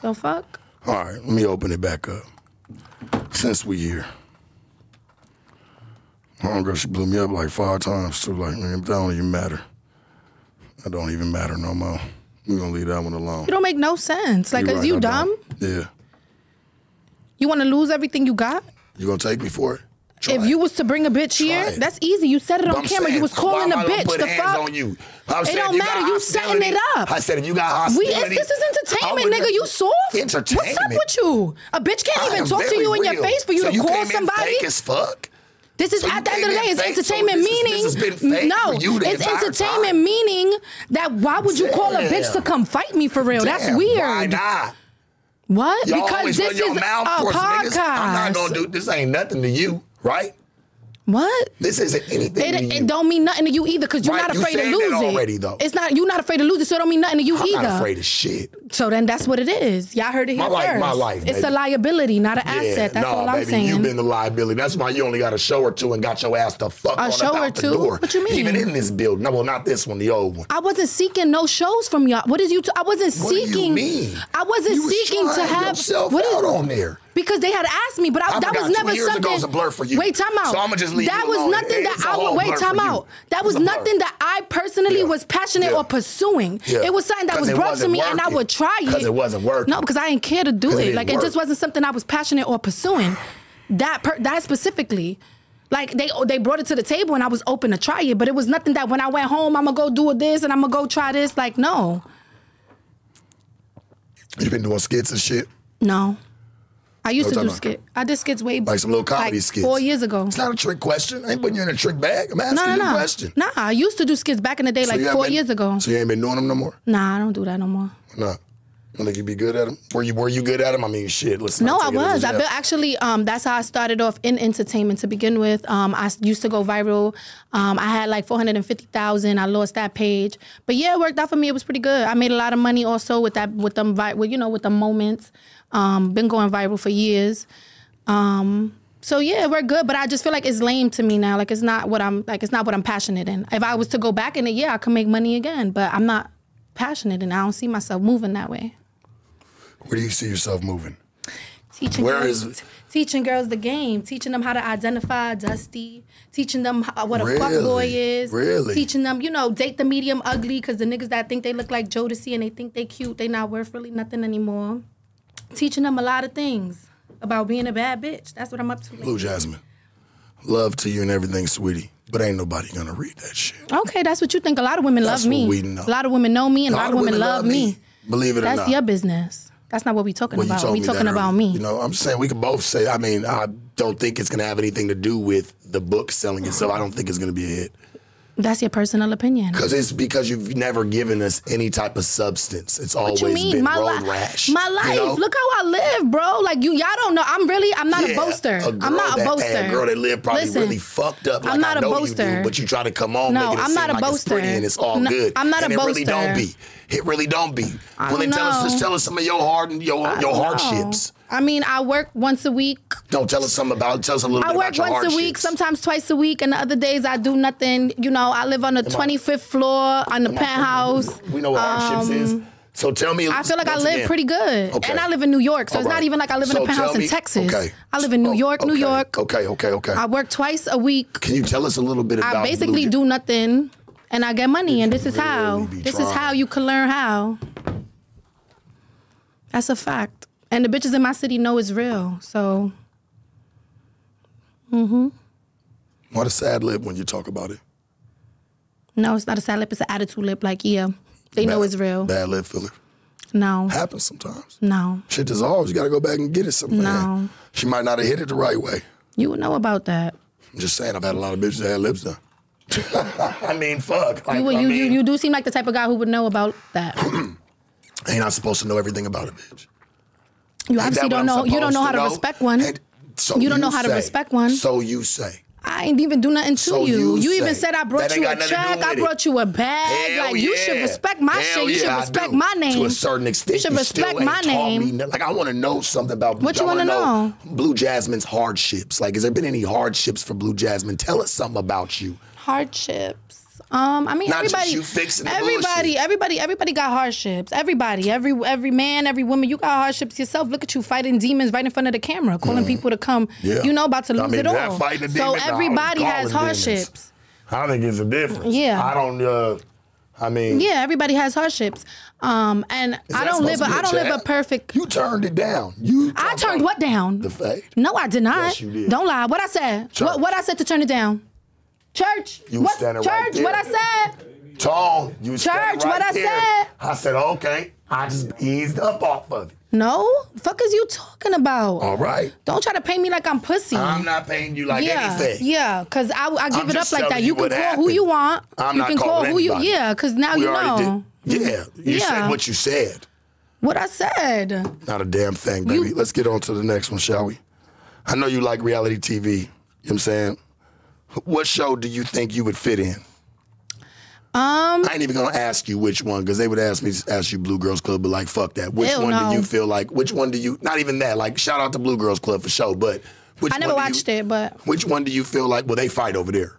[SPEAKER 2] The fuck?
[SPEAKER 1] All right, let me open it back up. Since we here. My homegirl, she blew me up like five times too. Like, man, that don't even matter. That don't even matter no more. We're gonna leave that one alone.
[SPEAKER 2] You don't make no sense. Like,
[SPEAKER 1] You're
[SPEAKER 2] is
[SPEAKER 1] right,
[SPEAKER 2] you
[SPEAKER 1] I
[SPEAKER 2] dumb?
[SPEAKER 1] don't. Yeah.
[SPEAKER 2] You want to lose everything you got?
[SPEAKER 1] You gonna take me for it? Try
[SPEAKER 2] if
[SPEAKER 1] it.
[SPEAKER 2] you was to bring a bitch
[SPEAKER 1] Try
[SPEAKER 2] here,
[SPEAKER 1] it.
[SPEAKER 2] that's easy. You said it
[SPEAKER 1] But
[SPEAKER 2] on
[SPEAKER 1] I'm
[SPEAKER 2] camera.
[SPEAKER 1] saying,
[SPEAKER 2] you was
[SPEAKER 1] why
[SPEAKER 2] calling the
[SPEAKER 1] am I gonna
[SPEAKER 2] bitch.
[SPEAKER 1] put
[SPEAKER 2] the
[SPEAKER 1] hands
[SPEAKER 2] fuck?
[SPEAKER 1] on you? I was
[SPEAKER 2] It
[SPEAKER 1] saying,
[SPEAKER 2] don't
[SPEAKER 1] if got
[SPEAKER 2] matter. You setting
[SPEAKER 1] hostility-
[SPEAKER 2] it up.
[SPEAKER 1] I said if you got
[SPEAKER 2] We,
[SPEAKER 1] hostility,
[SPEAKER 2] it's, this is
[SPEAKER 1] I
[SPEAKER 2] entertainment,
[SPEAKER 1] wouldn't-
[SPEAKER 2] nigga. You soft.
[SPEAKER 1] Entertainment.
[SPEAKER 2] What's up with you? A bitch
[SPEAKER 1] I
[SPEAKER 2] can't even
[SPEAKER 1] am
[SPEAKER 2] talk to
[SPEAKER 1] very
[SPEAKER 2] you in your
[SPEAKER 1] real.
[SPEAKER 2] face for you
[SPEAKER 1] so
[SPEAKER 2] to
[SPEAKER 1] you
[SPEAKER 2] call
[SPEAKER 1] came in
[SPEAKER 2] somebody.
[SPEAKER 1] Fake as fuck.
[SPEAKER 2] This is
[SPEAKER 1] So you
[SPEAKER 2] at the end
[SPEAKER 1] came
[SPEAKER 2] of the
[SPEAKER 1] in
[SPEAKER 2] day, it's
[SPEAKER 1] fake, so
[SPEAKER 2] entertainment
[SPEAKER 1] this is-
[SPEAKER 2] meaning.
[SPEAKER 1] this has been fake
[SPEAKER 2] no,
[SPEAKER 1] for you the
[SPEAKER 2] it's
[SPEAKER 1] entire
[SPEAKER 2] entertainment
[SPEAKER 1] time.
[SPEAKER 2] meaning that why would you call a bitch
[SPEAKER 1] Damn.
[SPEAKER 2] to come fight me for real? That's
[SPEAKER 1] Damn,
[SPEAKER 2] weird.
[SPEAKER 1] Why not?
[SPEAKER 2] What?
[SPEAKER 1] Y'all
[SPEAKER 2] because
[SPEAKER 1] always
[SPEAKER 2] this
[SPEAKER 1] run
[SPEAKER 2] is
[SPEAKER 1] your
[SPEAKER 2] a
[SPEAKER 1] mouth towards
[SPEAKER 2] podcast.
[SPEAKER 1] niggas. I'm not gonna do this. Ain't nothing to you, right?
[SPEAKER 2] what?
[SPEAKER 1] This isn't anything
[SPEAKER 2] It,
[SPEAKER 1] to you.
[SPEAKER 2] it don't mean nothing to you either because you're
[SPEAKER 1] Right,
[SPEAKER 2] not
[SPEAKER 1] you
[SPEAKER 2] afraid
[SPEAKER 1] said
[SPEAKER 2] to
[SPEAKER 1] that
[SPEAKER 2] lose it.
[SPEAKER 1] already, though.
[SPEAKER 2] It's not you're not afraid to lose it, so it don't mean nothing to you
[SPEAKER 1] I'm
[SPEAKER 2] either.
[SPEAKER 1] not afraid of shit.
[SPEAKER 2] So then that's what it is. Y'all heard it
[SPEAKER 1] My
[SPEAKER 2] here
[SPEAKER 1] life-
[SPEAKER 2] first.
[SPEAKER 1] my life,
[SPEAKER 2] it's a
[SPEAKER 1] baby.
[SPEAKER 2] liability, not an asset. That's
[SPEAKER 1] no,
[SPEAKER 2] all I'm
[SPEAKER 1] baby,
[SPEAKER 2] saying.
[SPEAKER 1] you've been the liability. That's why you only got a show or two and got your ass the fuck
[SPEAKER 2] A
[SPEAKER 1] on
[SPEAKER 2] show
[SPEAKER 1] about
[SPEAKER 2] or
[SPEAKER 1] the
[SPEAKER 2] two?
[SPEAKER 1] door.
[SPEAKER 2] What you mean?
[SPEAKER 1] Even in this building. No, well, not this one, the old one.
[SPEAKER 2] I wasn't seeking no shows from y'all. What is you? T- I wasn't
[SPEAKER 1] What do you
[SPEAKER 2] seeking.
[SPEAKER 1] mean?
[SPEAKER 2] I wasn't
[SPEAKER 1] You was
[SPEAKER 2] seeking to
[SPEAKER 1] trying
[SPEAKER 2] have
[SPEAKER 1] yourself
[SPEAKER 2] what is-
[SPEAKER 1] out on there.
[SPEAKER 2] because they had asked me, but I,
[SPEAKER 1] I
[SPEAKER 2] that
[SPEAKER 1] forgot
[SPEAKER 2] was never
[SPEAKER 1] 20 years ago
[SPEAKER 2] something.
[SPEAKER 1] was a blur for you.
[SPEAKER 2] Wait, time out.
[SPEAKER 1] So I'ma just leave
[SPEAKER 2] That
[SPEAKER 1] you
[SPEAKER 2] was
[SPEAKER 1] alone.
[SPEAKER 2] nothing
[SPEAKER 1] It-
[SPEAKER 2] that
[SPEAKER 1] it's a
[SPEAKER 2] I would
[SPEAKER 1] whole
[SPEAKER 2] wait.
[SPEAKER 1] blur
[SPEAKER 2] Time
[SPEAKER 1] for you.
[SPEAKER 2] out. That
[SPEAKER 1] It
[SPEAKER 2] was
[SPEAKER 1] was a blur.
[SPEAKER 2] nothing that I personally
[SPEAKER 1] Yeah.
[SPEAKER 2] was passionate
[SPEAKER 1] Yeah.
[SPEAKER 2] or pursuing.
[SPEAKER 1] Yeah.
[SPEAKER 2] It was something that
[SPEAKER 1] 'Cause
[SPEAKER 2] was
[SPEAKER 1] it
[SPEAKER 2] brought to
[SPEAKER 1] wasn't
[SPEAKER 2] me, and I
[SPEAKER 1] working.
[SPEAKER 2] would try it.
[SPEAKER 1] 'Cause it wasn't working.
[SPEAKER 2] No, because I didn't care to do
[SPEAKER 1] 'Cause it
[SPEAKER 2] it.
[SPEAKER 1] didn't
[SPEAKER 2] Like it
[SPEAKER 1] work.
[SPEAKER 2] just wasn't something I was passionate or pursuing. That per- that specifically. Like they they brought it to the table and I was open to try it, but it was nothing that when I went home I'm gonna go do this and I'm gonna go try this. Like no,
[SPEAKER 1] You've been doing skits and shit.
[SPEAKER 2] No. I used
[SPEAKER 1] No,
[SPEAKER 2] to
[SPEAKER 1] time
[SPEAKER 2] do
[SPEAKER 1] out.
[SPEAKER 2] skit. I did skits way
[SPEAKER 1] Like some little comedy
[SPEAKER 2] like
[SPEAKER 1] skits.
[SPEAKER 2] Four years ago.
[SPEAKER 1] It's not a trick question. I ain't putting you in a trick bag. I'm asking
[SPEAKER 2] No, no,
[SPEAKER 1] you a
[SPEAKER 2] no.
[SPEAKER 1] question.
[SPEAKER 2] Nah, I used to do skits back in the day,
[SPEAKER 1] So
[SPEAKER 2] like
[SPEAKER 1] you
[SPEAKER 2] four
[SPEAKER 1] haven't-
[SPEAKER 2] years ago.
[SPEAKER 1] So you ain't been doing them no more?
[SPEAKER 2] Nah, I don't do that no more.
[SPEAKER 1] No. I think you be good at them. Were you were you good at them? I mean, shit. Let's
[SPEAKER 2] No,
[SPEAKER 1] not
[SPEAKER 2] I
[SPEAKER 1] take it as
[SPEAKER 2] was.
[SPEAKER 1] a
[SPEAKER 2] I
[SPEAKER 1] jab.
[SPEAKER 2] built actually. Um, that's how I started off in entertainment to begin with. Um, I s- used to go viral. Um, I had like four hundred and fifty thousand. I lost that page, but yeah, it worked out for me. It was pretty good. I made a lot of money also with that with them vi- with, you know with the moments. Um, been going viral for years. Um, so yeah, we're good. But I just feel like it's lame to me now. Like it's not what I'm like. It's not what I'm passionate in. If I was to go back in it, yeah, I could make money again. But I'm not passionate, and I don't see myself moving that way.
[SPEAKER 1] Where do you see yourself moving?
[SPEAKER 2] teaching
[SPEAKER 1] Where
[SPEAKER 2] girls,
[SPEAKER 1] is it?
[SPEAKER 2] teaching girls the game, teaching them how to identify dusty, teaching them how, what a fuck
[SPEAKER 1] Really?
[SPEAKER 2] boy is,
[SPEAKER 1] Really?
[SPEAKER 2] teaching them you know date the medium ugly because the niggas that think they look like Jodeci and they think they cute, they not worth really nothing anymore. Teaching them a lot of things about being a bad bitch. That's what I'm up to. lately.
[SPEAKER 1] Blue Jasmine. Love to you and everything, sweetie. But ain't nobody gonna read that shit.
[SPEAKER 2] Okay, that's what you think. A lot of women
[SPEAKER 1] That's
[SPEAKER 2] love me.
[SPEAKER 1] what we know.
[SPEAKER 2] A lot of women know me, and a lot of women, love me.
[SPEAKER 1] Believe it
[SPEAKER 2] That's
[SPEAKER 1] or not.
[SPEAKER 2] your business. That's not what we talking
[SPEAKER 1] Well, you
[SPEAKER 2] about.
[SPEAKER 1] told
[SPEAKER 2] We
[SPEAKER 1] me
[SPEAKER 2] talking
[SPEAKER 1] that
[SPEAKER 2] about
[SPEAKER 1] earlier.
[SPEAKER 2] me.
[SPEAKER 1] You know, I'm saying we could both say. I mean, I don't think it's gonna have anything to do with the book selling itself. I don't think it's gonna be a hit
[SPEAKER 2] That's your personal opinion.
[SPEAKER 1] because it's because you've never given us any type of substance. It's
[SPEAKER 2] What
[SPEAKER 1] always
[SPEAKER 2] you mean?
[SPEAKER 1] been
[SPEAKER 2] My
[SPEAKER 1] road
[SPEAKER 2] life,
[SPEAKER 1] rash.
[SPEAKER 2] my
[SPEAKER 1] you
[SPEAKER 2] life.
[SPEAKER 1] know?
[SPEAKER 2] Look how I live, bro. Like you, y'all don't know. I'm really, I'm not
[SPEAKER 1] Yeah,
[SPEAKER 2] a boaster.
[SPEAKER 1] girl
[SPEAKER 2] I'm not a
[SPEAKER 1] that-
[SPEAKER 2] boaster.
[SPEAKER 1] A girl that lived probably
[SPEAKER 2] Listen,
[SPEAKER 1] really fucked up. Like
[SPEAKER 2] I'm not
[SPEAKER 1] I
[SPEAKER 2] a
[SPEAKER 1] know You
[SPEAKER 2] boaster.
[SPEAKER 1] do, but you try to come on,
[SPEAKER 2] No,
[SPEAKER 1] making it
[SPEAKER 2] I'm
[SPEAKER 1] seem
[SPEAKER 2] not a
[SPEAKER 1] like it's pretty
[SPEAKER 2] boaster.
[SPEAKER 1] and it's all
[SPEAKER 2] No,
[SPEAKER 1] good.
[SPEAKER 2] I'm not a
[SPEAKER 1] and it really
[SPEAKER 2] boaster.
[SPEAKER 1] don't be. It really don't be. Well,
[SPEAKER 2] I don't
[SPEAKER 1] then tell us, just
[SPEAKER 2] know.
[SPEAKER 1] tell us some of your hard, your
[SPEAKER 2] I
[SPEAKER 1] your
[SPEAKER 2] don't know.
[SPEAKER 1] hardships.
[SPEAKER 2] I mean, I work once a week.
[SPEAKER 1] Don't tell us some about. Tell us a little
[SPEAKER 2] I
[SPEAKER 1] bit
[SPEAKER 2] work
[SPEAKER 1] about your
[SPEAKER 2] once
[SPEAKER 1] hardships.
[SPEAKER 2] a week, sometimes twice a week, and the other days I do nothing. You know, I live on the 25th floor on the penthouse. Um,
[SPEAKER 1] We know what hardships is. So tell me.
[SPEAKER 2] I feel like I
[SPEAKER 1] once
[SPEAKER 2] live
[SPEAKER 1] again.
[SPEAKER 2] pretty good,
[SPEAKER 1] Okay.
[SPEAKER 2] and I live in New York, so it's
[SPEAKER 1] All
[SPEAKER 2] not
[SPEAKER 1] right.
[SPEAKER 2] even like I live in
[SPEAKER 1] So
[SPEAKER 2] a penthouse
[SPEAKER 1] tell
[SPEAKER 2] in
[SPEAKER 1] me-
[SPEAKER 2] Texas.
[SPEAKER 1] okay.
[SPEAKER 2] I live in New
[SPEAKER 1] Oh,
[SPEAKER 2] York, New
[SPEAKER 1] okay,
[SPEAKER 2] York.
[SPEAKER 1] Okay, okay, okay.
[SPEAKER 2] I work twice a week.
[SPEAKER 1] Can you tell us a little bit about?
[SPEAKER 2] I basically
[SPEAKER 1] Blue
[SPEAKER 2] do nothing, and I get money, and this is how.
[SPEAKER 1] Really be
[SPEAKER 2] This is
[SPEAKER 1] trying.
[SPEAKER 2] how you can learn how. That's a fact, and the bitches in my city know it's real. So
[SPEAKER 1] Why the sad lip when you talk about it?
[SPEAKER 2] no, it's not a sad lip; it's an attitude lip. Like yeah, they know
[SPEAKER 1] Bad-
[SPEAKER 2] it's real.
[SPEAKER 1] Bad lip filler
[SPEAKER 2] No,
[SPEAKER 1] happens sometimes.
[SPEAKER 2] no,
[SPEAKER 1] Shit dissolves. You got to go back and get it. Something.
[SPEAKER 2] No.
[SPEAKER 1] She might not have hit it the right way.
[SPEAKER 2] you would know about that.
[SPEAKER 1] I'm just saying. I've had a lot of bitches that had lips done. I mean, fuck. Like,
[SPEAKER 2] You, would-
[SPEAKER 1] I
[SPEAKER 2] you, you
[SPEAKER 1] mean,
[SPEAKER 2] you do seem like the type of guy who would know about that.
[SPEAKER 1] ain't I supposed to know everything about a bitch?
[SPEAKER 2] You
[SPEAKER 1] Ain't
[SPEAKER 2] obviously
[SPEAKER 1] that what
[SPEAKER 2] don't
[SPEAKER 1] I'm
[SPEAKER 2] know. You don't
[SPEAKER 1] supposed
[SPEAKER 2] know how to
[SPEAKER 1] know?
[SPEAKER 2] respect one.
[SPEAKER 1] And so
[SPEAKER 2] You don't know how to
[SPEAKER 1] say-
[SPEAKER 2] respect one.
[SPEAKER 1] So you say.
[SPEAKER 2] I ain't even do nothing to
[SPEAKER 1] So
[SPEAKER 2] you.
[SPEAKER 1] you
[SPEAKER 2] You,
[SPEAKER 1] say
[SPEAKER 2] even said I
[SPEAKER 1] that
[SPEAKER 2] brought
[SPEAKER 1] ain't
[SPEAKER 2] you a
[SPEAKER 1] got nothing to
[SPEAKER 2] check.
[SPEAKER 1] do
[SPEAKER 2] I
[SPEAKER 1] with it.
[SPEAKER 2] brought you a bag.
[SPEAKER 1] Hell
[SPEAKER 2] like you should
[SPEAKER 1] yeah.
[SPEAKER 2] respect my
[SPEAKER 1] Hell
[SPEAKER 2] shit. You should
[SPEAKER 1] yeah, I
[SPEAKER 2] respect
[SPEAKER 1] do.
[SPEAKER 2] my name.
[SPEAKER 1] To a certain extent,
[SPEAKER 2] you should respect
[SPEAKER 1] still ain't
[SPEAKER 2] my
[SPEAKER 1] taught
[SPEAKER 2] name.
[SPEAKER 1] me nothing. like I want to know something about
[SPEAKER 2] What
[SPEAKER 1] I
[SPEAKER 2] you
[SPEAKER 1] wanna
[SPEAKER 2] wanna
[SPEAKER 1] Blue Jasmine's hardships. Like, has there been any hardships for Blue Jasmine? Tell us something about you.
[SPEAKER 2] Hardships. Um, I mean
[SPEAKER 1] Not just
[SPEAKER 2] everybody.
[SPEAKER 1] you fixing the
[SPEAKER 2] everybody,
[SPEAKER 1] bullshit.
[SPEAKER 2] everybody, everybody got hardships. Everybody, every every man, every woman, you got hardships yourself. Look at you fighting demons right in front of the camera, calling people to come.
[SPEAKER 1] Mm. Yeah.
[SPEAKER 2] You know, about to
[SPEAKER 1] I
[SPEAKER 2] lose
[SPEAKER 1] mean,
[SPEAKER 2] it
[SPEAKER 1] that
[SPEAKER 2] all.
[SPEAKER 1] fighting a
[SPEAKER 2] so
[SPEAKER 1] demon, nah,
[SPEAKER 2] everybody
[SPEAKER 1] I'm
[SPEAKER 2] has
[SPEAKER 1] calling demons.
[SPEAKER 2] hardships.
[SPEAKER 1] I think it's a difference.
[SPEAKER 2] Yeah. I
[SPEAKER 1] don't. Uh, I mean,
[SPEAKER 2] Yeah, everybody has hardships. Um, and
[SPEAKER 1] is
[SPEAKER 2] I
[SPEAKER 1] that
[SPEAKER 2] don't live.
[SPEAKER 1] supposed
[SPEAKER 2] A,
[SPEAKER 1] to be
[SPEAKER 2] I don't live a
[SPEAKER 1] jab?
[SPEAKER 2] perfect.
[SPEAKER 1] You turned it down. You.
[SPEAKER 2] I turned what down?
[SPEAKER 1] The fade.
[SPEAKER 2] No, I did not.
[SPEAKER 1] Yes, you did.
[SPEAKER 2] Don't lie. What I said?
[SPEAKER 1] Church.
[SPEAKER 2] What what I said to turn it down? Church.
[SPEAKER 1] You was
[SPEAKER 2] what,
[SPEAKER 1] standing
[SPEAKER 2] church?
[SPEAKER 1] right there.
[SPEAKER 2] What I said?
[SPEAKER 1] Tall. You was standing
[SPEAKER 2] Church, what I said.
[SPEAKER 1] I said okay. I just eased up off of it.
[SPEAKER 2] No. Fuck is you talking about?
[SPEAKER 1] All right.
[SPEAKER 2] Don't try to pay me like I'm pussy.
[SPEAKER 1] Oh. I'm not paying you like
[SPEAKER 2] yeah,
[SPEAKER 1] anything.
[SPEAKER 2] yeah, cause I, I give
[SPEAKER 1] I'm
[SPEAKER 2] it up
[SPEAKER 1] just
[SPEAKER 2] like that.
[SPEAKER 1] telling
[SPEAKER 2] You,
[SPEAKER 1] you
[SPEAKER 2] can
[SPEAKER 1] what
[SPEAKER 2] call who
[SPEAKER 1] happened.
[SPEAKER 2] you want.
[SPEAKER 1] I'm
[SPEAKER 2] you
[SPEAKER 1] not
[SPEAKER 2] can call
[SPEAKER 1] calling
[SPEAKER 2] who you.
[SPEAKER 1] anybody.
[SPEAKER 2] Yeah, cause now
[SPEAKER 1] we
[SPEAKER 2] you
[SPEAKER 1] already
[SPEAKER 2] know
[SPEAKER 1] did. Yeah, you
[SPEAKER 2] Yeah.
[SPEAKER 1] said what you said.
[SPEAKER 2] what I said.
[SPEAKER 1] Not a damn thing, baby.
[SPEAKER 2] You-
[SPEAKER 1] Let's get on to the next one, shall we? I know you like reality TV. You know what I'm saying? What show do you think you would fit in?
[SPEAKER 2] Um,
[SPEAKER 1] I ain't even gonna ask you which one, because they would ask me ask you Blue Girls Club, but like fuck that. Which
[SPEAKER 2] Hell
[SPEAKER 1] one
[SPEAKER 2] no.
[SPEAKER 1] do you feel like which one do you not even that, like shout out to Blue Girls Club for sure, but which
[SPEAKER 2] I never
[SPEAKER 1] one do you-
[SPEAKER 2] watched it, but
[SPEAKER 1] Which one do you feel like? Well, they fight over there.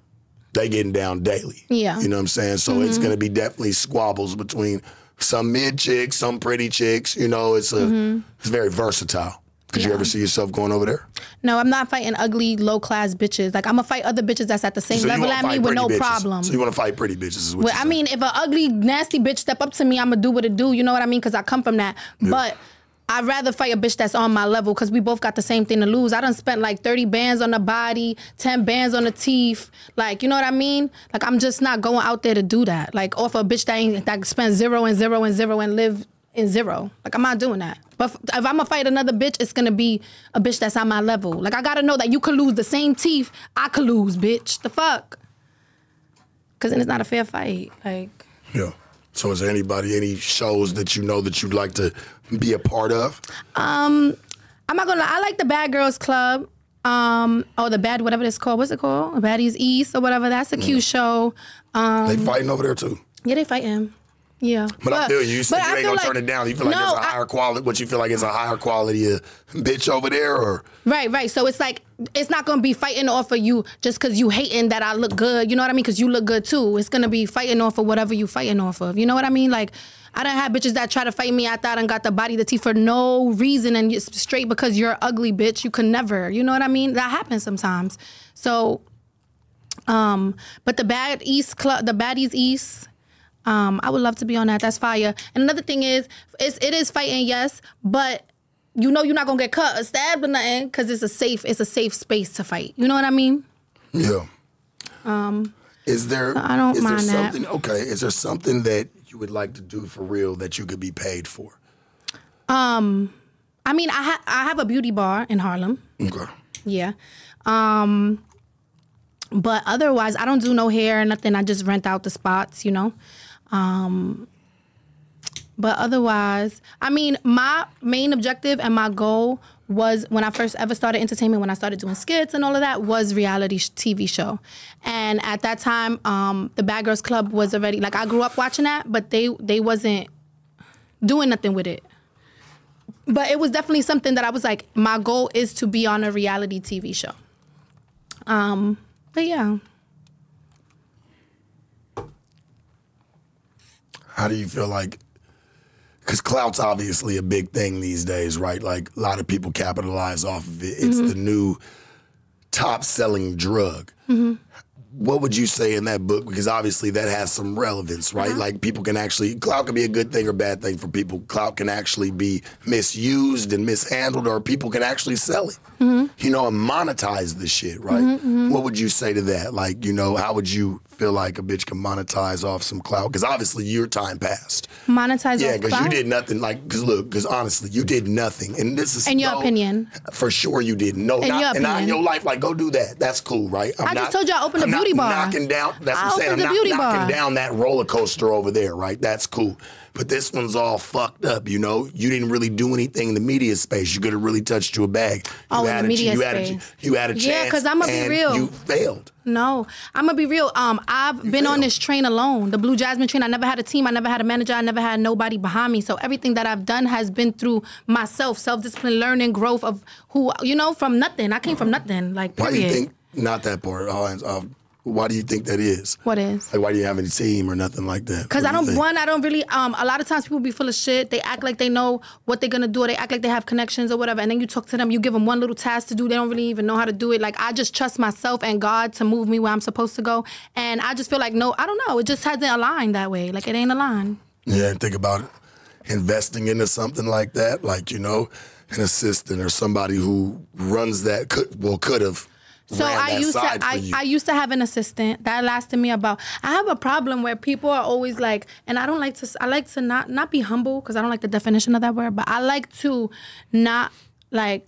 [SPEAKER 1] They getting down daily.
[SPEAKER 2] Yeah. Mm-hmm.
[SPEAKER 1] You know what I'm saying? So it's gonna be definitely squabbles between some mid chicks, some pretty chicks. You know, it's a
[SPEAKER 2] Mm-hmm.
[SPEAKER 1] it's very versatile. Could you ever see yourself going over there?
[SPEAKER 2] No, I'm not fighting ugly, low class bitches. Like I'm gonna fight other bitches that's at the same
[SPEAKER 1] you
[SPEAKER 2] level
[SPEAKER 1] wanna
[SPEAKER 2] at me
[SPEAKER 1] fight
[SPEAKER 2] with
[SPEAKER 1] pretty
[SPEAKER 2] no
[SPEAKER 1] bitches.
[SPEAKER 2] problem.
[SPEAKER 1] So you want to fight pretty bitches? Is what
[SPEAKER 2] Well,
[SPEAKER 1] you're
[SPEAKER 2] I
[SPEAKER 1] saying.
[SPEAKER 2] mean, if an ugly, nasty bitch step up to me, I'm gonna do what it do. You know what I mean? Because I come from that. But I'd rather fight a bitch that's on my level because we both got the same thing to lose. I done spent like 30 bands on the body, 10 bands on the teeth. Like, you know what I mean? Like, I'm just not going out there to do that. Like, off a bitch that ain't that spent zero and zero and zero and live in zero. Like, I'm not doing that. But if I'm gonna fight another bitch, it's gonna be a bitch that's on my level. Like, I gotta know that you could lose the same teeth I could lose, bitch. The fuck? Because then it's not a fair fight. Like,
[SPEAKER 1] yeah. So is there anybody, any shows that you know that you'd like to be a part of?
[SPEAKER 2] Um, I'm not gonna lie. I like the Bad Girls Club. Um, or the bad whatever it's called. What's it called? Baddies East or whatever. That's
[SPEAKER 1] Mm.
[SPEAKER 2] a cute show.
[SPEAKER 1] they
[SPEAKER 2] Um,
[SPEAKER 1] fighting over there too.
[SPEAKER 2] Yeah, they fight him. Yeah.
[SPEAKER 1] But, I feel you. You said you
[SPEAKER 2] but I
[SPEAKER 1] ain't
[SPEAKER 2] feel
[SPEAKER 1] gonna
[SPEAKER 2] like-
[SPEAKER 1] turn it down. You feel like
[SPEAKER 2] no,
[SPEAKER 1] it's a
[SPEAKER 2] I-
[SPEAKER 1] higher quality. What you feel like is a higher quality uh, bitch over there, or
[SPEAKER 2] Right, right. So it's like it's not gonna be fighting off of you just cause you hating that I look good. You know what I mean? Cause you look good too. It's gonna be fighting off of whatever you fighting off of. You know what I mean? Like I done had bitches that try to fight me. I thought and got the body, the teeth for no reason, and it's straight because you're ugly, bitch. You could never. You know what I mean? That happens sometimes. So, um, but the bad East club, the baddies East. Um, I would love to be on that. That's fire. And another thing is, it's it is fighting, yes, but you know you're not gonna get cut or stabbed or nothing because it's a safe it's a safe space to fight. You know what I mean?
[SPEAKER 1] yeah. Um, is there?
[SPEAKER 2] Um, I don't
[SPEAKER 1] is
[SPEAKER 2] mind
[SPEAKER 1] there
[SPEAKER 2] that.
[SPEAKER 1] something? Okay. Is there something that you would like to do for real that you could be paid for?
[SPEAKER 2] I mean, I ha- I have a beauty bar in Harlem.
[SPEAKER 1] Okay.
[SPEAKER 2] Yeah. Um, but otherwise, I don't do no hair or nothing. I just rent out the spots, you know. Um, but otherwise, I mean, my main objective and my goal was when I first ever started entertainment, when I started doing skits and all of that, was reality sh- TV show. And at that time, um, the Bad Girls Club was already like I grew up watching that, but they they wasn't doing nothing with it but it was definitely something that I was like, my goal is to be on a reality TV show. Um, but yeah,
[SPEAKER 1] How do you feel like? Because because clout's obviously a big thing these days, right? Like a lot of people capitalize off of it. It's the new top selling drug. What would you say in that book? Because obviously that has some relevance, right? Like people can actually, clout can be a good thing or bad thing for people. Clout can actually be misused and mishandled, or people can actually sell it, you know, and monetize the shit, right?
[SPEAKER 2] Mm-hmm,
[SPEAKER 1] What would you say to that? Like, you know, how would you feel like a bitch can monetize off some clout? Because obviously your time passed.
[SPEAKER 2] Monetize
[SPEAKER 1] Yeah,
[SPEAKER 2] off
[SPEAKER 1] because you
[SPEAKER 2] clout?
[SPEAKER 1] did nothing. Like, because look, because honestly, you did nothing. And this is
[SPEAKER 2] In your
[SPEAKER 1] no-
[SPEAKER 2] opinion.
[SPEAKER 1] for sure you didn't. No,
[SPEAKER 2] In
[SPEAKER 1] not,
[SPEAKER 2] your
[SPEAKER 1] and not in
[SPEAKER 2] opinion.
[SPEAKER 1] your life. Like, go do that. That's cool, right? I'm
[SPEAKER 2] I just told you I opened a
[SPEAKER 1] I'm not
[SPEAKER 2] beauty bar.
[SPEAKER 1] Knocking down. That's
[SPEAKER 2] I
[SPEAKER 1] what I'm saying. I'm
[SPEAKER 2] opened a
[SPEAKER 1] not
[SPEAKER 2] beauty
[SPEAKER 1] knocking
[SPEAKER 2] bar.
[SPEAKER 1] down that roller coaster over there, right? That's cool. But this one's all fucked up. You know, you didn't really do anything in the media space. You could have really touched you a bag. You
[SPEAKER 2] Oh, in the
[SPEAKER 1] had a,
[SPEAKER 2] media
[SPEAKER 1] you Had a,
[SPEAKER 2] space.
[SPEAKER 1] you had a chance.
[SPEAKER 2] Yeah, 'cause I'ma be
[SPEAKER 1] and
[SPEAKER 2] real.
[SPEAKER 1] You failed.
[SPEAKER 2] No, I'm gonna be real. Um, I've been on
[SPEAKER 1] failed.
[SPEAKER 2] this train alone, the Blue Jasmine train. I never had a team. I never had a manager. I never had nobody behind me. So everything that I've done has been through myself, self discipline, learning, growth of who you know from nothing. I came from nothing. Like
[SPEAKER 1] Why
[SPEAKER 2] period.
[SPEAKER 1] do you think not that part? Oh, and, uh, why do you think that is?
[SPEAKER 2] What is?
[SPEAKER 1] Like, why do you have any team or nothing like that?
[SPEAKER 2] Cause
[SPEAKER 1] What
[SPEAKER 2] I
[SPEAKER 1] do you
[SPEAKER 2] don't
[SPEAKER 1] think?
[SPEAKER 2] one, I don't really um a lot of times people be full of shit. They act like they know what they're gonna do, or they act like they have connections or whatever. And then you talk to them, you give them one little task to do, they don't really even know how to do it. Like I just trust myself and God to move me where I'm supposed to go. And I just feel like no, I don't know. It just hasn't aligned that way. Like it ain't aligned.
[SPEAKER 1] Yeah, and think about it. investing into something like that, like you know, an assistant or somebody who runs that could well could have.
[SPEAKER 2] So I used to I, I used to have an assistant that lasted me about. I have a problem where people are always like, and I don't like to. s- I like to not not be humble because I don't like the definition of that word, but I like to not like.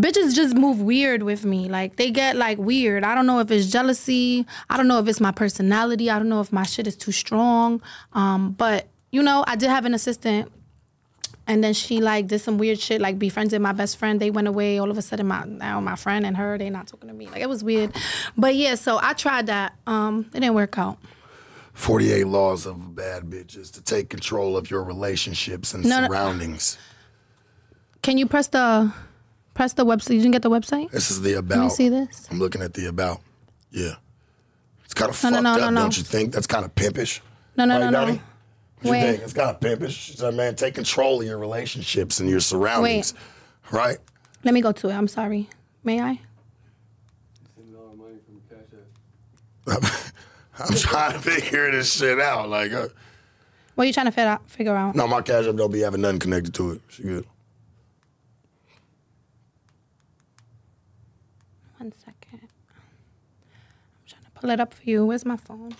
[SPEAKER 2] Bitches just move weird with me. Like they get like weird. I don't know if it's jealousy. I don't know if it's my personality. I don't know if my shit is too strong. Um, but you know, I did have an assistant and then she like did some weird shit, like befriended my best friend. They went away. All of a sudden, my now my friend and her they not talking to me. Like it was weird. But yeah, so I tried that. Um, it didn't work out.
[SPEAKER 1] forty eight laws of bad bitches to take control of your relationships and
[SPEAKER 2] No, no.
[SPEAKER 1] surroundings.
[SPEAKER 2] Can you press the press the website? You didn't get the website.
[SPEAKER 1] This is the about.
[SPEAKER 2] Let me see this.
[SPEAKER 1] I'm looking at the about. Yeah, it's kind of
[SPEAKER 2] No,
[SPEAKER 1] fucked
[SPEAKER 2] no, no,
[SPEAKER 1] up,
[SPEAKER 2] no, no.
[SPEAKER 1] don't you think? That's kind of pimpish.
[SPEAKER 2] No, no,
[SPEAKER 1] right,
[SPEAKER 2] no,
[SPEAKER 1] Donnie?
[SPEAKER 2] no.
[SPEAKER 1] What
[SPEAKER 2] Wait.
[SPEAKER 1] you think? It's kind of pimpish. So, man, take control of your relationships and your surroundings, right?
[SPEAKER 2] Let me go to it. I'm sorry. May I?
[SPEAKER 1] I'm trying to figure this shit out. Like, uh,
[SPEAKER 2] What are you trying to figure out? Figure out?
[SPEAKER 1] no, my cash app don't be having nothing connected to it. She good.
[SPEAKER 2] One second. I'm trying to pull it up for you. Where's my phone?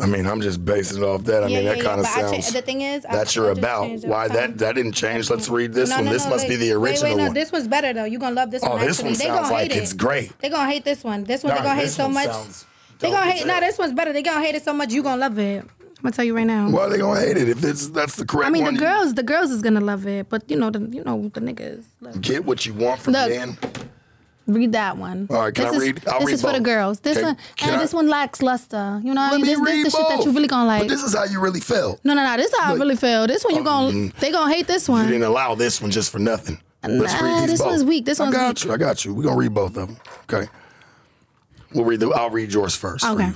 [SPEAKER 1] I mean, I'm just basing it off that. I
[SPEAKER 2] Yeah,
[SPEAKER 1] mean, that
[SPEAKER 2] yeah,
[SPEAKER 1] kind of
[SPEAKER 2] yeah, but I cha-
[SPEAKER 1] sounds.
[SPEAKER 2] the thing is, I-
[SPEAKER 1] that's
[SPEAKER 2] I
[SPEAKER 1] your
[SPEAKER 2] just
[SPEAKER 1] about.
[SPEAKER 2] changed it.
[SPEAKER 1] Why
[SPEAKER 2] Um,
[SPEAKER 1] that that didn't change? Let's read this
[SPEAKER 2] No,
[SPEAKER 1] one.
[SPEAKER 2] no,
[SPEAKER 1] this
[SPEAKER 2] no,
[SPEAKER 1] must
[SPEAKER 2] wait.
[SPEAKER 1] be the original
[SPEAKER 2] Wait, wait, no,
[SPEAKER 1] one.
[SPEAKER 2] this one's better though. You're gonna love this
[SPEAKER 1] Oh,
[SPEAKER 2] one.
[SPEAKER 1] this one
[SPEAKER 2] actually. They
[SPEAKER 1] sounds
[SPEAKER 2] gonna
[SPEAKER 1] like
[SPEAKER 2] hate it.
[SPEAKER 1] it's great.
[SPEAKER 2] They gonna hate this one. This one
[SPEAKER 1] Nah,
[SPEAKER 2] they gonna hate
[SPEAKER 1] this
[SPEAKER 2] so
[SPEAKER 1] one
[SPEAKER 2] much.
[SPEAKER 1] sounds
[SPEAKER 2] They
[SPEAKER 1] dope
[SPEAKER 2] gonna
[SPEAKER 1] as
[SPEAKER 2] hate.
[SPEAKER 1] hell.
[SPEAKER 2] Nah, this one's better. They gonna hate it so much. You gonna love it. I'm gonna tell you right now.
[SPEAKER 1] Why are they gonna hate it if it's that's the correct
[SPEAKER 2] I mean,
[SPEAKER 1] one?
[SPEAKER 2] the girls, the girls is gonna love it, but you know, the you know the niggas. Look,
[SPEAKER 1] You Get what you want from
[SPEAKER 2] Look.
[SPEAKER 1] Dan.
[SPEAKER 2] read that one.
[SPEAKER 1] All right, can
[SPEAKER 2] this
[SPEAKER 1] I
[SPEAKER 2] is,
[SPEAKER 1] read- I'll
[SPEAKER 2] this
[SPEAKER 1] read
[SPEAKER 2] is for the
[SPEAKER 1] both.
[SPEAKER 2] girls. This
[SPEAKER 1] Can-
[SPEAKER 2] one,
[SPEAKER 1] can
[SPEAKER 2] and
[SPEAKER 1] I-
[SPEAKER 2] this one lacks luster. You know what I
[SPEAKER 1] Let
[SPEAKER 2] mean?
[SPEAKER 1] me
[SPEAKER 2] This,
[SPEAKER 1] read
[SPEAKER 2] this the shit that
[SPEAKER 1] both.
[SPEAKER 2] you really gonna like.
[SPEAKER 1] But this is how you really felt.
[SPEAKER 2] no, no, no. This is how I really feel. This one you gonna they gonna hate this
[SPEAKER 1] mm. You
[SPEAKER 2] one.
[SPEAKER 1] didn't allow this one just for nothing. Let's
[SPEAKER 2] Nah,
[SPEAKER 1] read these
[SPEAKER 2] this
[SPEAKER 1] both.
[SPEAKER 2] one's weak. This one's
[SPEAKER 1] I got
[SPEAKER 2] weak.
[SPEAKER 1] you. I got you. We're gonna read both of them. Okay. We'll read the. I'll read yours first. for
[SPEAKER 2] Okay.
[SPEAKER 1] you.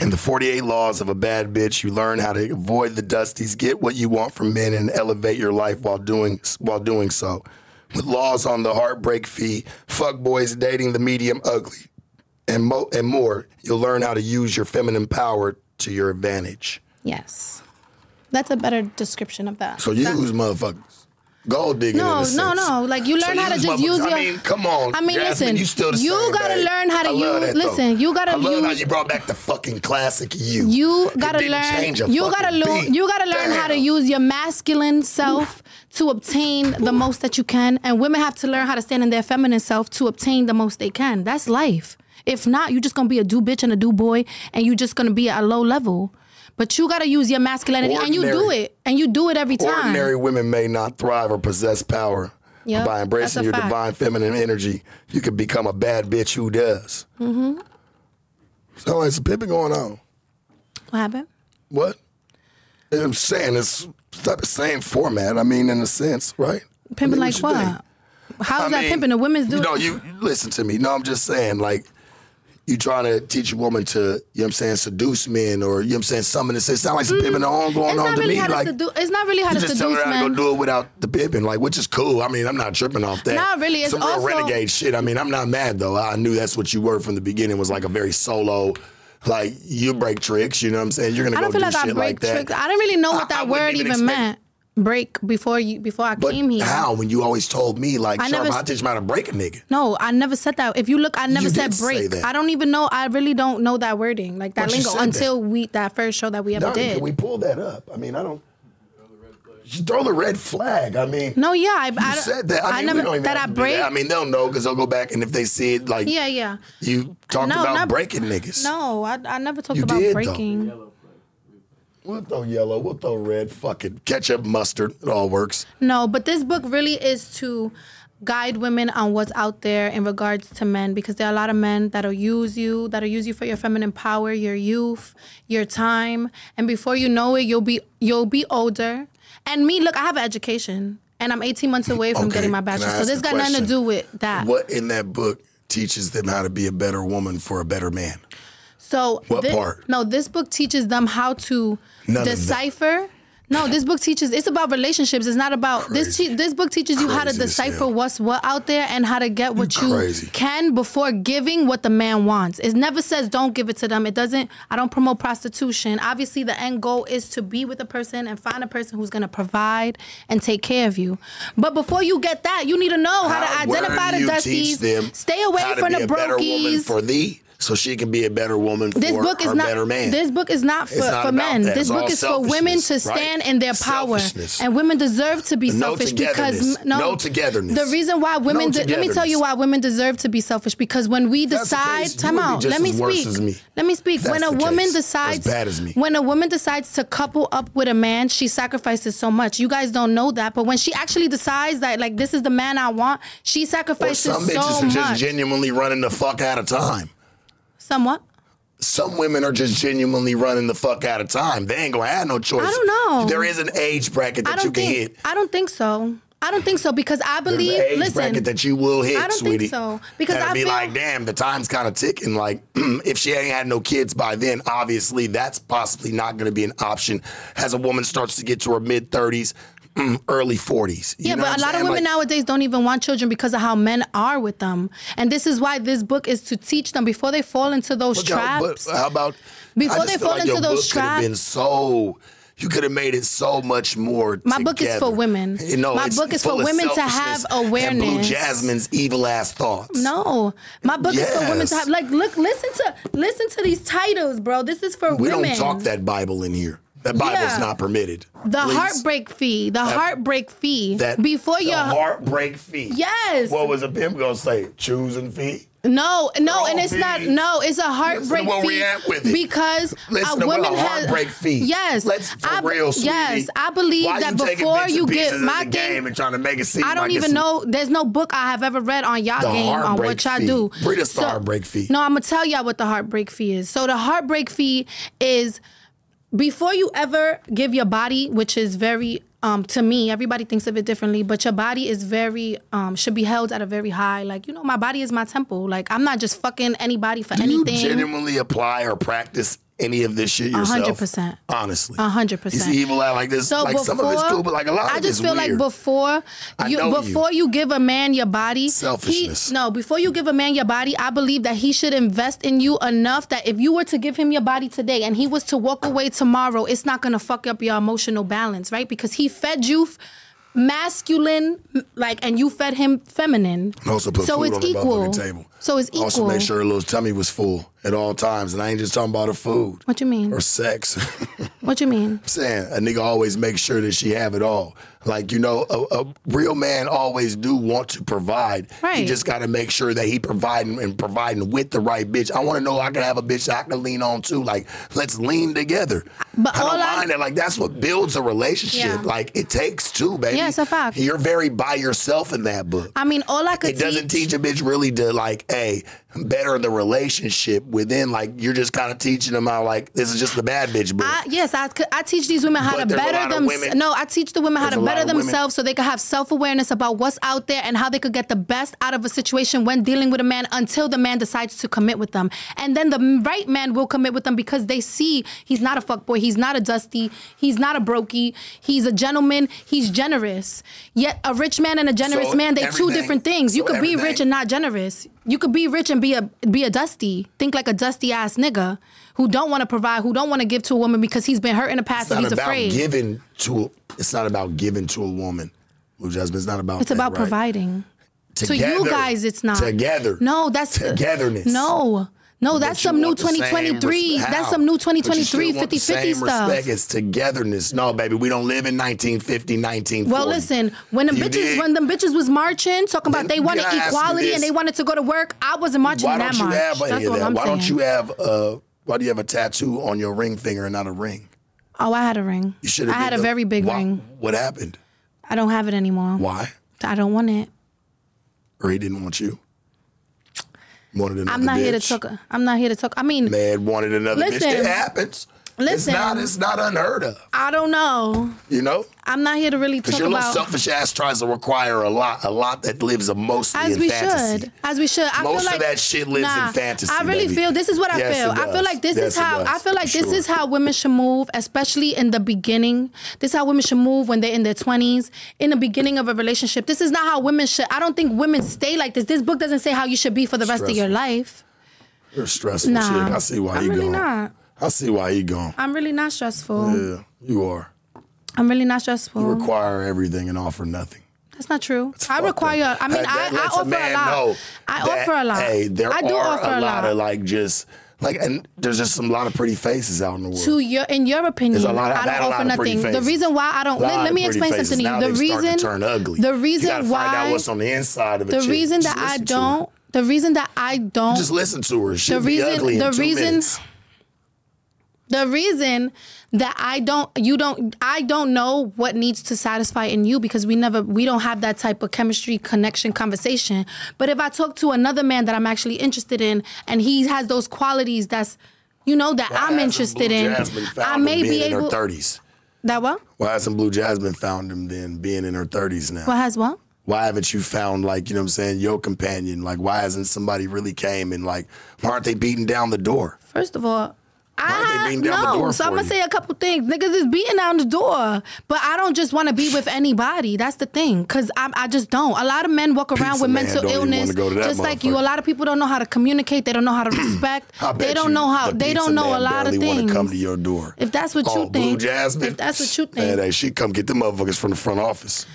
[SPEAKER 1] In the 48 laws of a bad bitch, you learn how to avoid the dusties, get what you want from men, and elevate your life while doing while doing so. With laws on the heartbreak fee, fuck boys dating the medium ugly, and mo- and more, you'll learn how to use your feminine power to your advantage.
[SPEAKER 2] Yes, that's a better description of that.
[SPEAKER 1] So you
[SPEAKER 2] That-
[SPEAKER 1] use motherfuckers. Gold digging. in a
[SPEAKER 2] No, no,
[SPEAKER 1] sense.
[SPEAKER 2] no. Like you
[SPEAKER 1] So
[SPEAKER 2] learn how to just
[SPEAKER 1] motherfuckers.
[SPEAKER 2] use your.
[SPEAKER 1] I mean, come on.
[SPEAKER 2] I mean,
[SPEAKER 1] Jasmine,
[SPEAKER 2] listen.
[SPEAKER 1] You still the
[SPEAKER 2] you
[SPEAKER 1] same,
[SPEAKER 2] gotta
[SPEAKER 1] babe.
[SPEAKER 2] learn how to
[SPEAKER 1] I love
[SPEAKER 2] use.
[SPEAKER 1] that, though.
[SPEAKER 2] Listen, you gotta
[SPEAKER 1] I love
[SPEAKER 2] use.
[SPEAKER 1] how you brought back the fucking classic you.
[SPEAKER 2] You
[SPEAKER 1] It
[SPEAKER 2] gotta
[SPEAKER 1] didn't
[SPEAKER 2] learn.
[SPEAKER 1] change a
[SPEAKER 2] You gotta
[SPEAKER 1] fucking
[SPEAKER 2] learn.
[SPEAKER 1] beat.
[SPEAKER 2] You gotta learn how to
[SPEAKER 1] Damn.
[SPEAKER 2] use your masculine self to obtain the most that you can, and women have to learn how to stand in their feminine self to obtain the most they can. That's life. If not, you're just gonna be a do bitch and a do boy, and you're just gonna be at a low level. But you gotta use your masculinity, and you do
[SPEAKER 1] Ordinary.
[SPEAKER 2] it, and you do it every time.
[SPEAKER 1] Ordinary women may not thrive or possess power. but
[SPEAKER 2] Yep,
[SPEAKER 1] By
[SPEAKER 2] that's
[SPEAKER 1] embracing
[SPEAKER 2] a
[SPEAKER 1] your
[SPEAKER 2] fact.
[SPEAKER 1] divine feminine energy, you can become a bad bitch who does. Mm-hmm. So it's pimping going on.
[SPEAKER 2] What happened?
[SPEAKER 1] What? I'm saying it's the same format. I mean, in a sense, right? I
[SPEAKER 2] Pimping
[SPEAKER 1] mean,
[SPEAKER 2] like
[SPEAKER 1] you
[SPEAKER 2] what?
[SPEAKER 1] think?
[SPEAKER 2] How is
[SPEAKER 1] I
[SPEAKER 2] that
[SPEAKER 1] mean,
[SPEAKER 2] pimping? The women's do
[SPEAKER 1] No, you listen to me. No, I'm just saying, like, you trying to teach a woman to, you know what I'm saying, seduce men or, you know what I'm saying, summon and say, sound like some pimping on going
[SPEAKER 2] Mm. It's
[SPEAKER 1] on
[SPEAKER 2] not,
[SPEAKER 1] to
[SPEAKER 2] really
[SPEAKER 1] me.
[SPEAKER 2] how to
[SPEAKER 1] Like,
[SPEAKER 2] sedu- it's not really how
[SPEAKER 1] you
[SPEAKER 2] to
[SPEAKER 1] just tell her
[SPEAKER 2] seduce
[SPEAKER 1] how to
[SPEAKER 2] men.
[SPEAKER 1] go do it without the pimping, like, which is cool. I mean, I'm not tripping off that.
[SPEAKER 2] Not really. It's
[SPEAKER 1] some real
[SPEAKER 2] also-
[SPEAKER 1] renegade shit. I mean, I'm not mad though. I knew that's what you were from the beginning was like a very solo, like, you break tricks, you know what I'm saying? You're going to
[SPEAKER 2] I
[SPEAKER 1] go
[SPEAKER 2] don't feel
[SPEAKER 1] do
[SPEAKER 2] like
[SPEAKER 1] shit
[SPEAKER 2] I break
[SPEAKER 1] like that.
[SPEAKER 2] tricks. I don't really know
[SPEAKER 1] I-
[SPEAKER 2] what
[SPEAKER 1] I
[SPEAKER 2] that
[SPEAKER 1] wouldn't
[SPEAKER 2] word
[SPEAKER 1] even
[SPEAKER 2] even,
[SPEAKER 1] expect-
[SPEAKER 2] meant. Break before you before I
[SPEAKER 1] But
[SPEAKER 2] came here.
[SPEAKER 1] how? When you always told me, like,
[SPEAKER 2] I
[SPEAKER 1] Sharp,
[SPEAKER 2] never-
[SPEAKER 1] I teach you how to break a nigga.
[SPEAKER 2] No, I never said that. If you look, I never
[SPEAKER 1] You
[SPEAKER 2] said
[SPEAKER 1] did say
[SPEAKER 2] break.
[SPEAKER 1] that.
[SPEAKER 2] I don't even know. I really don't know that wording, like that
[SPEAKER 1] But you
[SPEAKER 2] lingo,
[SPEAKER 1] said that.
[SPEAKER 2] until we that first show that we ever
[SPEAKER 1] Donnie,
[SPEAKER 2] did.
[SPEAKER 1] can we pull that up? I mean, I don't. You throw the red flag. I mean,
[SPEAKER 2] No, yeah, I,
[SPEAKER 1] you
[SPEAKER 2] I,
[SPEAKER 1] said that. I,
[SPEAKER 2] I
[SPEAKER 1] mean, we
[SPEAKER 2] never
[SPEAKER 1] don't even
[SPEAKER 2] that
[SPEAKER 1] have
[SPEAKER 2] I
[SPEAKER 1] to do
[SPEAKER 2] break.
[SPEAKER 1] I mean, they'll know because they'll go back and if they see it, like
[SPEAKER 2] yeah, yeah.
[SPEAKER 1] you talked
[SPEAKER 2] No,
[SPEAKER 1] about
[SPEAKER 2] not-
[SPEAKER 1] breaking niggas.
[SPEAKER 2] No, I, I never talked
[SPEAKER 1] You
[SPEAKER 2] about
[SPEAKER 1] did, though.
[SPEAKER 2] breaking.
[SPEAKER 1] We'll throw yellow. We'll throw red. Fucking ketchup, mustard. It all works.
[SPEAKER 2] No, but this book really is to guide women on what's out there in regards to men because there are a lot of men that'll use you, that'll use you for your feminine power, your youth, your time, and before you know it, you'll be you'll be older. And me, look, I have an education. And I'm 18 months away from
[SPEAKER 1] Okay,
[SPEAKER 2] getting my
[SPEAKER 1] can I
[SPEAKER 2] bachelor's. So
[SPEAKER 1] ask
[SPEAKER 2] this
[SPEAKER 1] a
[SPEAKER 2] got nothing to
[SPEAKER 1] question?
[SPEAKER 2] do with that.
[SPEAKER 1] What in that book teaches them how to be a better woman for a better man?
[SPEAKER 2] So
[SPEAKER 1] What
[SPEAKER 2] thi-
[SPEAKER 1] part?
[SPEAKER 2] No, this book teaches them how to
[SPEAKER 1] None of that.
[SPEAKER 2] decipher. No, this book teaches. It's about relationships. It's not about this.
[SPEAKER 1] Crazy.
[SPEAKER 2] Te- this book teaches you how to
[SPEAKER 1] Crazy as
[SPEAKER 2] decipher
[SPEAKER 1] hell.
[SPEAKER 2] what's what out there and how to get what
[SPEAKER 1] You
[SPEAKER 2] you
[SPEAKER 1] crazy.
[SPEAKER 2] can before giving what the man wants. It never says don't give it to them. It doesn't. I don't promote prostitution. Obviously, the end goal is to be with a person and find a person who's gonna provide and take care of you. But before you get that, you need to know Oh, how, to
[SPEAKER 1] where
[SPEAKER 2] identify
[SPEAKER 1] do
[SPEAKER 2] the
[SPEAKER 1] you teach them
[SPEAKER 2] dusties. Stay away
[SPEAKER 1] how to
[SPEAKER 2] from
[SPEAKER 1] be
[SPEAKER 2] the
[SPEAKER 1] a better woman
[SPEAKER 2] brokies.
[SPEAKER 1] for thee, so she can be a better woman
[SPEAKER 2] this
[SPEAKER 1] for
[SPEAKER 2] book is
[SPEAKER 1] her
[SPEAKER 2] not
[SPEAKER 1] better man.
[SPEAKER 2] this book is not for,
[SPEAKER 1] It's not
[SPEAKER 2] for
[SPEAKER 1] about
[SPEAKER 2] men
[SPEAKER 1] that.
[SPEAKER 2] this
[SPEAKER 1] It's all
[SPEAKER 2] book is for women to
[SPEAKER 1] selfishness, right?
[SPEAKER 2] stand in their power
[SPEAKER 1] Selfishness.
[SPEAKER 2] and women deserve to be
[SPEAKER 1] No
[SPEAKER 2] selfish because
[SPEAKER 1] togetherness.
[SPEAKER 2] m- no,
[SPEAKER 1] No togetherness.
[SPEAKER 2] the reason why women
[SPEAKER 1] No
[SPEAKER 2] de- let me tell
[SPEAKER 1] togetherness.
[SPEAKER 2] you why women deserve to be selfish because when we
[SPEAKER 1] that's the
[SPEAKER 2] decide
[SPEAKER 1] case, you
[SPEAKER 2] time
[SPEAKER 1] would be
[SPEAKER 2] out
[SPEAKER 1] just
[SPEAKER 2] let me
[SPEAKER 1] as worse
[SPEAKER 2] speak
[SPEAKER 1] as me.
[SPEAKER 2] let me speak
[SPEAKER 1] That's
[SPEAKER 2] when a
[SPEAKER 1] the
[SPEAKER 2] woman
[SPEAKER 1] case. As
[SPEAKER 2] decides
[SPEAKER 1] bad as me.
[SPEAKER 2] when a woman decides to couple up with a man she sacrifices so much you guys don't know that but when she actually decides that like this is the man I want she
[SPEAKER 1] Or
[SPEAKER 2] sacrifices
[SPEAKER 1] some bitches
[SPEAKER 2] so
[SPEAKER 1] are just
[SPEAKER 2] much
[SPEAKER 1] genuinely running the fuck out of time.
[SPEAKER 2] somewhat
[SPEAKER 1] Some women are just genuinely running the fuck out of time. They ain't gonna have no choice.
[SPEAKER 2] I don't know.
[SPEAKER 1] There is an age bracket
[SPEAKER 2] I
[SPEAKER 1] that
[SPEAKER 2] don't
[SPEAKER 1] you can
[SPEAKER 2] think
[SPEAKER 1] hit.
[SPEAKER 2] I don't think so. I don't think so because I
[SPEAKER 1] There's
[SPEAKER 2] believe.
[SPEAKER 1] an age
[SPEAKER 2] listen,
[SPEAKER 1] bracket that you will hit,
[SPEAKER 2] I don't think
[SPEAKER 1] sweetie.
[SPEAKER 2] so, because
[SPEAKER 1] That'll
[SPEAKER 2] I
[SPEAKER 1] be
[SPEAKER 2] feel-
[SPEAKER 1] like, damn, the time's kind of ticking. Like, if she ain't had no kids by then, obviously that's possibly not going to be an option as a woman starts to get to her mid thirties, early forties.
[SPEAKER 2] yeah, but a lot of women nowadays don't even want children because of how men are with them, and this is why this book is to teach them before they fall into those
[SPEAKER 1] Look how-
[SPEAKER 2] traps.
[SPEAKER 1] but uh, how about
[SPEAKER 2] Before
[SPEAKER 1] I just
[SPEAKER 2] they
[SPEAKER 1] feel
[SPEAKER 2] fall
[SPEAKER 1] like
[SPEAKER 2] into
[SPEAKER 1] your
[SPEAKER 2] those
[SPEAKER 1] book could have Been
[SPEAKER 2] traps-
[SPEAKER 1] so you could have made it so much more.
[SPEAKER 2] My book is for
[SPEAKER 1] together.
[SPEAKER 2] women.
[SPEAKER 1] You know,
[SPEAKER 2] My
[SPEAKER 1] it's
[SPEAKER 2] book is for
[SPEAKER 1] full of
[SPEAKER 2] women to
[SPEAKER 1] selfishness
[SPEAKER 2] have
[SPEAKER 1] And Blue
[SPEAKER 2] awareness.
[SPEAKER 1] Jasmine's evil ass thoughts.
[SPEAKER 2] no, my book is for women
[SPEAKER 1] Yes.
[SPEAKER 2] to have. Like, look, listen to listen to these titles, bro. This is for
[SPEAKER 1] we
[SPEAKER 2] women.
[SPEAKER 1] don't talk that Bible in here. That Bible's
[SPEAKER 2] Yeah.
[SPEAKER 1] not permitted.
[SPEAKER 2] The
[SPEAKER 1] Please.
[SPEAKER 2] heartbreak fee. The heartbreak fee.
[SPEAKER 1] That
[SPEAKER 2] before
[SPEAKER 1] the
[SPEAKER 2] your
[SPEAKER 1] heartbreak fee.
[SPEAKER 2] Yes.
[SPEAKER 1] What was a pimp gonna say? Choosing fee.
[SPEAKER 2] No, no, and it's
[SPEAKER 1] Girl,
[SPEAKER 2] not.
[SPEAKER 1] please.
[SPEAKER 2] No, it's a
[SPEAKER 1] Listen to
[SPEAKER 2] heartbreak
[SPEAKER 1] where
[SPEAKER 2] fee
[SPEAKER 1] we at with it.
[SPEAKER 2] because
[SPEAKER 1] Listen
[SPEAKER 2] a
[SPEAKER 1] to where
[SPEAKER 2] woman
[SPEAKER 1] the
[SPEAKER 2] has
[SPEAKER 1] heartbreak fee.
[SPEAKER 2] Yes,
[SPEAKER 1] Let's for
[SPEAKER 2] I,
[SPEAKER 1] real, sweetie.
[SPEAKER 2] Yes, I believe
[SPEAKER 1] Why
[SPEAKER 2] that
[SPEAKER 1] you taking
[SPEAKER 2] before
[SPEAKER 1] bits and
[SPEAKER 2] you
[SPEAKER 1] pieces
[SPEAKER 2] get
[SPEAKER 1] of
[SPEAKER 2] my
[SPEAKER 1] the
[SPEAKER 2] thing-
[SPEAKER 1] game and trying to make it seem
[SPEAKER 2] I don't
[SPEAKER 1] like
[SPEAKER 2] even
[SPEAKER 1] it's-
[SPEAKER 2] know. There's no book I have ever read on y'all
[SPEAKER 1] The
[SPEAKER 2] game on
[SPEAKER 1] heartbreak
[SPEAKER 2] what y'all
[SPEAKER 1] fee.
[SPEAKER 2] do.
[SPEAKER 1] Read us the heartbreak fee.
[SPEAKER 2] No, I'm gonna tell y'all what the heartbreak fee is. So the heartbreak fee is before you ever give your body, which is very um, to me, everybody thinks of it differently, but your body is very um, should be held at a very high. Like you know, my body is my temple. Like I'm not just fucking anybody for
[SPEAKER 1] Do
[SPEAKER 2] anything.
[SPEAKER 1] you genuinely apply or practice any of this shit yourself?
[SPEAKER 2] 100%.
[SPEAKER 1] Honestly.
[SPEAKER 2] A hundred
[SPEAKER 1] You
[SPEAKER 2] percent.
[SPEAKER 1] see evil out like this.
[SPEAKER 2] So
[SPEAKER 1] like
[SPEAKER 2] before,
[SPEAKER 1] some of it's cool, but like a lot
[SPEAKER 2] I
[SPEAKER 1] of
[SPEAKER 2] just
[SPEAKER 1] it's
[SPEAKER 2] feel
[SPEAKER 1] weird.
[SPEAKER 2] like before
[SPEAKER 1] I
[SPEAKER 2] you
[SPEAKER 1] know you.
[SPEAKER 2] before you. give a man your body, he-
[SPEAKER 1] Selfishness.
[SPEAKER 2] no, before you give a man your body, I believe that he should invest in you enough that if you were to give him your body today and he was to walk away tomorrow, it's not gonna fuck up your emotional balance, right? Because he fed you. f- Masculine, m- like, and you fed him feminine.
[SPEAKER 1] And also put
[SPEAKER 2] so
[SPEAKER 1] food
[SPEAKER 2] it's
[SPEAKER 1] on the
[SPEAKER 2] equal.
[SPEAKER 1] motherfucking table.
[SPEAKER 2] So it's equal.
[SPEAKER 1] Also make sure her little tummy was full at all times. And I ain't just talking about her food.
[SPEAKER 2] What you mean?
[SPEAKER 1] Or sex.
[SPEAKER 2] What you mean?
[SPEAKER 1] saying a nigga always make sure that she have it all. Like you know, a, a real man always do want to provide. He
[SPEAKER 2] Right.
[SPEAKER 1] just got to make sure that he providing and providing with the right bitch. I want to know I can have a bitch I can lean on too. Like let's lean together.
[SPEAKER 2] But
[SPEAKER 1] I don't
[SPEAKER 2] all I-
[SPEAKER 1] mind that. Like that's what builds a relationship.
[SPEAKER 2] Yeah.
[SPEAKER 1] Like it takes two, baby.
[SPEAKER 2] Yeah, it's a fact.
[SPEAKER 1] You're very by yourself in that book.
[SPEAKER 2] I mean, all I could
[SPEAKER 1] it doesn't teach a bitch really to like, hey, better the relationship within. Like you're just kind of teaching them how like this is just the bad bitch book.
[SPEAKER 2] I, yes, I, c- I teach these women how
[SPEAKER 1] But
[SPEAKER 2] to
[SPEAKER 1] there's a
[SPEAKER 2] better
[SPEAKER 1] lot of
[SPEAKER 2] themselves.
[SPEAKER 1] women-
[SPEAKER 2] No, I teach the women how
[SPEAKER 1] There's a
[SPEAKER 2] to
[SPEAKER 1] lot
[SPEAKER 2] better
[SPEAKER 1] of women-
[SPEAKER 2] themselves so they can have self awareness about what's out there and how they could get the best out of a situation when dealing with a man until the man decides to commit with them. And then the m- right man will commit with them because they see he's not a fuckboy, he's not a dusty, he's not a brokey, he's a gentleman, he's generous. Yet a rich man and a generous
[SPEAKER 1] So
[SPEAKER 2] man, they two
[SPEAKER 1] everything-
[SPEAKER 2] different things. You
[SPEAKER 1] so
[SPEAKER 2] could be rich
[SPEAKER 1] everything-
[SPEAKER 2] and not generous. You could be rich and be a be a dusty. Think like a dusty ass nigga who don't want to provide, who don't want to give to a woman because he's been hurt in the past
[SPEAKER 1] it's not
[SPEAKER 2] and he's
[SPEAKER 1] about
[SPEAKER 2] afraid.
[SPEAKER 1] giving to. A, it's not about giving to a woman, Blue Jasmine. It's not about.
[SPEAKER 2] it's
[SPEAKER 1] that,
[SPEAKER 2] about
[SPEAKER 1] right?
[SPEAKER 2] providing. to you
[SPEAKER 1] Together.
[SPEAKER 2] guys, it's not
[SPEAKER 1] together.
[SPEAKER 2] No, that's
[SPEAKER 1] togetherness.
[SPEAKER 2] No. No,
[SPEAKER 1] But
[SPEAKER 2] that's
[SPEAKER 1] you
[SPEAKER 2] some new
[SPEAKER 1] want the same
[SPEAKER 2] 2023.
[SPEAKER 1] res-
[SPEAKER 2] That's
[SPEAKER 1] how?
[SPEAKER 2] some
[SPEAKER 1] But
[SPEAKER 2] new
[SPEAKER 1] you still
[SPEAKER 2] 2023
[SPEAKER 1] want
[SPEAKER 2] 50
[SPEAKER 1] the
[SPEAKER 2] 50
[SPEAKER 1] same
[SPEAKER 2] stuff.
[SPEAKER 1] Respect. It's togetherness. No, baby, we don't live in 1950, 1940.
[SPEAKER 2] Well, listen. When them
[SPEAKER 1] You
[SPEAKER 2] bitches,
[SPEAKER 1] dig?
[SPEAKER 2] when them bitches was marching, talking about
[SPEAKER 1] Then
[SPEAKER 2] they wanted
[SPEAKER 1] can I ask you
[SPEAKER 2] equality and
[SPEAKER 1] this?
[SPEAKER 2] they wanted to go to work, I wasn't marching
[SPEAKER 1] why
[SPEAKER 2] in
[SPEAKER 1] don't
[SPEAKER 2] that
[SPEAKER 1] you
[SPEAKER 2] march.
[SPEAKER 1] have
[SPEAKER 2] That's
[SPEAKER 1] any of
[SPEAKER 2] all
[SPEAKER 1] that?
[SPEAKER 2] I'm
[SPEAKER 1] why
[SPEAKER 2] saying.
[SPEAKER 1] don't you have? Uh, why do you have a tattoo on your ring finger and not a ring?
[SPEAKER 2] oh, I had a ring.
[SPEAKER 1] You should.
[SPEAKER 2] I had a very big ring.
[SPEAKER 1] What happened?
[SPEAKER 2] I don't have it anymore.
[SPEAKER 1] Why?
[SPEAKER 2] I don't want it.
[SPEAKER 1] Or he didn't want you. Wanted another.
[SPEAKER 2] I'm not here to
[SPEAKER 1] bitch.
[SPEAKER 2] talk. I'm not here to talk. I mean,
[SPEAKER 1] Man wanted another
[SPEAKER 2] Listen.
[SPEAKER 1] bitch. It happens.
[SPEAKER 2] Listen.
[SPEAKER 1] It's not. It's not unheard of.
[SPEAKER 2] I don't know.
[SPEAKER 1] You know.
[SPEAKER 2] I'm not here to really
[SPEAKER 1] Because
[SPEAKER 2] talk
[SPEAKER 1] your little
[SPEAKER 2] about
[SPEAKER 1] selfish ass tries to require a lot, a lot that lives mostly
[SPEAKER 2] as
[SPEAKER 1] in
[SPEAKER 2] we
[SPEAKER 1] fantasy.
[SPEAKER 2] should, as we should. I
[SPEAKER 1] Most
[SPEAKER 2] feel
[SPEAKER 1] of
[SPEAKER 2] like,
[SPEAKER 1] that shit lives in
[SPEAKER 2] nah,
[SPEAKER 1] fantasy,
[SPEAKER 2] I really
[SPEAKER 1] baby.
[SPEAKER 2] feel this is what I
[SPEAKER 1] Yes,
[SPEAKER 2] feel.
[SPEAKER 1] it
[SPEAKER 2] I feel
[SPEAKER 1] does.
[SPEAKER 2] like this
[SPEAKER 1] Yes,
[SPEAKER 2] is
[SPEAKER 1] it
[SPEAKER 2] how
[SPEAKER 1] does,
[SPEAKER 2] I feel like
[SPEAKER 1] for
[SPEAKER 2] this
[SPEAKER 1] sure.
[SPEAKER 2] is how women should move, especially in the beginning. This is how women should move when they're in their twenties, in the beginning of a relationship. This is not how women should. I don't think women stay like this. This book doesn't say how you should be for the rest of your
[SPEAKER 1] Stressful.
[SPEAKER 2] life.
[SPEAKER 1] You're a stressful
[SPEAKER 2] Nah,
[SPEAKER 1] chick. I see why
[SPEAKER 2] I'm
[SPEAKER 1] he
[SPEAKER 2] really
[SPEAKER 1] gone.
[SPEAKER 2] not.
[SPEAKER 1] I see why he gone.
[SPEAKER 2] I'm really not stressful.
[SPEAKER 1] yeah, you are.
[SPEAKER 2] I'm really not stressful.
[SPEAKER 1] You require everything and offer nothing.
[SPEAKER 2] That's not true. Mm-hmm. I
[SPEAKER 1] Fuck
[SPEAKER 2] require.
[SPEAKER 1] that.
[SPEAKER 2] I mean,
[SPEAKER 1] That- that
[SPEAKER 2] I, I
[SPEAKER 1] lets
[SPEAKER 2] offer a,
[SPEAKER 1] man know
[SPEAKER 2] lot. I
[SPEAKER 1] that,
[SPEAKER 2] offer a lot.
[SPEAKER 1] Hey, there
[SPEAKER 2] I do
[SPEAKER 1] are
[SPEAKER 2] offer
[SPEAKER 1] a, lot,
[SPEAKER 2] lot
[SPEAKER 1] of like just like, and there's just some lot of pretty faces out in the world.
[SPEAKER 2] to your in your opinion,
[SPEAKER 1] There's a lot- I've
[SPEAKER 2] I don't
[SPEAKER 1] had a lot
[SPEAKER 2] offer
[SPEAKER 1] of pretty
[SPEAKER 2] nothing. The
[SPEAKER 1] faces.
[SPEAKER 2] reason why I don't
[SPEAKER 1] Lot
[SPEAKER 2] let, let
[SPEAKER 1] of
[SPEAKER 2] me
[SPEAKER 1] pretty
[SPEAKER 2] explain
[SPEAKER 1] faces.
[SPEAKER 2] something to
[SPEAKER 1] Now
[SPEAKER 2] you. The
[SPEAKER 1] they starting
[SPEAKER 2] reason
[SPEAKER 1] to turn ugly.
[SPEAKER 2] the
[SPEAKER 1] you
[SPEAKER 2] reason
[SPEAKER 1] gotta
[SPEAKER 2] why
[SPEAKER 1] find out what's on the inside of a
[SPEAKER 2] the
[SPEAKER 1] chick.
[SPEAKER 2] reason
[SPEAKER 1] Just
[SPEAKER 2] that I
[SPEAKER 1] listen to her.
[SPEAKER 2] don't the reason that I don't
[SPEAKER 1] just listen to her. She'll
[SPEAKER 2] the reason
[SPEAKER 1] be ugly in
[SPEAKER 2] the
[SPEAKER 1] two
[SPEAKER 2] reason
[SPEAKER 1] minutes.
[SPEAKER 2] the reason that I don't you don't I don't know what needs to satisfy in you because we never we don't have that type of chemistry connection conversation. But if I talk to another man that I'm actually interested in and he has those qualities that's you know that
[SPEAKER 1] Why
[SPEAKER 2] I'm
[SPEAKER 1] hasn't
[SPEAKER 2] interested
[SPEAKER 1] Blue
[SPEAKER 2] in
[SPEAKER 1] Jasmine
[SPEAKER 2] I
[SPEAKER 1] found
[SPEAKER 2] may
[SPEAKER 1] him
[SPEAKER 2] be
[SPEAKER 1] being in
[SPEAKER 2] able
[SPEAKER 1] her 30s.
[SPEAKER 2] that what?
[SPEAKER 1] Why hasn't Blue Jasmine found him then being in her 30s now?
[SPEAKER 2] What has what?
[SPEAKER 1] why haven't you found like you know what i'm saying your companion like why hasn't somebody really came and like why aren't they beating down the door
[SPEAKER 2] First of all,
[SPEAKER 1] aren't they
[SPEAKER 2] I
[SPEAKER 1] beating down the
[SPEAKER 2] no.
[SPEAKER 1] door
[SPEAKER 2] so
[SPEAKER 1] for
[SPEAKER 2] I'm gonna
[SPEAKER 1] you?
[SPEAKER 2] say a couple things. Niggas is beating down the door, but I don't just want to be with anybody. That's the thing, cause I, I just don't. A lot of men walk around
[SPEAKER 1] Pizza
[SPEAKER 2] with
[SPEAKER 1] man
[SPEAKER 2] mental
[SPEAKER 1] don't even
[SPEAKER 2] illness,
[SPEAKER 1] wanna go to that
[SPEAKER 2] just like you. A
[SPEAKER 1] motherfucker.
[SPEAKER 2] lot of people don't know how to communicate. They don't know how to respect.
[SPEAKER 1] I bet
[SPEAKER 2] they don't
[SPEAKER 1] you
[SPEAKER 2] know how.
[SPEAKER 1] the
[SPEAKER 2] They
[SPEAKER 1] pizza
[SPEAKER 2] don't know a
[SPEAKER 1] man
[SPEAKER 2] lot of
[SPEAKER 1] barely wanna
[SPEAKER 2] things.
[SPEAKER 1] come to your door
[SPEAKER 2] If that's what
[SPEAKER 1] oh,
[SPEAKER 2] you think,
[SPEAKER 1] Blue Jasmine.
[SPEAKER 2] if that's what you
[SPEAKER 1] Man,
[SPEAKER 2] think,
[SPEAKER 1] hey, she come get the motherfuckers from the front office.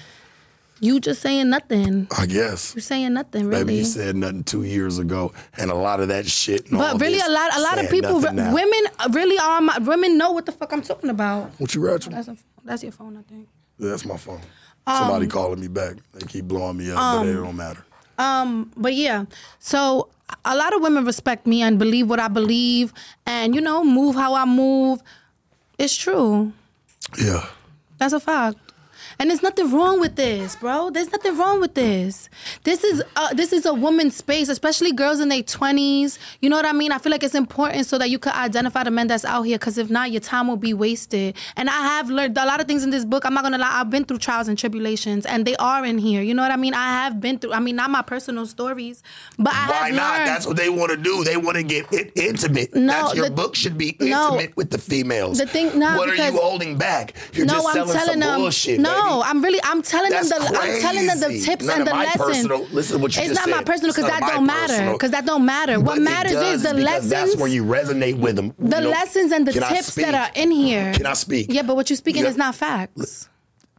[SPEAKER 2] you just saying nothing.
[SPEAKER 1] I guess.
[SPEAKER 2] You saying nothing, really.
[SPEAKER 1] Maybe you said nothing two years ago, and a lot of that shit. And all
[SPEAKER 2] but really,
[SPEAKER 1] this
[SPEAKER 2] a lot, a lot of
[SPEAKER 1] saying
[SPEAKER 2] people,
[SPEAKER 1] nothing now.
[SPEAKER 2] women really are. My, women know what the fuck I'm talking about.
[SPEAKER 1] What you ratchet?
[SPEAKER 2] That's, a, that's your phone, I think.
[SPEAKER 1] That's my phone.
[SPEAKER 2] Um,
[SPEAKER 1] Somebody calling me back. They keep blowing me up, but it don't matter.
[SPEAKER 2] but yeah so a lot of women respect me and believe what i believe and you know move how i move it's true
[SPEAKER 1] Yeah.
[SPEAKER 2] that's a fact and there's nothing wrong with this bro there's nothing wrong with this this is uh, this is a woman's space especially girls in their 20s you know what i mean i feel like it's important so that you could identify the men that's out here because if not your time will be wasted and i have learned a lot of things in this book i'm not gonna lie i've been through trials and tribulations and they are in here you know what i mean i have been through i mean not my personal stories but i
[SPEAKER 1] Why
[SPEAKER 2] have
[SPEAKER 1] not?
[SPEAKER 2] learned
[SPEAKER 1] That's what they want to do. They want to get it intimate.
[SPEAKER 2] No,
[SPEAKER 1] That's your
[SPEAKER 2] the-
[SPEAKER 1] book should be intimate
[SPEAKER 2] no.
[SPEAKER 1] with the females.
[SPEAKER 2] The thing- nah,
[SPEAKER 1] what are
[SPEAKER 2] because-
[SPEAKER 1] you holding back? You're
[SPEAKER 2] no,
[SPEAKER 1] just
[SPEAKER 2] I'm
[SPEAKER 1] selling
[SPEAKER 2] telling
[SPEAKER 1] some
[SPEAKER 2] them.
[SPEAKER 1] bullshit.
[SPEAKER 2] no,
[SPEAKER 1] baby.
[SPEAKER 2] I'm really. I'm telling
[SPEAKER 1] That's
[SPEAKER 2] them the. I'm telling them the
[SPEAKER 1] crazy.
[SPEAKER 2] tips
[SPEAKER 1] None
[SPEAKER 2] and
[SPEAKER 1] of
[SPEAKER 2] the
[SPEAKER 1] my
[SPEAKER 2] lesson.
[SPEAKER 1] personal- listen to what you
[SPEAKER 2] it's
[SPEAKER 1] just
[SPEAKER 2] not my
[SPEAKER 1] said.
[SPEAKER 2] personal because
[SPEAKER 1] It's
[SPEAKER 2] that
[SPEAKER 1] not my
[SPEAKER 2] don't matter.
[SPEAKER 1] personal.
[SPEAKER 2] Because that don't matter.
[SPEAKER 1] But
[SPEAKER 2] What
[SPEAKER 1] it
[SPEAKER 2] matters
[SPEAKER 1] does
[SPEAKER 2] is the
[SPEAKER 1] because
[SPEAKER 2] lessons.
[SPEAKER 1] That's where you resonate with them.
[SPEAKER 2] the
[SPEAKER 1] You know,
[SPEAKER 2] lessons and the
[SPEAKER 1] can I
[SPEAKER 2] tips
[SPEAKER 1] speak?
[SPEAKER 2] that are in here.
[SPEAKER 1] Can I speak?
[SPEAKER 2] Yeah, but what you're speaking
[SPEAKER 1] Yeah.
[SPEAKER 2] is not facts.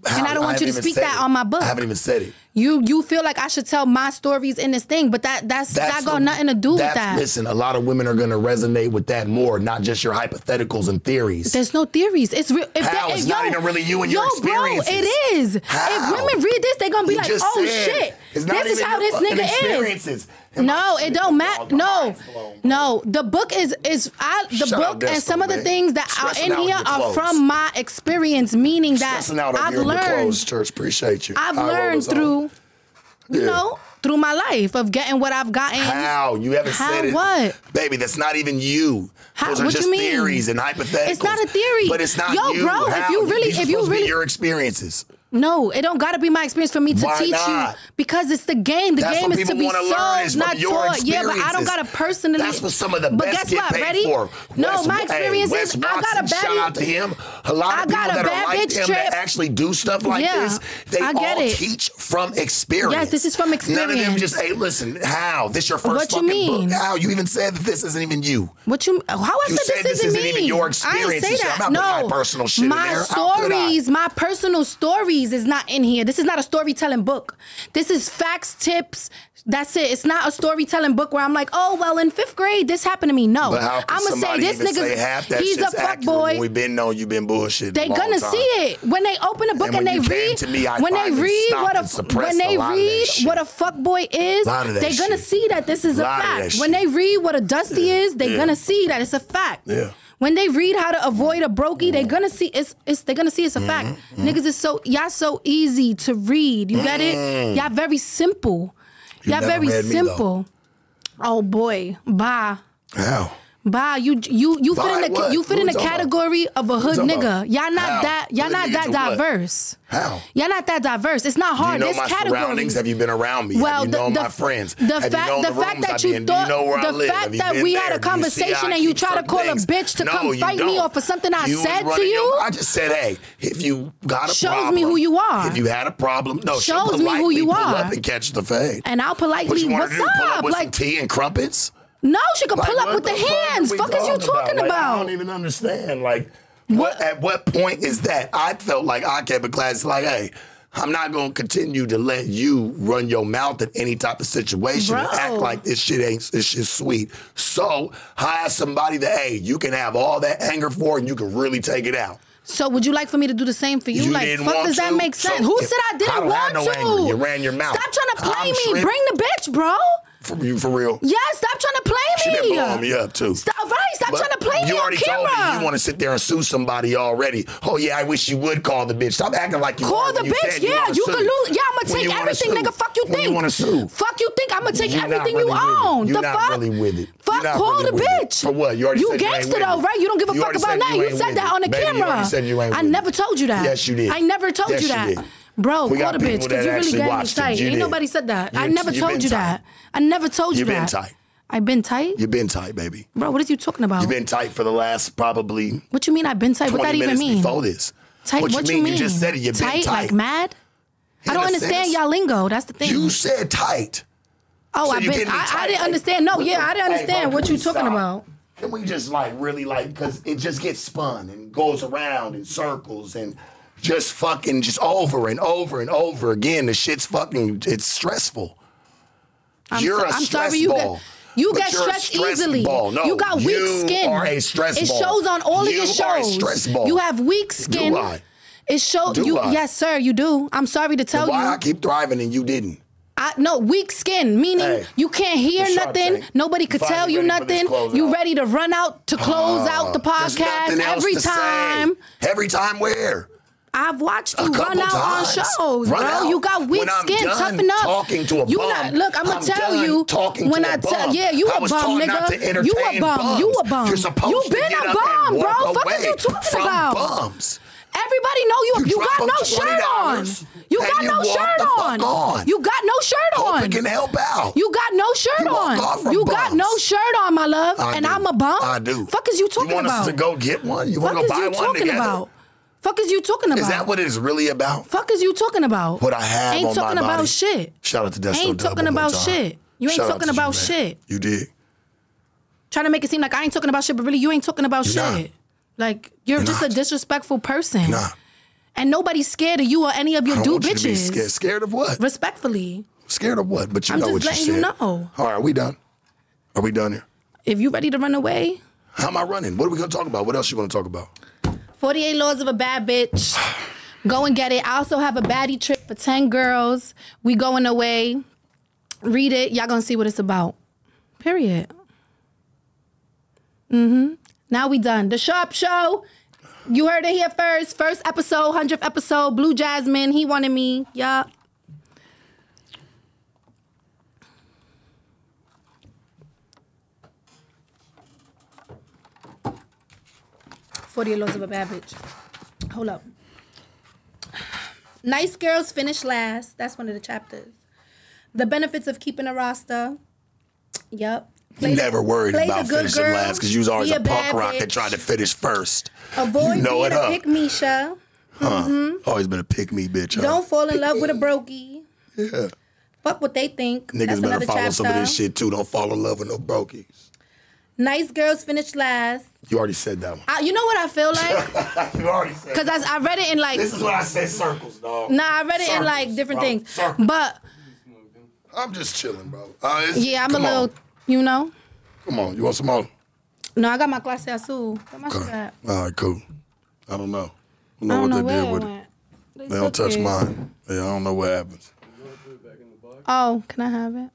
[SPEAKER 1] How-
[SPEAKER 2] and I don't want you to
[SPEAKER 1] haven't even
[SPEAKER 2] speak
[SPEAKER 1] said
[SPEAKER 2] that
[SPEAKER 1] it.
[SPEAKER 2] on my book.
[SPEAKER 1] I haven't even said it.
[SPEAKER 2] You you feel like I should tell my stories in this thing, but that that's, that got
[SPEAKER 1] the-
[SPEAKER 2] nothing to do with
[SPEAKER 1] that's-
[SPEAKER 2] that.
[SPEAKER 1] Listen, a lot of women are going to resonate with that more, not just your hypotheticals and theories.
[SPEAKER 2] There's no theories. It's real. If
[SPEAKER 1] How?
[SPEAKER 2] that- if
[SPEAKER 1] It's not
[SPEAKER 2] yo-
[SPEAKER 1] even really you and your
[SPEAKER 2] yo,
[SPEAKER 1] experiences.
[SPEAKER 2] Bro, it is.
[SPEAKER 1] How?
[SPEAKER 2] If women read this, they're gonna be
[SPEAKER 1] You
[SPEAKER 2] like,
[SPEAKER 1] just
[SPEAKER 2] "Oh
[SPEAKER 1] said
[SPEAKER 2] shit,
[SPEAKER 1] it's not
[SPEAKER 2] this is
[SPEAKER 1] even
[SPEAKER 2] how
[SPEAKER 1] your
[SPEAKER 2] this
[SPEAKER 1] fucking
[SPEAKER 2] nigga is."
[SPEAKER 1] experiences. And
[SPEAKER 2] No,
[SPEAKER 1] my
[SPEAKER 2] it
[SPEAKER 1] shit
[SPEAKER 2] don't
[SPEAKER 1] is all
[SPEAKER 2] matter.
[SPEAKER 1] my
[SPEAKER 2] No,
[SPEAKER 1] mind's blown, bro.
[SPEAKER 2] no. The book is is I the
[SPEAKER 1] Shout out
[SPEAKER 2] book and
[SPEAKER 1] Desco,
[SPEAKER 2] some of the
[SPEAKER 1] man.
[SPEAKER 2] things that are
[SPEAKER 1] Stressing
[SPEAKER 2] in
[SPEAKER 1] out
[SPEAKER 2] here
[SPEAKER 1] your
[SPEAKER 2] are
[SPEAKER 1] clothes.
[SPEAKER 2] from my experience, meaning that
[SPEAKER 1] Stressing out over
[SPEAKER 2] I've
[SPEAKER 1] here in the
[SPEAKER 2] learned.
[SPEAKER 1] closed church. Appreciate you.
[SPEAKER 2] I've
[SPEAKER 1] I roll
[SPEAKER 2] learned
[SPEAKER 1] this on.
[SPEAKER 2] through, you
[SPEAKER 1] Yeah.
[SPEAKER 2] know, through my life of getting what I've gotten.
[SPEAKER 1] How? You haven't
[SPEAKER 2] How
[SPEAKER 1] said it.
[SPEAKER 2] what?
[SPEAKER 1] Baby, that's not even you.
[SPEAKER 2] How-
[SPEAKER 1] Those are
[SPEAKER 2] what you
[SPEAKER 1] just
[SPEAKER 2] mean?
[SPEAKER 1] theories and hypotheticals.
[SPEAKER 2] It's not a theory.
[SPEAKER 1] But it's not
[SPEAKER 2] Yo,
[SPEAKER 1] you.
[SPEAKER 2] bro, if
[SPEAKER 1] How?
[SPEAKER 2] you really-
[SPEAKER 1] These are
[SPEAKER 2] if you
[SPEAKER 1] supposed to be
[SPEAKER 2] really-
[SPEAKER 1] your experiences.
[SPEAKER 2] No, it don't gotta be my experience for me to
[SPEAKER 1] Why
[SPEAKER 2] teach
[SPEAKER 1] not?
[SPEAKER 2] you because it's the game. The
[SPEAKER 1] That's
[SPEAKER 2] game
[SPEAKER 1] what
[SPEAKER 2] is to
[SPEAKER 1] people
[SPEAKER 2] be
[SPEAKER 1] wanna learn is
[SPEAKER 2] sold,
[SPEAKER 1] from
[SPEAKER 2] not
[SPEAKER 1] your
[SPEAKER 2] taught. Yeah, but I don't
[SPEAKER 1] experiences.
[SPEAKER 2] gotta personally.
[SPEAKER 1] That's what some of the
[SPEAKER 2] but
[SPEAKER 1] best
[SPEAKER 2] guess
[SPEAKER 1] get
[SPEAKER 2] what?
[SPEAKER 1] paid
[SPEAKER 2] Ready?
[SPEAKER 1] for.
[SPEAKER 2] No,
[SPEAKER 1] Wes-
[SPEAKER 2] my
[SPEAKER 1] hey,
[SPEAKER 2] experience
[SPEAKER 1] Wes
[SPEAKER 2] is I got a
[SPEAKER 1] Watson,
[SPEAKER 2] bad.
[SPEAKER 1] Shout out to him. A lot
[SPEAKER 2] I
[SPEAKER 1] of people
[SPEAKER 2] got a
[SPEAKER 1] that
[SPEAKER 2] bad
[SPEAKER 1] are like
[SPEAKER 2] bitch
[SPEAKER 1] him
[SPEAKER 2] trip.
[SPEAKER 1] that actually do stuff like
[SPEAKER 2] Yeah,
[SPEAKER 1] this, they
[SPEAKER 2] I get
[SPEAKER 1] all
[SPEAKER 2] it.
[SPEAKER 1] teach from experience.
[SPEAKER 2] Yes, this is from
[SPEAKER 1] None of them
[SPEAKER 2] experience.
[SPEAKER 1] just say, listen, how? This your first
[SPEAKER 2] What you
[SPEAKER 1] fucking
[SPEAKER 2] mean?
[SPEAKER 1] book. How? You even said that this isn't even you.
[SPEAKER 2] What you? How I
[SPEAKER 1] You
[SPEAKER 2] said,
[SPEAKER 1] said this
[SPEAKER 2] isn't
[SPEAKER 1] isn't
[SPEAKER 2] me.
[SPEAKER 1] even your
[SPEAKER 2] I didn't
[SPEAKER 1] experience. You
[SPEAKER 2] say
[SPEAKER 1] said,
[SPEAKER 2] that.
[SPEAKER 1] I'm not putting
[SPEAKER 2] no,
[SPEAKER 1] my personal shit in
[SPEAKER 2] my
[SPEAKER 1] there. How could I?
[SPEAKER 2] stories, my personal stories, is not in here. This is not a storytelling book. This is facts, tips. That's it. It's not a storytelling book where I'm like, oh well, in fifth grade this happened to me. No,
[SPEAKER 1] But how can
[SPEAKER 2] I'm gonna Oh, say
[SPEAKER 1] somebody
[SPEAKER 2] this
[SPEAKER 1] even say half that
[SPEAKER 2] nigga's he's a
[SPEAKER 1] shit's
[SPEAKER 2] fuck
[SPEAKER 1] accurate when
[SPEAKER 2] boy.
[SPEAKER 1] We been known you been bullshit.
[SPEAKER 2] They gonna see it when they open a book
[SPEAKER 1] And
[SPEAKER 2] and,
[SPEAKER 1] when you
[SPEAKER 2] they
[SPEAKER 1] came
[SPEAKER 2] read.
[SPEAKER 1] to me, I
[SPEAKER 2] when they
[SPEAKER 1] finally
[SPEAKER 2] read
[SPEAKER 1] stopped
[SPEAKER 2] what
[SPEAKER 1] and
[SPEAKER 2] a
[SPEAKER 1] suppressed
[SPEAKER 2] when they
[SPEAKER 1] a lot of that
[SPEAKER 2] read
[SPEAKER 1] shit.
[SPEAKER 2] what a fuck boy is,
[SPEAKER 1] Lot of that
[SPEAKER 2] they gonna
[SPEAKER 1] shit.
[SPEAKER 2] see that this is a
[SPEAKER 1] Lot of that
[SPEAKER 2] fact.
[SPEAKER 1] shit.
[SPEAKER 2] When they read what a dusty is, they gonna see that it's a fact.
[SPEAKER 1] Yeah. Mm.
[SPEAKER 2] When they read how to avoid a brokey, they gonna see it's it's they gonna see it's a
[SPEAKER 1] Mm-hmm.
[SPEAKER 2] fact. Niggas is so y'all so easy to read. You get it? Y'all very simple.
[SPEAKER 1] Mm. You
[SPEAKER 2] all
[SPEAKER 1] never
[SPEAKER 2] very
[SPEAKER 1] read me, though.
[SPEAKER 2] simple. oh boy, bye.
[SPEAKER 1] How?
[SPEAKER 2] Bah, you you you
[SPEAKER 1] Bah,
[SPEAKER 2] fit in the
[SPEAKER 1] what?
[SPEAKER 2] you fit
[SPEAKER 1] What
[SPEAKER 2] in
[SPEAKER 1] we
[SPEAKER 2] the
[SPEAKER 1] talking about?
[SPEAKER 2] category of a hood
[SPEAKER 1] talking
[SPEAKER 2] nigga.
[SPEAKER 1] about?
[SPEAKER 2] Y'all not
[SPEAKER 1] How?
[SPEAKER 2] that y'all
[SPEAKER 1] Hood
[SPEAKER 2] not
[SPEAKER 1] nigga
[SPEAKER 2] that
[SPEAKER 1] to what?
[SPEAKER 2] diverse.
[SPEAKER 1] How?
[SPEAKER 2] Y'all not that diverse. It's not
[SPEAKER 1] Do
[SPEAKER 2] hard.
[SPEAKER 1] you know
[SPEAKER 2] This
[SPEAKER 1] my
[SPEAKER 2] category.
[SPEAKER 1] surroundings? Have you been around me?
[SPEAKER 2] Well,
[SPEAKER 1] Have you
[SPEAKER 2] the-
[SPEAKER 1] known
[SPEAKER 2] the-
[SPEAKER 1] my friends?
[SPEAKER 2] the
[SPEAKER 1] Have
[SPEAKER 2] fact-
[SPEAKER 1] you known
[SPEAKER 2] the
[SPEAKER 1] the,
[SPEAKER 2] fact
[SPEAKER 1] rooms
[SPEAKER 2] that
[SPEAKER 1] I've
[SPEAKER 2] you
[SPEAKER 1] been in? Do
[SPEAKER 2] thought-
[SPEAKER 1] you know where I
[SPEAKER 2] the
[SPEAKER 1] live?
[SPEAKER 2] fact
[SPEAKER 1] Have you
[SPEAKER 2] that
[SPEAKER 1] been
[SPEAKER 2] we
[SPEAKER 1] there?
[SPEAKER 2] had a
[SPEAKER 1] Do you see how I
[SPEAKER 2] conversation and you
[SPEAKER 1] keep
[SPEAKER 2] try to
[SPEAKER 1] certain
[SPEAKER 2] call a
[SPEAKER 1] things?
[SPEAKER 2] bitch to
[SPEAKER 1] No,
[SPEAKER 2] come
[SPEAKER 1] you
[SPEAKER 2] fight me
[SPEAKER 1] don't.
[SPEAKER 2] or for something I
[SPEAKER 1] You was
[SPEAKER 2] said to
[SPEAKER 1] running your-
[SPEAKER 2] you?
[SPEAKER 1] I just said, hey, if you got a
[SPEAKER 2] Shows me
[SPEAKER 1] problem,
[SPEAKER 2] who you are.
[SPEAKER 1] If you had a problem, no, she'll
[SPEAKER 2] Shows me who
[SPEAKER 1] politely
[SPEAKER 2] you
[SPEAKER 1] pull
[SPEAKER 2] are.
[SPEAKER 1] up and catch the fade.
[SPEAKER 2] And I'll
[SPEAKER 1] what
[SPEAKER 2] politely,
[SPEAKER 1] you wanna
[SPEAKER 2] what's
[SPEAKER 1] do? Pull
[SPEAKER 2] up?
[SPEAKER 1] up with
[SPEAKER 2] Like-
[SPEAKER 1] some tea and crumpets.
[SPEAKER 2] No, she could
[SPEAKER 1] Like,
[SPEAKER 2] pull up
[SPEAKER 1] what
[SPEAKER 2] with the,
[SPEAKER 1] fuck are
[SPEAKER 2] hands.
[SPEAKER 1] we
[SPEAKER 2] Fuck is you talking
[SPEAKER 1] Like,
[SPEAKER 2] about?
[SPEAKER 1] I don't even understand. Like, what? At what point is that? I felt like I kept a class. Like, hey, I'm not gonna continue to let you run your mouth in any type of situation and
[SPEAKER 2] Bro.
[SPEAKER 1] act like this shit ain't this shit sweet. So hire somebody that hey, you can have all that anger for and you can really take it out.
[SPEAKER 2] So would you like for me to do the same for you?
[SPEAKER 1] You
[SPEAKER 2] like,
[SPEAKER 1] didn't
[SPEAKER 2] fuck,
[SPEAKER 1] want
[SPEAKER 2] does that
[SPEAKER 1] to,
[SPEAKER 2] make sense?
[SPEAKER 1] so
[SPEAKER 2] Who
[SPEAKER 1] if-
[SPEAKER 2] said I didn't
[SPEAKER 1] I don't have
[SPEAKER 2] want
[SPEAKER 1] no
[SPEAKER 2] to?
[SPEAKER 1] anger. You ran your mouth.
[SPEAKER 2] Stop trying to play
[SPEAKER 1] I'm
[SPEAKER 2] me.
[SPEAKER 1] tripping.
[SPEAKER 2] Bring the bitch, bro.
[SPEAKER 1] For you, for real.
[SPEAKER 2] Yeah, stop trying to
[SPEAKER 1] She
[SPEAKER 2] play me.
[SPEAKER 1] been blowing me up too.
[SPEAKER 2] Stop, right? Stop
[SPEAKER 1] But
[SPEAKER 2] trying to play
[SPEAKER 1] you
[SPEAKER 2] me on
[SPEAKER 1] already
[SPEAKER 2] camera.
[SPEAKER 1] told me you want to sit there and sue somebody already. Oh yeah, I wish you would call the bitch. Stop acting like you
[SPEAKER 2] Call
[SPEAKER 1] are
[SPEAKER 2] the
[SPEAKER 1] when you
[SPEAKER 2] bitch.
[SPEAKER 1] said you
[SPEAKER 2] yeah,
[SPEAKER 1] wanna
[SPEAKER 2] you
[SPEAKER 1] sue.
[SPEAKER 2] can lose. Yeah, I'm
[SPEAKER 1] When
[SPEAKER 2] gonna
[SPEAKER 1] you
[SPEAKER 2] take
[SPEAKER 1] wanna
[SPEAKER 2] everything,
[SPEAKER 1] sue.
[SPEAKER 2] nigga. Fuck you
[SPEAKER 1] When
[SPEAKER 2] think.
[SPEAKER 1] you want to sue.
[SPEAKER 2] Fuck you think I'm gonna take
[SPEAKER 1] You're not
[SPEAKER 2] everything
[SPEAKER 1] really
[SPEAKER 2] you
[SPEAKER 1] with it.
[SPEAKER 2] own.
[SPEAKER 1] You're
[SPEAKER 2] the
[SPEAKER 1] not
[SPEAKER 2] fuck.
[SPEAKER 1] really with it.
[SPEAKER 2] Fuck,
[SPEAKER 1] You're not
[SPEAKER 2] call
[SPEAKER 1] really
[SPEAKER 2] the
[SPEAKER 1] with it.
[SPEAKER 2] bitch.
[SPEAKER 1] For what? You already said you ain't
[SPEAKER 2] gangster
[SPEAKER 1] with
[SPEAKER 2] though,
[SPEAKER 1] it.
[SPEAKER 2] right? You don't give a
[SPEAKER 1] You
[SPEAKER 2] fuck
[SPEAKER 1] already
[SPEAKER 2] about
[SPEAKER 1] said
[SPEAKER 2] nothing.
[SPEAKER 1] you
[SPEAKER 2] You
[SPEAKER 1] ain't
[SPEAKER 2] said
[SPEAKER 1] with
[SPEAKER 2] that
[SPEAKER 1] it.
[SPEAKER 2] on the
[SPEAKER 1] Baby, you
[SPEAKER 2] camera.
[SPEAKER 1] already said you ain't
[SPEAKER 2] I
[SPEAKER 1] with it.
[SPEAKER 2] never told you that.
[SPEAKER 1] Yes, you did.
[SPEAKER 2] I never told
[SPEAKER 1] Yes,
[SPEAKER 2] you
[SPEAKER 1] you
[SPEAKER 2] that.
[SPEAKER 1] did.
[SPEAKER 2] Bro,
[SPEAKER 1] We
[SPEAKER 2] call
[SPEAKER 1] got
[SPEAKER 2] the bitch
[SPEAKER 1] people
[SPEAKER 2] because
[SPEAKER 1] that
[SPEAKER 2] you really
[SPEAKER 1] actually
[SPEAKER 2] got me
[SPEAKER 1] watched it.
[SPEAKER 2] tight.
[SPEAKER 1] You
[SPEAKER 2] Ain't
[SPEAKER 1] did.
[SPEAKER 2] nobody said that. I
[SPEAKER 1] You-
[SPEAKER 2] never
[SPEAKER 1] you
[SPEAKER 2] told
[SPEAKER 1] been
[SPEAKER 2] you
[SPEAKER 1] tight.
[SPEAKER 2] that. I never told you
[SPEAKER 1] You
[SPEAKER 2] that.
[SPEAKER 1] been tight.
[SPEAKER 2] I been tight?
[SPEAKER 1] You've been tight, baby.
[SPEAKER 2] Bro, what is you talking about?
[SPEAKER 1] You've been tight for the last probably
[SPEAKER 2] what you mean I've been tight?
[SPEAKER 1] 20
[SPEAKER 2] What that even
[SPEAKER 1] minutes
[SPEAKER 2] mean?
[SPEAKER 1] before this.
[SPEAKER 2] Tight,
[SPEAKER 1] what, you mean?
[SPEAKER 2] mean?
[SPEAKER 1] You just said it. You've
[SPEAKER 2] tight,
[SPEAKER 1] been tight.
[SPEAKER 2] like mad? I
[SPEAKER 1] In
[SPEAKER 2] don't
[SPEAKER 1] a
[SPEAKER 2] understand
[SPEAKER 1] sense.
[SPEAKER 2] y'all lingo. That's the thing.
[SPEAKER 1] You said tight.
[SPEAKER 2] oh,
[SPEAKER 1] So
[SPEAKER 2] I've
[SPEAKER 1] you
[SPEAKER 2] been.
[SPEAKER 1] getting me
[SPEAKER 2] I, I
[SPEAKER 1] tight.
[SPEAKER 2] didn't understand. No,
[SPEAKER 1] What
[SPEAKER 2] yeah,
[SPEAKER 1] the-
[SPEAKER 2] I didn't
[SPEAKER 1] Hey,
[SPEAKER 2] understand
[SPEAKER 1] bro,
[SPEAKER 2] what
[SPEAKER 1] can
[SPEAKER 2] you
[SPEAKER 1] we
[SPEAKER 2] talking
[SPEAKER 1] stop?
[SPEAKER 2] about.
[SPEAKER 1] Can we just like really like because it just gets spun and goes around in circles and just fucking just over and over and over again. The shit's fucking it's stressful.
[SPEAKER 2] I'm
[SPEAKER 1] you're
[SPEAKER 2] so-
[SPEAKER 1] a
[SPEAKER 2] I'm
[SPEAKER 1] stress
[SPEAKER 2] sorry you
[SPEAKER 1] ball.
[SPEAKER 2] get you
[SPEAKER 1] But
[SPEAKER 2] get
[SPEAKER 1] you're a
[SPEAKER 2] stressed
[SPEAKER 1] stress
[SPEAKER 2] easily.
[SPEAKER 1] Ball. No,
[SPEAKER 2] you got weak
[SPEAKER 1] you
[SPEAKER 2] skin.
[SPEAKER 1] Are a stress
[SPEAKER 2] it
[SPEAKER 1] ball.
[SPEAKER 2] shows on all
[SPEAKER 1] You
[SPEAKER 2] of your shows.
[SPEAKER 1] Are a stress ball.
[SPEAKER 2] You have weak skin.
[SPEAKER 1] I?
[SPEAKER 2] It shows
[SPEAKER 1] Do
[SPEAKER 2] you.
[SPEAKER 1] I?
[SPEAKER 2] Yes, sir. You do. I'm sorry to tell
[SPEAKER 1] Why
[SPEAKER 2] you.
[SPEAKER 1] I keep thriving and you didn't?
[SPEAKER 2] I no weak skin, meaning
[SPEAKER 1] Hey,
[SPEAKER 2] you can't hear
[SPEAKER 1] the Shark
[SPEAKER 2] nothing.
[SPEAKER 1] Tank.
[SPEAKER 2] Nobody could
[SPEAKER 1] Finally
[SPEAKER 2] tell you
[SPEAKER 1] ready for this
[SPEAKER 2] nothing.
[SPEAKER 1] closeout.
[SPEAKER 2] You ready to run out to close out the
[SPEAKER 1] Oh, Uh, There's
[SPEAKER 2] podcast
[SPEAKER 1] nothing else
[SPEAKER 2] every
[SPEAKER 1] to say.
[SPEAKER 2] time.
[SPEAKER 1] Every time where?
[SPEAKER 2] I've watched you
[SPEAKER 1] A
[SPEAKER 2] run
[SPEAKER 1] couple
[SPEAKER 2] out
[SPEAKER 1] times.
[SPEAKER 2] on shows,
[SPEAKER 1] Run
[SPEAKER 2] bro.
[SPEAKER 1] out.
[SPEAKER 2] You got weak
[SPEAKER 1] When I'm
[SPEAKER 2] skin.
[SPEAKER 1] done
[SPEAKER 2] Toughen up.
[SPEAKER 1] talking to a
[SPEAKER 2] you
[SPEAKER 1] bum,
[SPEAKER 2] not look. I'm gonna
[SPEAKER 1] I'm
[SPEAKER 2] tell
[SPEAKER 1] done
[SPEAKER 2] you
[SPEAKER 1] talking
[SPEAKER 2] when
[SPEAKER 1] to a
[SPEAKER 2] I tell.
[SPEAKER 1] bum.
[SPEAKER 2] Yeah, you
[SPEAKER 1] I
[SPEAKER 2] a
[SPEAKER 1] was
[SPEAKER 2] bum,
[SPEAKER 1] taught not
[SPEAKER 2] nigga.
[SPEAKER 1] to
[SPEAKER 2] you a
[SPEAKER 1] entertain
[SPEAKER 2] bum. You a
[SPEAKER 1] bums.
[SPEAKER 2] bum.
[SPEAKER 1] You're supposed
[SPEAKER 2] you
[SPEAKER 1] to
[SPEAKER 2] been
[SPEAKER 1] get
[SPEAKER 2] a
[SPEAKER 1] up and
[SPEAKER 2] bum, bro.
[SPEAKER 1] walk
[SPEAKER 2] Fuck is
[SPEAKER 1] away
[SPEAKER 2] you talking
[SPEAKER 1] from
[SPEAKER 2] about?
[SPEAKER 1] bums.
[SPEAKER 2] Everybody know you.
[SPEAKER 1] You
[SPEAKER 2] You, got
[SPEAKER 1] drop
[SPEAKER 2] no
[SPEAKER 1] them
[SPEAKER 2] shirt on.
[SPEAKER 1] $20
[SPEAKER 2] You
[SPEAKER 1] and
[SPEAKER 2] got
[SPEAKER 1] you
[SPEAKER 2] no
[SPEAKER 1] walk
[SPEAKER 2] shirt
[SPEAKER 1] the fuck
[SPEAKER 2] on.
[SPEAKER 1] on.
[SPEAKER 2] You got no shirt
[SPEAKER 1] Hope
[SPEAKER 2] on.
[SPEAKER 1] it can help out.
[SPEAKER 2] You got no shirt
[SPEAKER 1] You walk
[SPEAKER 2] on.
[SPEAKER 1] off from
[SPEAKER 2] you got
[SPEAKER 1] bums.
[SPEAKER 2] no shirt on, my love.
[SPEAKER 1] I
[SPEAKER 2] and
[SPEAKER 1] do.
[SPEAKER 2] I'm a bum.
[SPEAKER 1] I do.
[SPEAKER 2] Fuck is you talking
[SPEAKER 1] You want
[SPEAKER 2] about?
[SPEAKER 1] us to go get one? You
[SPEAKER 2] Fuck
[SPEAKER 1] want to
[SPEAKER 2] is
[SPEAKER 1] go buy
[SPEAKER 2] you
[SPEAKER 1] one
[SPEAKER 2] talking
[SPEAKER 1] together?
[SPEAKER 2] about? Fuck is you talking about?
[SPEAKER 1] Is that what it's really about?
[SPEAKER 2] Fuck is you talking about?
[SPEAKER 1] What I have
[SPEAKER 2] ain't
[SPEAKER 1] on my
[SPEAKER 2] talking about
[SPEAKER 1] body.
[SPEAKER 2] shit.
[SPEAKER 1] Shout out to Desto
[SPEAKER 2] Ain't
[SPEAKER 1] Dub
[SPEAKER 2] talking
[SPEAKER 1] one more
[SPEAKER 2] about
[SPEAKER 1] time.
[SPEAKER 2] shit. You ain't
[SPEAKER 1] Shout out
[SPEAKER 2] talking
[SPEAKER 1] to
[SPEAKER 2] about
[SPEAKER 1] man.
[SPEAKER 2] shit.
[SPEAKER 1] You did.
[SPEAKER 2] Trying to make it seem like I ain't talking about shit, but really you ain't talking about
[SPEAKER 1] You're
[SPEAKER 2] shit.
[SPEAKER 1] not.
[SPEAKER 2] Like you're,
[SPEAKER 1] You're
[SPEAKER 2] just
[SPEAKER 1] not.
[SPEAKER 2] a disrespectful person,
[SPEAKER 1] Nah.
[SPEAKER 2] and nobody's scared of you or any of
[SPEAKER 1] I
[SPEAKER 2] your
[SPEAKER 1] don't want
[SPEAKER 2] dude
[SPEAKER 1] you to be
[SPEAKER 2] bitches.
[SPEAKER 1] scared. Scared of what?
[SPEAKER 2] Respectfully,
[SPEAKER 1] Scared of what? But you
[SPEAKER 2] I'm
[SPEAKER 1] know
[SPEAKER 2] just
[SPEAKER 1] what you
[SPEAKER 2] letting you
[SPEAKER 1] said.
[SPEAKER 2] know.
[SPEAKER 1] All right, we done. Are we done here?
[SPEAKER 2] if you ready to run away,
[SPEAKER 1] How am I running? What are we gonna talk about? What else you wanna talk about?
[SPEAKER 2] 48 Laws of a Bad Bitch. Go and get it. I also have a baddie trip for 10 girls. We going away. Read it. Y'all gonna see what it's about. Period. Mm-hmm. Now we done. The Sharp Show. You heard it here first. First episode, 100th episode. Blue Jasmine. He wanted me. Yup. 48 Laws of a Bad Bitch. Hold up. Nice Girls Finish Last. That's one of the chapters. The Benefits of Keeping a Rasta. Yep. Play the-
[SPEAKER 1] Never worried
[SPEAKER 2] play the
[SPEAKER 1] about
[SPEAKER 2] good
[SPEAKER 1] finishing
[SPEAKER 2] girl,
[SPEAKER 1] last because you was always
[SPEAKER 2] be
[SPEAKER 1] a punk
[SPEAKER 2] bad
[SPEAKER 1] rock that
[SPEAKER 2] bitch.
[SPEAKER 1] tried to finish first.
[SPEAKER 2] Avoid
[SPEAKER 1] you know
[SPEAKER 2] being
[SPEAKER 1] it,
[SPEAKER 2] a
[SPEAKER 1] huh?
[SPEAKER 2] pick Misha.
[SPEAKER 1] Huh. Always been a pick me bitch. Huh?
[SPEAKER 2] Um, Don't fall in love with a brokey.
[SPEAKER 1] Yeah.
[SPEAKER 2] Fuck what they think.
[SPEAKER 1] Niggas
[SPEAKER 2] That's
[SPEAKER 1] better
[SPEAKER 2] another
[SPEAKER 1] follow
[SPEAKER 2] chapter.
[SPEAKER 1] some of this shit too. Don't fall in love with no brokies.
[SPEAKER 2] Nice Girls Finish Last.
[SPEAKER 1] You already said that one.
[SPEAKER 2] I, you know what I feel like?
[SPEAKER 1] you already said.
[SPEAKER 2] Because I, I read it in like.
[SPEAKER 1] this is why I say circles, dog.
[SPEAKER 2] Nah, I read it in like different
[SPEAKER 1] bro.
[SPEAKER 2] things.
[SPEAKER 1] Circles.
[SPEAKER 2] But
[SPEAKER 1] I'm just chilling, bro. Uh, it's-
[SPEAKER 2] yeah, I'm a
[SPEAKER 1] come
[SPEAKER 2] little,
[SPEAKER 1] On.
[SPEAKER 2] you know.
[SPEAKER 1] Come on, you want some more?
[SPEAKER 2] No, I got my clase azul. Where my shit
[SPEAKER 1] Okay.
[SPEAKER 2] at?
[SPEAKER 1] All right, cool. I don't know. I don't
[SPEAKER 2] I
[SPEAKER 1] know
[SPEAKER 2] don't
[SPEAKER 1] what
[SPEAKER 2] know
[SPEAKER 1] they
[SPEAKER 2] where
[SPEAKER 1] did
[SPEAKER 2] it
[SPEAKER 1] with
[SPEAKER 2] went.
[SPEAKER 1] it. They don't
[SPEAKER 2] took
[SPEAKER 1] touch
[SPEAKER 2] it.
[SPEAKER 1] mine. Yeah, I don't know what happens.
[SPEAKER 2] Oh, can I have it?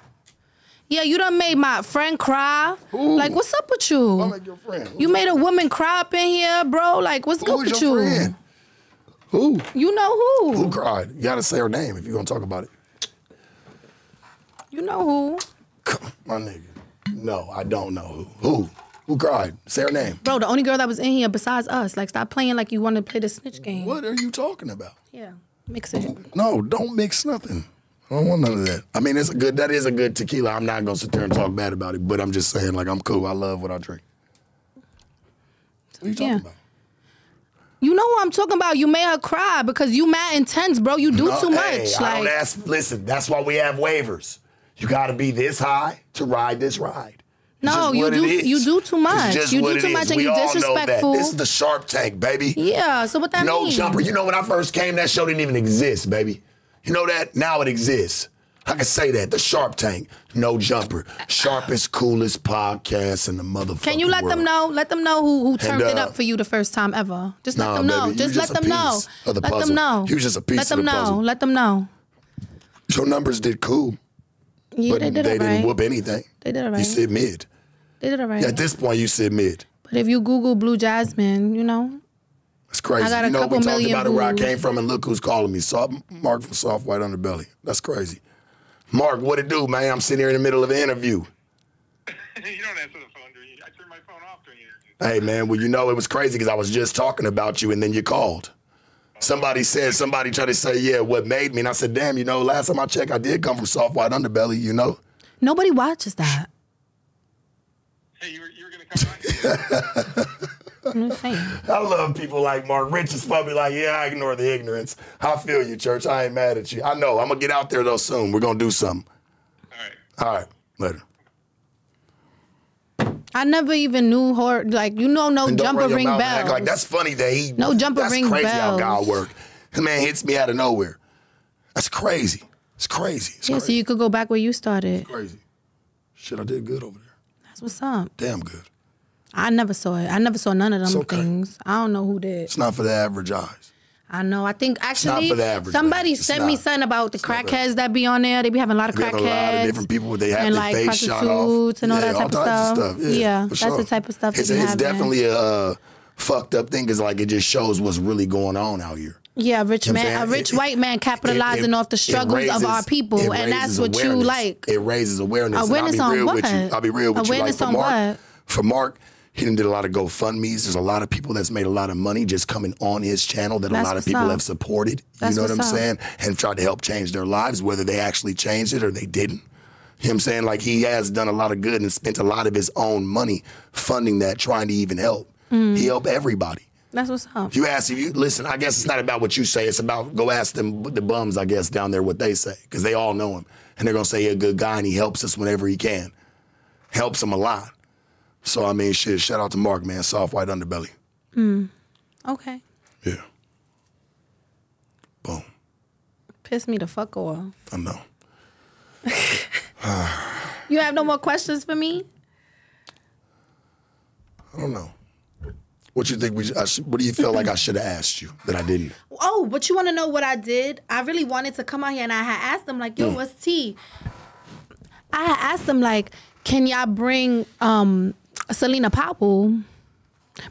[SPEAKER 2] Yeah, you done made my friend cry. Like, what's up with
[SPEAKER 1] I'm
[SPEAKER 2] you?
[SPEAKER 1] like your friend. Who-
[SPEAKER 2] You made a woman cry up in here, bro. Like, what's
[SPEAKER 1] who
[SPEAKER 2] good
[SPEAKER 1] was
[SPEAKER 2] with
[SPEAKER 1] your
[SPEAKER 2] you?
[SPEAKER 1] friend? Who?
[SPEAKER 2] You know who?
[SPEAKER 1] Who cried? You gotta say her name if you're gonna talk about it.
[SPEAKER 2] You know who?
[SPEAKER 1] Come on, my nigga. No, I don't know who. Who? Who cried? Say her name.
[SPEAKER 2] Bro, the only girl that was in here besides us. Like, stop playing like you want to play the snitch game.
[SPEAKER 1] What are you talking about?
[SPEAKER 2] Yeah, mix it.
[SPEAKER 1] No, don't mix nothing. I don't want none of that. I mean, it's a good. That is a good tequila. I'm not gonna sit there and talk bad about it, but I'm just saying, like, I'm cool. I love what I drink. What are you talking
[SPEAKER 2] Yeah.
[SPEAKER 1] about?
[SPEAKER 2] You know what I'm talking about. You made her cry because you mad intense, bro. You do
[SPEAKER 1] No,
[SPEAKER 2] too much.
[SPEAKER 1] Uh, hey, I
[SPEAKER 2] like,
[SPEAKER 1] don't ask. Listen, that's why we have waivers. You got to be this high to ride this ride. It's
[SPEAKER 2] No,
[SPEAKER 1] just
[SPEAKER 2] you
[SPEAKER 1] what it
[SPEAKER 2] do-
[SPEAKER 1] is.
[SPEAKER 2] you do too
[SPEAKER 1] It's
[SPEAKER 2] much.
[SPEAKER 1] just
[SPEAKER 2] You do
[SPEAKER 1] what it
[SPEAKER 2] too
[SPEAKER 1] is.
[SPEAKER 2] much and
[SPEAKER 1] We
[SPEAKER 2] you
[SPEAKER 1] all know that.
[SPEAKER 2] disrespectful.
[SPEAKER 1] This is the Shark Tank, baby.
[SPEAKER 2] yeah. So what that
[SPEAKER 1] no
[SPEAKER 2] mean?
[SPEAKER 1] jumper. You know when I first came, that show didn't even exist, baby. You know that now it exists. I can say that the Sharp Tank, no jumper, sharpest, coolest podcast in the motherfucker.
[SPEAKER 2] Can you let them know? Let them know who who turned it
[SPEAKER 1] uh,
[SPEAKER 2] up for you the first time ever. Just
[SPEAKER 1] nah,
[SPEAKER 2] let them know.
[SPEAKER 1] baby, you
[SPEAKER 2] just,
[SPEAKER 1] just a
[SPEAKER 2] let them know.
[SPEAKER 1] piece of the
[SPEAKER 2] let
[SPEAKER 1] puzzle.
[SPEAKER 2] them know.
[SPEAKER 1] You just a piece
[SPEAKER 2] Let
[SPEAKER 1] of
[SPEAKER 2] them
[SPEAKER 1] the
[SPEAKER 2] know.
[SPEAKER 1] puzzle.
[SPEAKER 2] Let them know.
[SPEAKER 1] Your numbers did cool,
[SPEAKER 2] Yeah,
[SPEAKER 1] but
[SPEAKER 2] they
[SPEAKER 1] they,
[SPEAKER 2] did it
[SPEAKER 1] didn't
[SPEAKER 2] right.
[SPEAKER 1] whoop anything.
[SPEAKER 2] They did it
[SPEAKER 1] You
[SPEAKER 2] right.
[SPEAKER 1] said mid.
[SPEAKER 2] They did it right.
[SPEAKER 1] At this point, you said mid.
[SPEAKER 2] but if you Google Blue Jasmine, you know.
[SPEAKER 1] It's crazy.
[SPEAKER 2] I got a
[SPEAKER 1] you know,
[SPEAKER 2] couple
[SPEAKER 1] we talked
[SPEAKER 2] million
[SPEAKER 1] about it where I
[SPEAKER 2] views.
[SPEAKER 1] came from, and look who's calling me. Soft, Mark from Soft White Underbelly. That's crazy. Mark, what it do, man? I'm sitting here in the middle of an interview.
[SPEAKER 5] you don't answer the phone during. I turn my phone off during interviews.
[SPEAKER 1] Hey, man, well, you know, it was crazy because I was just talking about you, and then you called. Somebody said, somebody tried to say, yeah, what made me? And I said, damn, you know, last time I checked, I did come from Soft White Underbelly, you know?
[SPEAKER 2] Nobody watches that.
[SPEAKER 5] Hey, you were, you were gonna come on.
[SPEAKER 2] I'm just saying.
[SPEAKER 1] I love people like Mark. Rich is probably like, yeah, I ignore the ignorance. I feel you, church. I ain't mad at you. I know. I'm going to get out there, though, soon. We're going to do something.
[SPEAKER 5] All right.
[SPEAKER 1] All right, later.
[SPEAKER 2] I never even knew her. Like you know, no
[SPEAKER 1] And don't
[SPEAKER 2] jumper
[SPEAKER 1] run your
[SPEAKER 2] ring
[SPEAKER 1] mouth and
[SPEAKER 2] bells.
[SPEAKER 1] act Like that's funny that he.
[SPEAKER 2] No jumper
[SPEAKER 1] that's
[SPEAKER 2] ring
[SPEAKER 1] crazy how
[SPEAKER 2] bells.
[SPEAKER 1] God work. The man hits me out of nowhere. That's crazy. It's crazy. It's
[SPEAKER 2] yeah, so
[SPEAKER 1] crazy.
[SPEAKER 2] you could go back where you started.
[SPEAKER 1] crazy. Shit, I did good over there.
[SPEAKER 2] That's what's up.
[SPEAKER 1] Damn good.
[SPEAKER 2] I never saw it. I never saw none of them
[SPEAKER 1] okay.
[SPEAKER 2] things. I don't know who did.
[SPEAKER 1] It's not for the average eyes.
[SPEAKER 2] I know. I think
[SPEAKER 1] not
[SPEAKER 2] actually
[SPEAKER 1] for the average,
[SPEAKER 2] somebody
[SPEAKER 1] man. It's
[SPEAKER 2] sent me
[SPEAKER 1] not.
[SPEAKER 2] something about the crackheads that be on there. They be having a lot of
[SPEAKER 1] We have a lot of
[SPEAKER 2] crackheads.
[SPEAKER 1] different people with they have
[SPEAKER 2] and
[SPEAKER 1] their
[SPEAKER 2] like
[SPEAKER 1] face shot off.
[SPEAKER 2] prostitutes and all
[SPEAKER 1] Yeah,
[SPEAKER 2] that type of
[SPEAKER 1] types
[SPEAKER 2] stuff.
[SPEAKER 1] Yeah,
[SPEAKER 2] Yeah,
[SPEAKER 1] for
[SPEAKER 2] that's
[SPEAKER 1] sure.
[SPEAKER 2] the type of stuff that
[SPEAKER 1] It's,
[SPEAKER 2] be
[SPEAKER 1] it's
[SPEAKER 2] happening.
[SPEAKER 1] definitely a uh, fucked up thing because like it just shows what's really going on out here.
[SPEAKER 2] Yeah, a rich
[SPEAKER 1] You know what I'm
[SPEAKER 2] man, a
[SPEAKER 1] saying?
[SPEAKER 2] rich
[SPEAKER 1] It-
[SPEAKER 2] white man capitalizing
[SPEAKER 1] it- it-
[SPEAKER 2] off the
[SPEAKER 1] it
[SPEAKER 2] struggles
[SPEAKER 1] raises-
[SPEAKER 2] of our people,
[SPEAKER 1] it
[SPEAKER 2] and that's
[SPEAKER 1] raises
[SPEAKER 2] what you
[SPEAKER 1] awareness.
[SPEAKER 2] like.
[SPEAKER 1] It raises awareness.
[SPEAKER 2] Awareness
[SPEAKER 1] and I'll
[SPEAKER 2] on
[SPEAKER 1] be real With you.
[SPEAKER 2] what?
[SPEAKER 1] I'll be real with
[SPEAKER 2] Awareness
[SPEAKER 1] you. Like
[SPEAKER 2] on
[SPEAKER 1] for Mark,
[SPEAKER 2] what?
[SPEAKER 1] for Mark, he done did a lot of GoFundmes. There's a lot of people that's made a lot of money just coming on his channel that
[SPEAKER 2] That's
[SPEAKER 1] a lot of
[SPEAKER 2] what's
[SPEAKER 1] people
[SPEAKER 2] up.
[SPEAKER 1] have supported.
[SPEAKER 2] That's
[SPEAKER 1] you know what I'm
[SPEAKER 2] what's up.
[SPEAKER 1] saying? And tried to help change their lives, whether they actually changed it or they didn't. You know what I'm saying? Like he has done a lot of good and spent a lot of his own money funding that, trying to even help.
[SPEAKER 2] Mm.
[SPEAKER 1] He helped everybody.
[SPEAKER 2] That's what's up.
[SPEAKER 1] You ask if you listen. I guess it's not about what you say. It's about go ask them the bums. I guess down there what they say because they all know him and they're gonna say he's a good guy and he helps us whenever he can. Helps him a lot. So I mean, shit. Shout out to Mark, man. Soft white underbelly.
[SPEAKER 2] Okay,
[SPEAKER 1] Yeah. Boom.
[SPEAKER 2] piss me the fuck off.
[SPEAKER 1] I know.
[SPEAKER 2] You have no more questions for me?
[SPEAKER 1] I don't know. What you think we? Should, I should, what do you feel like I should have asked you that I didn't?
[SPEAKER 2] Oh, but you want to know what I did? I really wanted to come out here and I had asked them like, "Yo, what's tea?" I had asked them like, "Can y'all bring um Selena Powell?"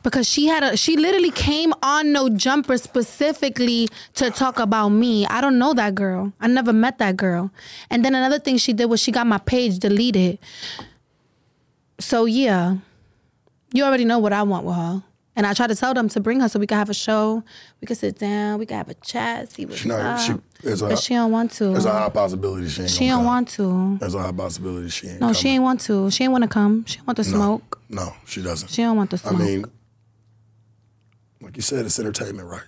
[SPEAKER 2] Because she had a she literally came on no jumper specifically to talk about me. I don't know that girl. I never met that girl. And then another thing she did was she got my page deleted. So yeah. You already know what I want with her. And I try to tell them to bring her so we can have a show. We can sit down. We can have a chat. See what's
[SPEAKER 1] No,
[SPEAKER 2] up.
[SPEAKER 1] she- it's a-
[SPEAKER 2] Uh, but she don't want to.
[SPEAKER 1] There's a high possibility she ain't
[SPEAKER 2] she
[SPEAKER 1] gonna
[SPEAKER 2] don't
[SPEAKER 1] come.
[SPEAKER 2] want to.
[SPEAKER 1] There's a high possibility she ain't.
[SPEAKER 2] No,
[SPEAKER 1] coming.
[SPEAKER 2] she ain't want to. She ain't want to come. She don't want to smoke.
[SPEAKER 1] No, she doesn't.
[SPEAKER 2] She don't want the
[SPEAKER 1] I
[SPEAKER 2] smoke.
[SPEAKER 1] mean, like you said, it's entertainment, right?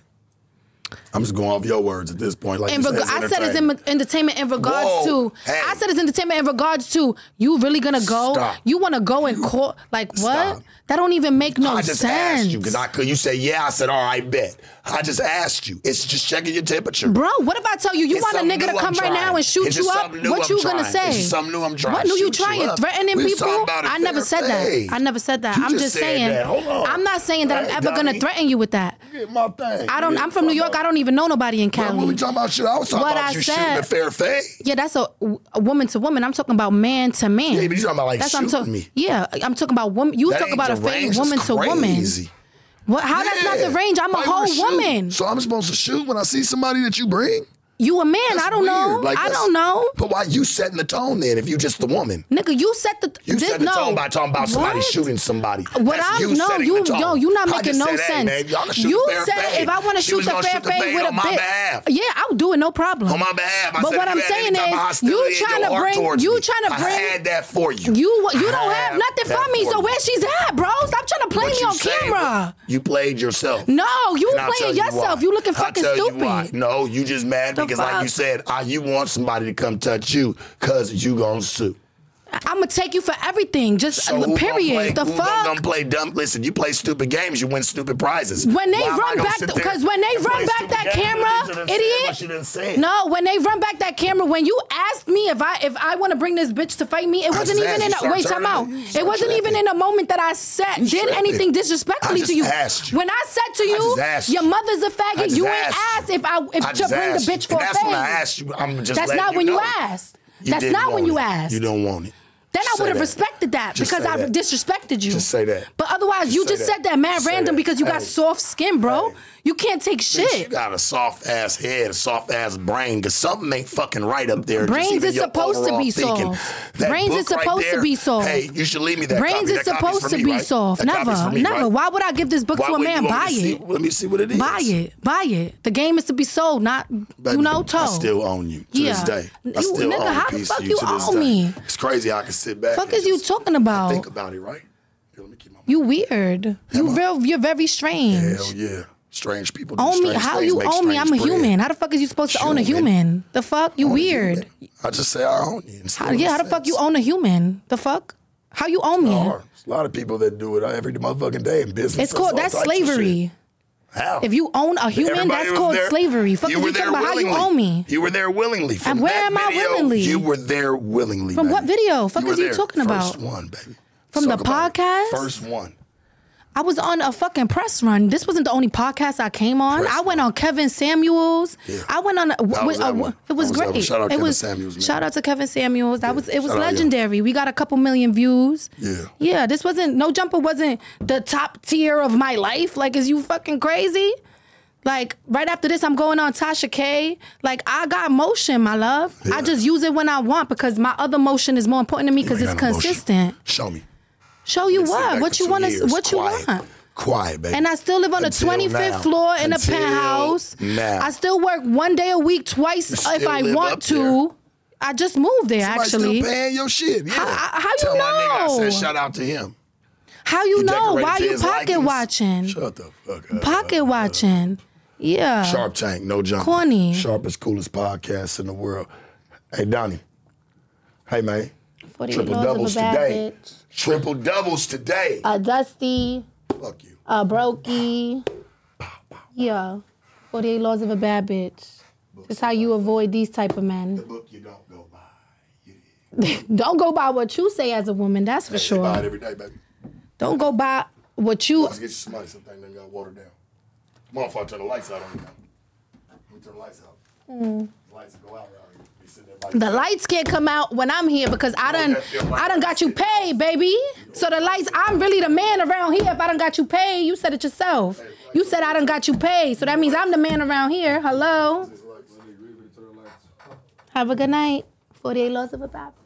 [SPEAKER 1] I'm just going off your words at this point. Like
[SPEAKER 2] in
[SPEAKER 1] you said,
[SPEAKER 2] reg-
[SPEAKER 1] it's
[SPEAKER 2] I said it's
[SPEAKER 1] entertainment.
[SPEAKER 2] in, entertainment in regards
[SPEAKER 1] Whoa,
[SPEAKER 2] to.
[SPEAKER 1] hey.
[SPEAKER 2] I said it's entertainment in regards to. You really gonna go?
[SPEAKER 1] Stop.
[SPEAKER 2] You want to go and court? Like what?
[SPEAKER 1] Stop.
[SPEAKER 2] That don't even make no
[SPEAKER 1] I just
[SPEAKER 2] sense,
[SPEAKER 1] asked you because I could. You say yeah. I said all right, bet. I just asked you. It's just checking your temperature.
[SPEAKER 2] bro. What if I tell you you
[SPEAKER 1] It's
[SPEAKER 2] want a
[SPEAKER 1] something
[SPEAKER 2] nigga to
[SPEAKER 1] new
[SPEAKER 2] come
[SPEAKER 1] I'm
[SPEAKER 2] right now
[SPEAKER 1] trying.
[SPEAKER 2] and shoot
[SPEAKER 1] It's
[SPEAKER 2] you
[SPEAKER 1] just
[SPEAKER 2] up?
[SPEAKER 1] something new
[SPEAKER 2] What
[SPEAKER 1] I'm
[SPEAKER 2] you gonna
[SPEAKER 1] trying.
[SPEAKER 2] say?
[SPEAKER 1] It's just something new I'm trying.
[SPEAKER 2] What new you
[SPEAKER 1] Shoot you
[SPEAKER 2] trying?
[SPEAKER 1] up.
[SPEAKER 2] Threatening
[SPEAKER 1] We was
[SPEAKER 2] people?
[SPEAKER 1] talking about it
[SPEAKER 2] I never said
[SPEAKER 1] Thursday.
[SPEAKER 2] that. I never said that.
[SPEAKER 1] You
[SPEAKER 2] I'm
[SPEAKER 1] just
[SPEAKER 2] just,
[SPEAKER 1] said
[SPEAKER 2] saying.
[SPEAKER 1] that. Hold on.
[SPEAKER 2] I'm not saying that
[SPEAKER 1] Right,
[SPEAKER 2] I'm ever gonna
[SPEAKER 1] dummy?
[SPEAKER 2] threaten you with that.
[SPEAKER 1] Get my thing.
[SPEAKER 2] I don't. I'm from New York. I don't even know nobody in Cali.
[SPEAKER 1] When we talking about shit, I was talking
[SPEAKER 2] What
[SPEAKER 1] about
[SPEAKER 2] I
[SPEAKER 1] you
[SPEAKER 2] said-
[SPEAKER 1] shooting a fair thing.
[SPEAKER 2] Yeah, that's a, a woman to woman. I'm talking about man to man.
[SPEAKER 1] Yeah, but you talking about, like,
[SPEAKER 2] that's what I'm
[SPEAKER 1] shooting me.
[SPEAKER 2] Yeah, I'm talking about woman. You
[SPEAKER 1] That
[SPEAKER 2] talk
[SPEAKER 1] ain't
[SPEAKER 2] about a thing
[SPEAKER 1] deranged,
[SPEAKER 2] woman
[SPEAKER 1] it's
[SPEAKER 2] to woman.
[SPEAKER 1] crazy.
[SPEAKER 2] What? How that's not
[SPEAKER 1] Yeah.
[SPEAKER 2] the range? I'm a
[SPEAKER 1] Why you
[SPEAKER 2] whole
[SPEAKER 1] shoot?
[SPEAKER 2] woman.
[SPEAKER 1] So I'm supposed to shoot when I see somebody that you bring?
[SPEAKER 2] you a man? I don't know.
[SPEAKER 1] Like,
[SPEAKER 2] I
[SPEAKER 1] that's-
[SPEAKER 2] don't know,
[SPEAKER 1] But why you setting the tone then if you just the woman?
[SPEAKER 2] nigga. You set the
[SPEAKER 1] You
[SPEAKER 2] this,
[SPEAKER 1] set the
[SPEAKER 2] no.
[SPEAKER 1] tone by talking about somebody
[SPEAKER 2] What?
[SPEAKER 1] shooting somebody.
[SPEAKER 2] What
[SPEAKER 1] That's
[SPEAKER 2] I'm
[SPEAKER 1] you
[SPEAKER 2] no,
[SPEAKER 1] setting
[SPEAKER 2] you
[SPEAKER 1] the tone.
[SPEAKER 2] no, you not
[SPEAKER 1] I
[SPEAKER 2] making
[SPEAKER 1] just
[SPEAKER 2] no
[SPEAKER 1] said, hey,
[SPEAKER 2] sense.
[SPEAKER 1] man, y'all can shoot
[SPEAKER 2] you
[SPEAKER 1] the fair
[SPEAKER 2] said
[SPEAKER 1] fade.
[SPEAKER 2] if I want to
[SPEAKER 1] She
[SPEAKER 2] shoot
[SPEAKER 1] was
[SPEAKER 2] the
[SPEAKER 1] gonna
[SPEAKER 2] fair
[SPEAKER 1] shoot the fade
[SPEAKER 2] fade with
[SPEAKER 1] on
[SPEAKER 2] a
[SPEAKER 1] my
[SPEAKER 2] bit,
[SPEAKER 1] behalf.
[SPEAKER 2] yeah, I'll do it, no problem.
[SPEAKER 1] On my behalf. I
[SPEAKER 2] but
[SPEAKER 1] said
[SPEAKER 2] what
[SPEAKER 1] if
[SPEAKER 2] I'm
[SPEAKER 1] you had any
[SPEAKER 2] saying
[SPEAKER 1] type of
[SPEAKER 2] is,
[SPEAKER 1] hostility
[SPEAKER 2] you
[SPEAKER 1] in your
[SPEAKER 2] trying to
[SPEAKER 1] heart
[SPEAKER 2] bring,
[SPEAKER 1] towards
[SPEAKER 2] you
[SPEAKER 1] me,
[SPEAKER 2] trying to
[SPEAKER 1] I
[SPEAKER 2] bring
[SPEAKER 1] had that for you.
[SPEAKER 2] You you
[SPEAKER 1] I
[SPEAKER 2] don't have nothing
[SPEAKER 1] that
[SPEAKER 2] from me,
[SPEAKER 1] for
[SPEAKER 2] so
[SPEAKER 1] you.
[SPEAKER 2] where she's at, bro? Stop trying to play
[SPEAKER 1] What
[SPEAKER 2] me
[SPEAKER 1] you
[SPEAKER 2] on
[SPEAKER 1] saying,
[SPEAKER 2] camera.
[SPEAKER 1] You played yourself.
[SPEAKER 2] No, you
[SPEAKER 1] And I'll tell
[SPEAKER 2] playing
[SPEAKER 1] you
[SPEAKER 2] yourself.
[SPEAKER 1] why.
[SPEAKER 2] You looking
[SPEAKER 1] I'll
[SPEAKER 2] fucking
[SPEAKER 1] tell you
[SPEAKER 2] stupid.
[SPEAKER 1] why. No, you just mad
[SPEAKER 2] The
[SPEAKER 1] because,
[SPEAKER 2] fuck?
[SPEAKER 1] like you said, I, you want somebody to come touch you because you gonna sue.
[SPEAKER 2] I'm gonna take you for everything. Just
[SPEAKER 1] So
[SPEAKER 2] uh,
[SPEAKER 1] who Gonna play,
[SPEAKER 2] period. The
[SPEAKER 1] who
[SPEAKER 2] fuck.
[SPEAKER 1] Gonna play dumb. Listen, you play stupid games, you win stupid prizes.
[SPEAKER 2] When they
[SPEAKER 1] Why am I
[SPEAKER 2] run
[SPEAKER 1] gonna
[SPEAKER 2] back
[SPEAKER 1] sit
[SPEAKER 2] the-
[SPEAKER 1] there
[SPEAKER 2] 'cause when they
[SPEAKER 1] and
[SPEAKER 2] run
[SPEAKER 1] play
[SPEAKER 2] back
[SPEAKER 1] stupid
[SPEAKER 2] that
[SPEAKER 1] games
[SPEAKER 2] camera,
[SPEAKER 1] and you done said
[SPEAKER 2] idiot?
[SPEAKER 1] what you done said?
[SPEAKER 2] No, when they run back that camera, when you asked me if I if I want to bring this bitch to fight me, it wasn't
[SPEAKER 1] just
[SPEAKER 2] even
[SPEAKER 1] asked
[SPEAKER 2] in
[SPEAKER 1] you,
[SPEAKER 2] a
[SPEAKER 1] start
[SPEAKER 2] wait, time
[SPEAKER 1] turning
[SPEAKER 2] out.
[SPEAKER 1] it. You
[SPEAKER 2] It
[SPEAKER 1] start
[SPEAKER 2] wasn't even
[SPEAKER 1] tripping.
[SPEAKER 2] in a moment that I said
[SPEAKER 1] You
[SPEAKER 2] did
[SPEAKER 1] tripping.
[SPEAKER 2] anything disrespectfully
[SPEAKER 1] I just
[SPEAKER 2] to you.
[SPEAKER 1] asked you.
[SPEAKER 2] When I said to
[SPEAKER 1] I
[SPEAKER 2] you,
[SPEAKER 1] just asked you.
[SPEAKER 2] your mother's a
[SPEAKER 1] I
[SPEAKER 2] faggot,
[SPEAKER 1] just
[SPEAKER 2] you ain't
[SPEAKER 1] asked
[SPEAKER 2] asked if I
[SPEAKER 1] I
[SPEAKER 2] if to
[SPEAKER 1] just
[SPEAKER 2] bring the
[SPEAKER 1] asked you.
[SPEAKER 2] bitch for
[SPEAKER 1] and
[SPEAKER 2] a
[SPEAKER 1] that's
[SPEAKER 2] fag.
[SPEAKER 1] when I asked you. I'm just
[SPEAKER 2] That's
[SPEAKER 1] letting
[SPEAKER 2] not when you
[SPEAKER 1] know.
[SPEAKER 2] asked.
[SPEAKER 1] You
[SPEAKER 2] That's
[SPEAKER 1] didn't
[SPEAKER 2] not when
[SPEAKER 1] want
[SPEAKER 2] you
[SPEAKER 1] it.
[SPEAKER 2] asked.
[SPEAKER 1] You don't want it.
[SPEAKER 2] Then
[SPEAKER 1] Just
[SPEAKER 2] I
[SPEAKER 1] say
[SPEAKER 2] would have
[SPEAKER 1] that.
[SPEAKER 2] respected that
[SPEAKER 1] Just
[SPEAKER 2] because
[SPEAKER 1] say
[SPEAKER 2] I
[SPEAKER 1] that.
[SPEAKER 2] disrespected you.
[SPEAKER 1] Just say that.
[SPEAKER 2] But otherwise,
[SPEAKER 1] Just
[SPEAKER 2] you
[SPEAKER 1] say
[SPEAKER 2] just
[SPEAKER 1] that.
[SPEAKER 2] said that mad
[SPEAKER 1] Just say
[SPEAKER 2] random
[SPEAKER 1] that.
[SPEAKER 2] because you got
[SPEAKER 1] Hey.
[SPEAKER 2] soft skin, bro.
[SPEAKER 1] Hey.
[SPEAKER 2] You can't take
[SPEAKER 1] Bitch,
[SPEAKER 2] shit.
[SPEAKER 1] you got a soft ass head, a soft ass brain, because something ain't fucking right up there. just
[SPEAKER 2] Brains
[SPEAKER 1] even
[SPEAKER 2] is
[SPEAKER 1] your
[SPEAKER 2] supposed to be
[SPEAKER 1] overall thinking.
[SPEAKER 2] soft.
[SPEAKER 1] That
[SPEAKER 2] Brains
[SPEAKER 1] book
[SPEAKER 2] is supposed
[SPEAKER 1] right
[SPEAKER 2] to
[SPEAKER 1] there,
[SPEAKER 2] be soft.
[SPEAKER 1] Hey, you should leave me that.
[SPEAKER 2] Brains
[SPEAKER 1] copy. That
[SPEAKER 2] is
[SPEAKER 1] copy's
[SPEAKER 2] supposed
[SPEAKER 1] for
[SPEAKER 2] to
[SPEAKER 1] me,
[SPEAKER 2] be
[SPEAKER 1] right?
[SPEAKER 2] soft.
[SPEAKER 1] That copy's
[SPEAKER 2] never,
[SPEAKER 1] for me,
[SPEAKER 2] never.
[SPEAKER 1] right?
[SPEAKER 2] Why would I give this book
[SPEAKER 1] Why
[SPEAKER 2] to a
[SPEAKER 1] wouldn't
[SPEAKER 2] man?
[SPEAKER 1] you want
[SPEAKER 2] Buy
[SPEAKER 1] me to see-
[SPEAKER 2] it.
[SPEAKER 1] Let me see what it is.
[SPEAKER 2] Buy it. Buy it. The game is to be sold, not
[SPEAKER 1] Baby,
[SPEAKER 2] you know
[SPEAKER 1] I
[SPEAKER 2] told.
[SPEAKER 1] still own you to
[SPEAKER 2] Yeah.
[SPEAKER 1] this day. I
[SPEAKER 2] You-
[SPEAKER 1] still
[SPEAKER 2] nigga,
[SPEAKER 1] own a
[SPEAKER 2] how the
[SPEAKER 1] piece
[SPEAKER 2] fuck
[SPEAKER 1] of you,
[SPEAKER 2] you
[SPEAKER 1] to this
[SPEAKER 2] own
[SPEAKER 1] day.
[SPEAKER 2] me?
[SPEAKER 1] It's crazy. I can sit back.
[SPEAKER 2] Fuck
[SPEAKER 1] and
[SPEAKER 2] is you
[SPEAKER 1] just
[SPEAKER 2] talking about?
[SPEAKER 1] Think about it, right? Here, let me keep my.
[SPEAKER 2] You weird. You real. You're very strange.
[SPEAKER 1] Hell yeah, strange people. Do
[SPEAKER 2] Own me?
[SPEAKER 1] strange
[SPEAKER 2] How
[SPEAKER 1] things,
[SPEAKER 2] you
[SPEAKER 1] make
[SPEAKER 2] own me? I'm
[SPEAKER 1] strange
[SPEAKER 2] a
[SPEAKER 1] bread.
[SPEAKER 2] human. How the fuck is you supposed to own a
[SPEAKER 1] Human.
[SPEAKER 2] human? The fuck? You
[SPEAKER 1] Own a
[SPEAKER 2] weird.
[SPEAKER 1] human. I just say I own you. and see
[SPEAKER 2] How,
[SPEAKER 1] what
[SPEAKER 2] yeah,
[SPEAKER 1] it
[SPEAKER 2] how the
[SPEAKER 1] says.
[SPEAKER 2] fuck you own a human? The fuck? How you own me?
[SPEAKER 1] There are. There's Oh, a lot of people that do it every motherfucking day in business.
[SPEAKER 2] It's called
[SPEAKER 1] all
[SPEAKER 2] that's
[SPEAKER 1] types of shit.
[SPEAKER 2] slavery.
[SPEAKER 1] How?
[SPEAKER 2] If you own a human,
[SPEAKER 1] Everybody
[SPEAKER 2] that's
[SPEAKER 1] was
[SPEAKER 2] called
[SPEAKER 1] there.
[SPEAKER 2] slavery. Fuck, is
[SPEAKER 1] were
[SPEAKER 2] you talking
[SPEAKER 1] there
[SPEAKER 2] about how you
[SPEAKER 1] willingly.
[SPEAKER 2] own me?
[SPEAKER 1] You were there willingly. From
[SPEAKER 2] And where
[SPEAKER 1] that
[SPEAKER 2] am I
[SPEAKER 1] video,
[SPEAKER 2] willingly?
[SPEAKER 1] You were there willingly.
[SPEAKER 2] From
[SPEAKER 1] baby.
[SPEAKER 2] what video? Fuck
[SPEAKER 1] were
[SPEAKER 2] is you
[SPEAKER 1] there.
[SPEAKER 2] talking
[SPEAKER 1] First
[SPEAKER 2] about?
[SPEAKER 1] one, baby.
[SPEAKER 2] From
[SPEAKER 1] Talk
[SPEAKER 2] the
[SPEAKER 1] about it.
[SPEAKER 2] podcast?
[SPEAKER 1] First one.
[SPEAKER 2] I was on a fucking press run. This wasn't the only podcast I came on.
[SPEAKER 1] Press
[SPEAKER 2] I went on Kevin Samuels.
[SPEAKER 1] Yeah.
[SPEAKER 2] I went on. A,
[SPEAKER 1] was
[SPEAKER 2] with a-
[SPEAKER 1] that one. That
[SPEAKER 2] It was
[SPEAKER 1] was that one.
[SPEAKER 2] great.
[SPEAKER 1] Shout out
[SPEAKER 2] it
[SPEAKER 1] Kevin
[SPEAKER 2] was,
[SPEAKER 1] Samuels, man.
[SPEAKER 2] Shout out to Kevin Samuels. That was it was
[SPEAKER 1] Shout out, yeah.
[SPEAKER 2] legendary. We got a couple million views.
[SPEAKER 1] Yeah.
[SPEAKER 2] Yeah. This wasn't no jumper wasn't the top tier of my life. Like, is you fucking crazy? Like right after this, I'm going on Tasha K. Like I got motion, my love. I
[SPEAKER 1] Yeah.
[SPEAKER 2] just use it when I want because my other motion is more important to me
[SPEAKER 1] You
[SPEAKER 2] because
[SPEAKER 1] ain't
[SPEAKER 2] it's
[SPEAKER 1] got no motion.
[SPEAKER 2] consistent.
[SPEAKER 1] Show me.
[SPEAKER 2] Show you
[SPEAKER 1] Been sitting
[SPEAKER 2] what?
[SPEAKER 1] back
[SPEAKER 2] What
[SPEAKER 1] for
[SPEAKER 2] you
[SPEAKER 1] two
[SPEAKER 2] want to?
[SPEAKER 1] years.
[SPEAKER 2] What you
[SPEAKER 1] Quiet.
[SPEAKER 2] want?
[SPEAKER 1] Quiet, baby.
[SPEAKER 2] And I still live on the
[SPEAKER 1] Until
[SPEAKER 2] 25th
[SPEAKER 1] now.
[SPEAKER 2] floor in
[SPEAKER 1] Until
[SPEAKER 2] a penthouse.
[SPEAKER 1] Now.
[SPEAKER 2] I still work one day a week,
[SPEAKER 1] You
[SPEAKER 2] twice if
[SPEAKER 1] still
[SPEAKER 2] I
[SPEAKER 1] live
[SPEAKER 2] want
[SPEAKER 1] up
[SPEAKER 2] to. I just moved there
[SPEAKER 1] Somebody
[SPEAKER 2] actually.
[SPEAKER 1] still paying your shit. Yeah.
[SPEAKER 2] How- how- how you
[SPEAKER 1] Tell my nigga
[SPEAKER 2] know?
[SPEAKER 1] I said shout out to him.
[SPEAKER 2] How you
[SPEAKER 1] He
[SPEAKER 2] know?
[SPEAKER 1] decorated
[SPEAKER 2] Why
[SPEAKER 1] to
[SPEAKER 2] you
[SPEAKER 1] his
[SPEAKER 2] pocket
[SPEAKER 1] likings.
[SPEAKER 2] watching?
[SPEAKER 1] Shut the fuck up.
[SPEAKER 2] Pocket watching. Yeah.
[SPEAKER 1] Sharp Tank, no jump.
[SPEAKER 2] Corny.
[SPEAKER 1] Sharpest, coolest podcast in the world. Hey, Donnie. Hey, man.
[SPEAKER 2] 48
[SPEAKER 1] Triple
[SPEAKER 2] laws of a
[SPEAKER 1] doubles
[SPEAKER 2] bad
[SPEAKER 1] today.
[SPEAKER 2] bitch.
[SPEAKER 1] Triple doubles today.
[SPEAKER 2] A dusty,
[SPEAKER 1] Fuck you.
[SPEAKER 2] a brokey. Yeah. 48 laws of a bad bitch. That's how you avoid these type of men.
[SPEAKER 1] Book you don't go by.
[SPEAKER 2] Don't go by what you say as a woman, that's for
[SPEAKER 1] Sure. Buy it
[SPEAKER 2] sure.
[SPEAKER 1] every day, baby.
[SPEAKER 2] Don't go by what you
[SPEAKER 1] Let's get you somebody something that got watered down. Motherfucker, turn the lights out on you. now. Let me turn the lights out.
[SPEAKER 2] Hmm.
[SPEAKER 1] The lights go out around here. Be sitting there like
[SPEAKER 2] The lights can't come out when I'm here because I done
[SPEAKER 1] that's your light.
[SPEAKER 2] I done got you paid, baby. So the lights, I'm really the man around here. If I done got you paid, you said it yourself. You said I done got you paid, so that means I'm the man around here. Hello. Have a good night. 48 laws of a bad